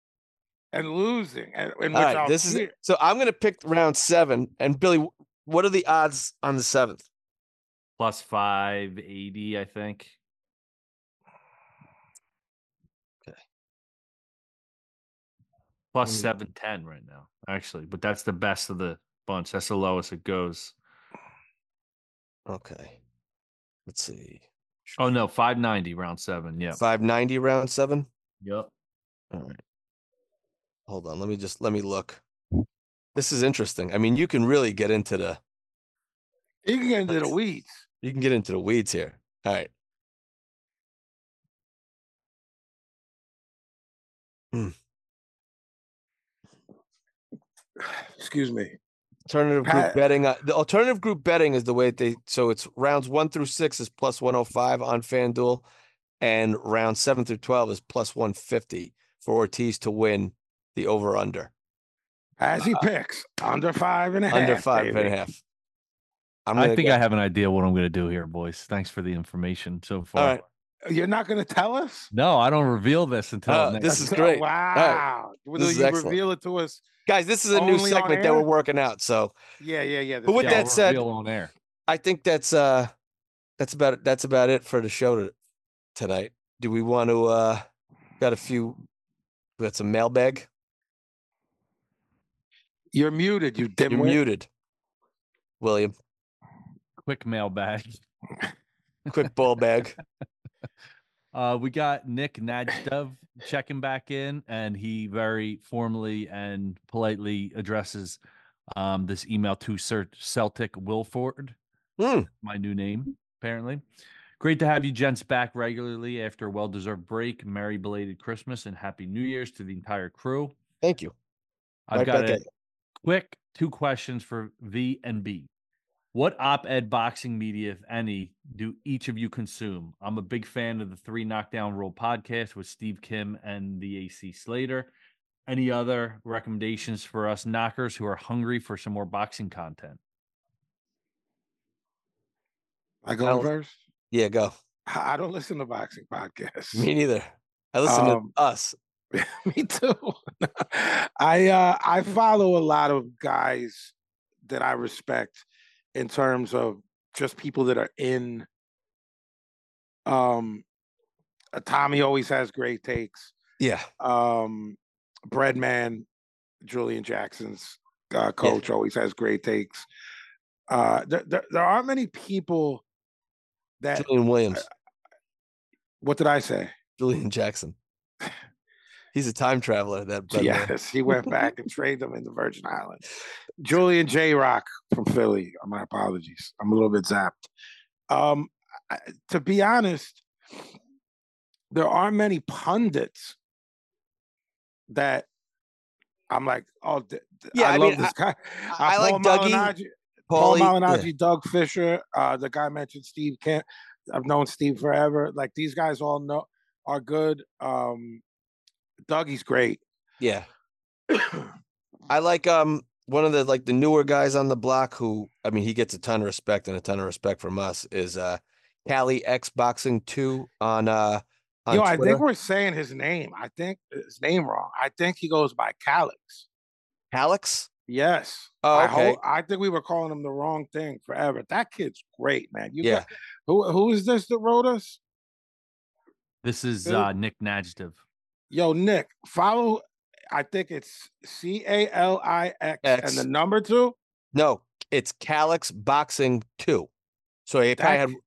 C: and losing, and, and which
D: All right,
C: I'll
D: this is
C: cheer.
D: so I'm gonna pick round seven. And Billy, wh- what are the odds on the seventh?
E: Plus five eighty, I think. Okay.
D: Mm.
E: seven ten right now, actually, but that's the best of the bunch. That's the lowest it goes.
D: Okay, let's see,
E: Oh no, five ninety round seven. Yeah.
D: five ninety round seven.
E: Yep.
D: Hold on, let me just let me look. This is interesting. I mean, you can really get into the
C: you can get into the weeds.
D: you can get into the weeds here. All right.
C: Excuse me.
D: Alternative group
C: Pat-
D: betting. Uh, the alternative group betting is the way they so it's rounds one through six is plus one hundred five on FanDuel, and round seven through twelve is plus one fifty for Ortiz to win the over under
C: As he picks under five and a half.
D: Uh, under five and a
C: baby.
D: half. I'm
E: I
D: gonna
E: think
D: go-
E: I have an idea what I'm going to do here, boys. Thanks for the information so far.
D: right.
C: You're not going to tell us?
E: No, I don't reveal this until
D: Oh,
E: next.
D: this is
C: Oh,
D: great. All
C: Wow. Will
D: This is
C: you
D: excellent.
C: reveal it to us?
D: guys. This is a new
C: Only on
D: segment that we're
C: air?
D: working out. So
C: Yeah, yeah, yeah.
D: But with
E: Yeah,
D: that
E: I'll
D: said-
E: reveal on air.
D: I think that's uh that's about it. That's about it for the show to, tonight. Do we want to uh got a few we got some mailbag?
C: You're muted, you
D: You're
C: dimwit.
D: muted. William,
E: Quick mailbag.
D: quick ball bag.
E: Uh, we got Nick Najdov checking back in, and he very formally and politely addresses um, this email to Sir Celtic Wilford,
D: Hmm.
E: my new name, apparently. Great to have you gents back regularly after a well deserved break. Merry belated Christmas and Happy New Year's to the entire crew.
D: Thank you.
E: I've
D: Right
E: got
D: back
E: a
D: at you.
E: quick two questions for V and B. What op-ed boxing media, if any, do each of you consume? I'm a big fan of the Three Knockdown Rule podcast with Steve Kim and the AC Slater. Any other recommendations for us knockers who are hungry for some more boxing content?
C: I go
D: I'll-
C: first.
D: Yeah, go.
C: I I don't listen to boxing podcasts.
D: Me neither. I listen
C: Um,
D: to us.
C: Me too. I uh, I follow a lot of guys that I respect in terms of just people that are in. Um, uh, Tommy always has great takes.
D: Yeah.
C: Um, Breadman, Julian Jackson's uh, coach always has great takes. Uh, there, there, there aren't many people that.
D: Julian Williams,
C: What did I say?
D: Julian Jackson. He's a time traveler. That brother.
C: Yes, he went back and traded them in the Virgin Islands. Julian J. Rock from Philly. uh, My apologies. I'm a little bit zapped. Um, I, to be honest, there aren't many pundits that I'm like, oh, th- th-
D: Yeah,
C: I,
D: I
C: love
D: mean,
C: this guy. Uh,
D: I like
C: Paul
D: Dougie,
C: Malignaggi- Paul
D: Paulie-
C: Malignaggi, Doug Fisher. Uh, the guy mentioned Steve Kent. I've known Steve forever. Like these guys all know are good. Um, Dougie's great.
D: Yeah. I like um one of the like the newer guys on the block who I mean he gets a ton of respect and a ton of respect from us is uh Cali X Boxing 2 on uh on
C: Yo, I
D: Twitter.
C: think we're saying his name. I think uh, his name wrong. I think he goes by Calix.
D: Calix?
C: Yes.
D: Oh,
C: I,
D: okay.
C: ho- I think we were calling him the wrong thing forever. That kid's great, man. You
D: yeah.
C: got, who who is this that wrote us?
E: This is
C: Who?
E: uh, Nick Najdev.
C: Yo, Nick, follow. I think it's C A L I X and
D: X.
C: the number two.
D: No, it's Calix Boxing 2. So he probably
C: That-
D: had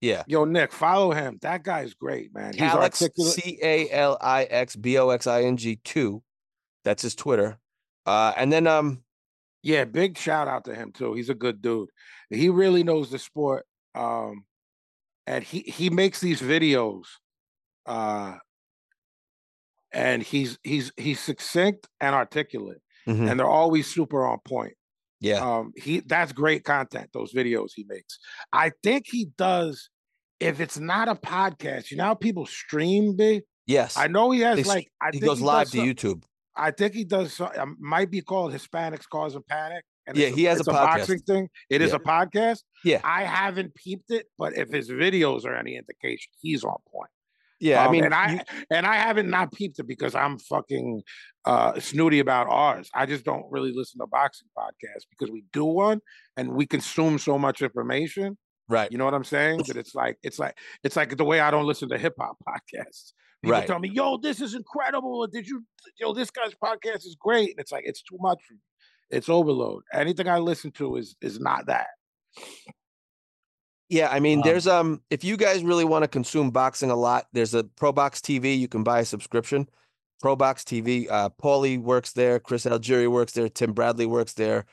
D: yeah.
C: Yo, Nick, follow him. That guy's great, man. He's
D: Calix
C: articulate.
D: C A L I X B O X I N G 2. That's his Twitter. Uh and then um
C: Yeah, big shout out to him too. He's a good dude. He really knows the sport. Um and he he makes these videos uh and he's he's he's succinct and articulate
D: mhm,
C: and they're always super on point.
D: yeah.
C: Um he that's great content those videos he makes. I think he does if it's not a podcast, you know how people stream big?
D: yes.
C: I know he has
D: They s-
C: like I
D: he
C: think
D: goes
C: does
D: live to
C: some-
D: YouTube.
C: I think he does. so- um, Might be called Hispanics Cause and Panic. And
D: Yeah,
C: it's
D: he has a
C: it's
D: podcast.
C: boxing thing. It is
D: Yeah.
C: a podcast.
D: Yeah.
C: I haven't peeped it, but if his videos are any indication, he's on point.
D: Yeah, I
C: Um,
D: mean
C: and I
D: you-
C: and I haven't not peeped it because I'm fucking uh, snooty about ours. I just don't really listen to boxing podcasts because we do one and we consume so much information.
D: right.
C: You know what I'm saying? That it's like it's like it's like the way I don't listen to hip hop podcasts. People
D: Right.
C: tell me, "Yo, this is incredible," or "Did you, yo, this guy's podcast is great?" And it's like it's too much for me. It's overload. Anything I listen to is is not that.
D: Yeah, I mean,
E: Um,
D: there's um, if you guys really want to consume boxing a lot, there's a Pro Box TV. You can buy a subscription. Pro Box TV. Uh, Paulie works there. Chris Algieri works there. Tim Bradley works there.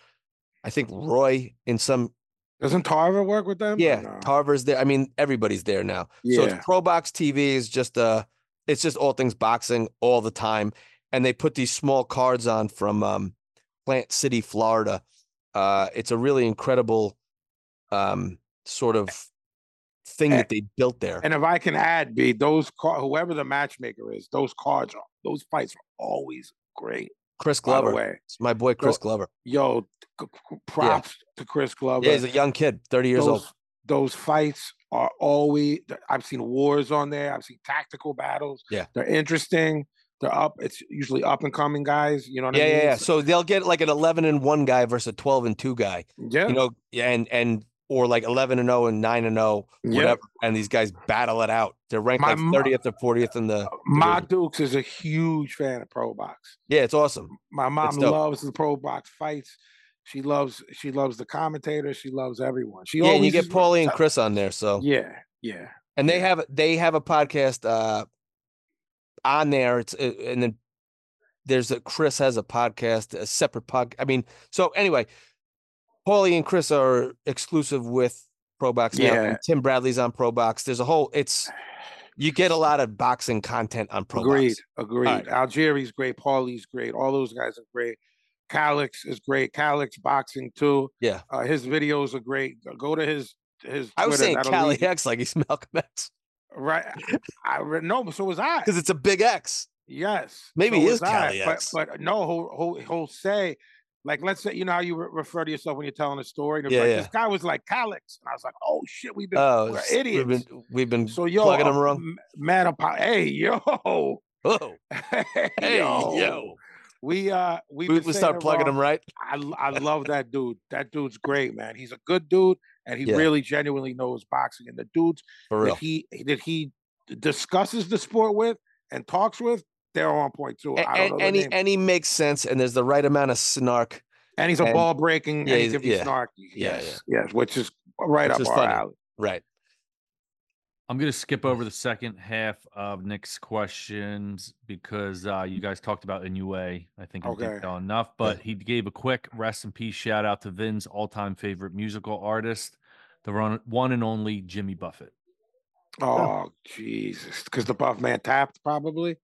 D: I think Roy in some
C: Doesn't Tarver work with them?
D: yeah
C: No.
D: Tarver's there. I mean, everybody's there now. So
C: yeah.
D: it's Pro Box TV is just uh it's just all things boxing all the time. And they put these small cards on from um Plant City, Florida. Uh it's a really incredible um sort of thing
C: A-
D: that they built there.
C: Eh. and if I can add, be those car- whoever the matchmaker is, those cards are those fights are always great.
D: Chris
C: By the
D: Glover.
C: way,
D: It's my boy Chris Glover.
C: yo, c- c- props to Chris Glover.
D: Yeah, he's a young kid, 30 years
C: those,
D: old.
C: Those fights are always. th- I've seen wars on there. I've seen tactical battles.
D: Yeah.
C: they're interesting. They're up. It's usually up and coming guys. You know what
D: Yeah,
C: I mean?
D: yeah, yeah. So they'll get like an 11 and 1 guy versus a 12 and 2 guy.
C: yeah.
D: you know, and and or like eleven and zero and nine and zero,
C: Yeah.
D: whatever. And these guys battle it out. They're ranked
C: My
D: like
C: mo-
D: thirtieth or fortieth in the.
C: my
D: division.
C: Dukes is a huge fan of pro box.
D: Yeah, it's awesome.
C: My mom
D: dope.
C: loves the pro box fights. She loves she loves the commentator. She loves everyone. She
D: Yeah, and you
C: always
D: get
C: is-
D: Paulie and Chris on there. So
C: Yeah, yeah.
D: and they
C: yeah.
D: have they have a podcast uh on there. It's uh, and then there's a Chris has a podcast, a separate podcast. I mean, so anyway, Paulie and Chris are exclusive with Pro Box now. and
C: Yeah.
D: Tim Bradley's on Pro Box. There's a whole it's you get a lot of boxing content on Pro Box.
C: Agreed. Agreed.
D: right.
C: Algeria's great. Paulie's great. All those guys are great. Calix is great. Calix boxing too.
D: Yeah.
C: Uh, his videos are great. Go- Go to his his.
D: I was
C: Twitter,
D: saying
C: that'll
D: Cali
C: lead you-
D: X like he's Malcolm X
C: Right. I re- no, but so was I.
D: because it's a big X.
C: Yes.
D: Maybe
C: so
D: he
C: was
D: is
C: I,
D: Cali X.
C: But, but no, he'll, he'll, he'll say, like, let's say, you know how you re- refer to yourself when you're telling a story. And yeah,
D: Yeah,
C: like,
D: yeah.
C: This guy was like Calix. And I was like, oh shit, we've been
D: Oh,
C: we're
D: s-
C: idiots.
D: We've been, we've been
C: so yo,
D: plugging
C: I'm
D: him wrong.
C: m- mad about. Hey yo,
D: Oh, hey yo,
C: We uh we
D: we, we start plugging him right.
C: I l- I love that dude. That dude's great, man. He's a good dude, and he
D: Yeah.
C: really genuinely knows boxing. And the dudes
D: For real,
C: that he that he discusses the sport with and talks with, they're on point too.
D: A-
C: I don't
D: and,
C: know
D: and he
C: their names.
D: and he makes sense, and there's the right amount of snark
C: and he's a
D: And-
C: ball breaking.
D: Yeah,
C: and he
D: he's-
C: can be
D: yeah.
C: snarky.
D: Yeah,
C: yes, yes, which is right
D: Which
C: up
D: is
C: our
D: funny.
C: alley.
D: Right.
E: I'm going to skip over the second half of Nick's questions because uh, you guys talked about Inoue. I think we
C: Okay.
E: did that enough, but he gave a quick rest in peace shout out to Vin's all time favorite musical artist, the run, one and only Jimmy Buffett.
C: Oh Jesus, because the buff man tapped probably.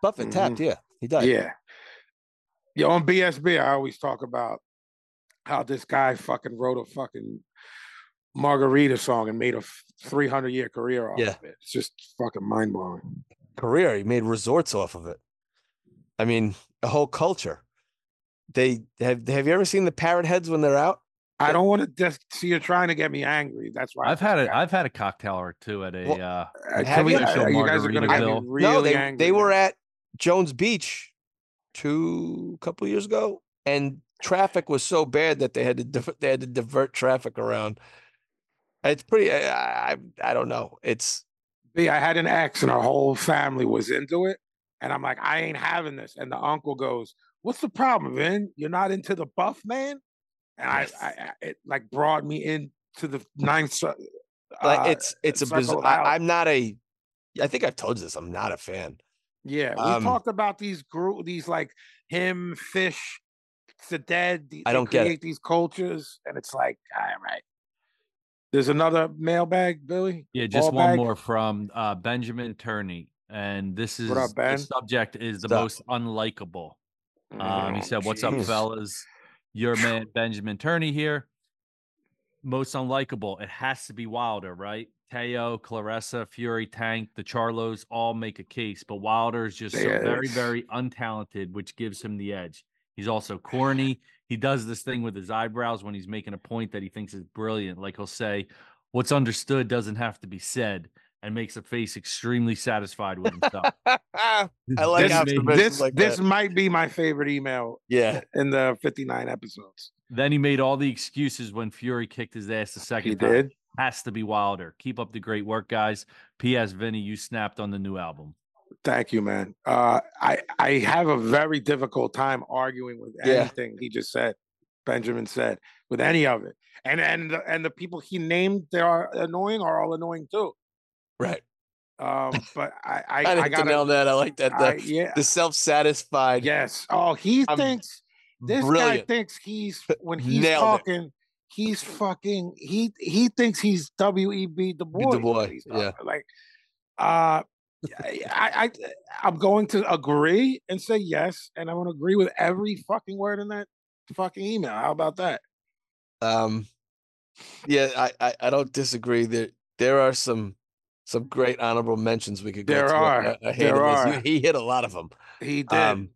D: Buffett tapped. Yeah, he does.
C: Mm-hmm. Yeah. Yeah, on BSB, I always talk about how this guy fucking wrote a fucking margarita song and made a 300 year career off
D: Yeah.
C: of it. It's just fucking mind blowing.
D: career. He made resorts off of it. I mean, a whole culture. They have. Have you ever seen the parrot heads when they're out?
C: I don't want to just see you trying to get me angry. That's why I
E: I've had
C: just
E: a I've had a cocktail or two at a
D: Well,
E: uh,
C: got- I-
D: have
C: we-
D: you?
C: I-
E: Show
C: you guys are gonna get me
E: Margaritaville.
C: really
D: no, they
C: angry.
D: they were
C: now.
D: at Jones Beach two couple years ago, and traffic was so bad that they had to div- they had to divert traffic around. It's pretty. I I, I don't know. It's
C: B, I had an ex and her whole family was into it. And I'm like, I ain't having this. And the uncle goes, What's the problem, Vin? You're not into the buff man? And I, I, I it like brought me into the ninth. cir-
D: like
C: uh,
D: it's it's a
C: circle
D: bizarre.
C: of Alice.
D: I, I'm not a. I think I've told you this. I'm not a fan.
C: yeah, we
D: um,
C: talked about these group, these like him, fish, the dead. the-
D: I
C: they
D: don't get it.
C: create these cultures, and it's like, all right. There's another mailbag, Billy.
E: Yeah, just
C: Ball
E: one
C: bag?
E: more from uh, Benjamin Turney. And this is
C: What up, Ben?
E: the subject is the
D: Sup?
E: most unlikable. Um, he
D: Oh,
C: Mm,
E: said, What's up,
C: jeez.
E: fellas? Your man Benjamin Turney here. Most unlikable. It has to be Wilder, right? Teo, Clarissa, Fury, Tank, the Charlos all make a case, but Wilder is just so very,
C: Yes.
E: very untalented, which gives him the edge. He's also corny. He does this thing with his eyebrows when he's making a point that he thinks is brilliant. Like he'll say, What's understood doesn't have to be said, and makes a face extremely satisfied with himself.
D: I like
C: This-
D: observations
C: This
D: like
C: this
D: that.
C: might be my favorite email
D: Yeah,
C: in the 59 episodes.
E: Then he made all the excuses when Fury kicked his ass the second
C: He
E: time.
C: did.
E: Has to be Wilder. Keep up the great work, guys. P.S. Vinny, you snapped on the new album.
C: Thank you, man. Uh, I I have a very difficult time arguing with
D: Yeah.
C: anything he just said, Benjamin said, with any of it. And and the, and the people he named that are annoying are all annoying too.
D: right.
C: Um, but I I,
D: I,
C: I,
D: didn't
C: gotta
D: nail that. I like that. The,
C: I- yeah
D: the self-satisfied.
C: yes. Oh, he
D: I'm
C: thinks this guy
D: brilliant.
C: thinks he's when he's
D: Nailed it.
C: talking. He's fucking. He he thinks he's W E B Du Bois. when
D: Bois,
C: he's
D: yeah.
C: talking, Like, uh, I, I I'm going to agree and say yes, and I'm going to agree with every fucking word in that fucking email. How about that?
D: um, yeah, I, I I don't disagree. There there are some some great honorable mentions we could go.
C: There
D: through.
C: are,
D: I, I hated
C: there
D: this.
C: are.
D: You- He hit a lot of them.
C: He did.
D: Um,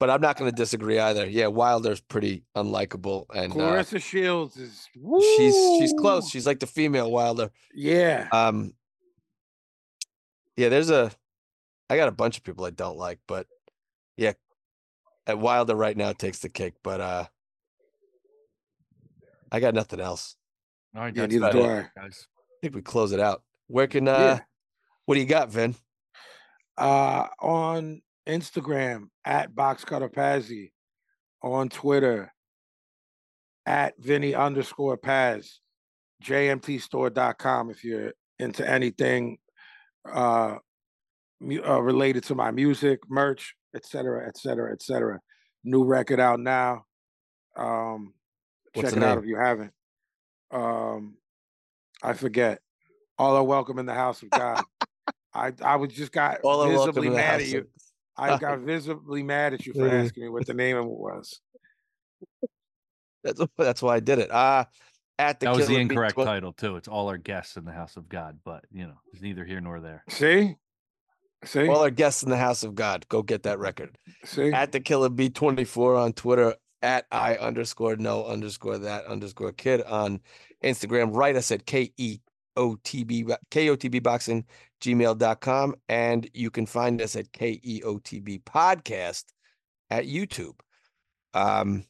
D: but I'm not going to disagree either. Yeah, Wilder's pretty unlikable, and uh,
C: Clarissa Shields is.
D: she's she's
C: woo!
D: close. She's like the female Wilder.
C: Yeah.
D: Um, yeah, there's a, I got a bunch of people I don't like, but yeah, at Wilder right now takes the cake, but uh, I got nothing else.
E: All right,
C: Yeah,
E: that's
C: neither
E: about
C: do
E: it, guys.
D: I think we close it out. Where can uh,
C: Yeah.
D: what do you got, Vin?
C: uh, on Instagram at BoxCutterPazzy, on Twitter at Vinny underscore Paz, JMTstore.com if you're into anything uh, mu- uh, related to my music, merch, etc., etc., etc. New record out now. Um,
D: What's
C: check
D: the
C: it out
D: name?
C: if you haven't. Um, I forget. All are welcome in the house of God. I I was just got
D: All are welcome
C: visibly
D: to the
C: mad
D: house.
C: at you.
D: of-
C: I got visibly mad at you for
D: Yeah.
C: asking me what the name of it was.
D: That's that's why I did it. Uh at the
E: That was the
D: Killer Bee
E: incorrect
D: twen-
E: title too. It's all our guests in the house of God, but you know, it's neither here nor there.
C: See, see,
D: All our guests in the house of God. Go get that record.
C: see.
D: at the killer b24 on twitter at i underscore no underscore that underscore kid on instagram write us at E k-e-o-t-b bo- k-o-t-b boxing gmail.com and you can find us at E k-e-o-t-b podcast at youtube um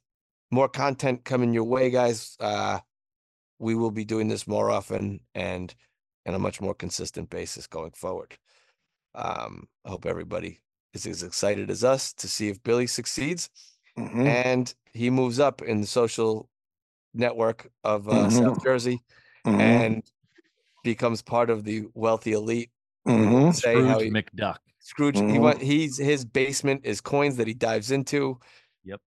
D: more content coming your way guys uh we will be doing this more often and on a much more consistent basis going forward um i hope everybody is as excited as us to see if Billy succeeds.
C: Mhm.
D: and he moves up in the social network of uh,
C: Mhm.
D: South Jersey
C: Mhm.
D: and becomes part of the wealthy elite.
C: Mhm.
D: Say
E: Scrooge
D: how he,
E: McDuck.
D: Scrooge he went, he's his basement is coins that he dives into.
E: Yep.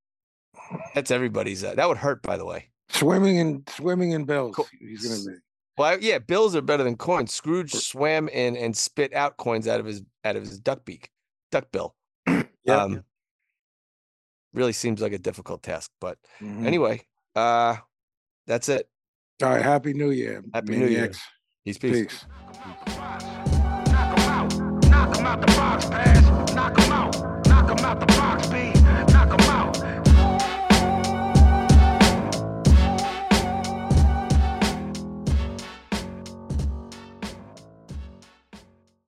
D: That's everybody's. Uh, that would hurt, by the way.
C: Swimming in swimming in bills.
D: Co-
C: He's gonna be.
D: Well, yeah, bills are better than coins. Scrooge swam in and spit out coins out of his out of his duck beak, duck bill.
C: Yep.
D: Um, really seems like a difficult task, but
C: Mhm.
D: anyway, uh, that's it.
C: All right. Happy New Year.
D: Happy New Year.
C: maniacs.
D: He speaks.
C: Peace.
B: Knock 'em out, knock 'em out the box, pass. Knock 'em out, knock 'em out the box, B.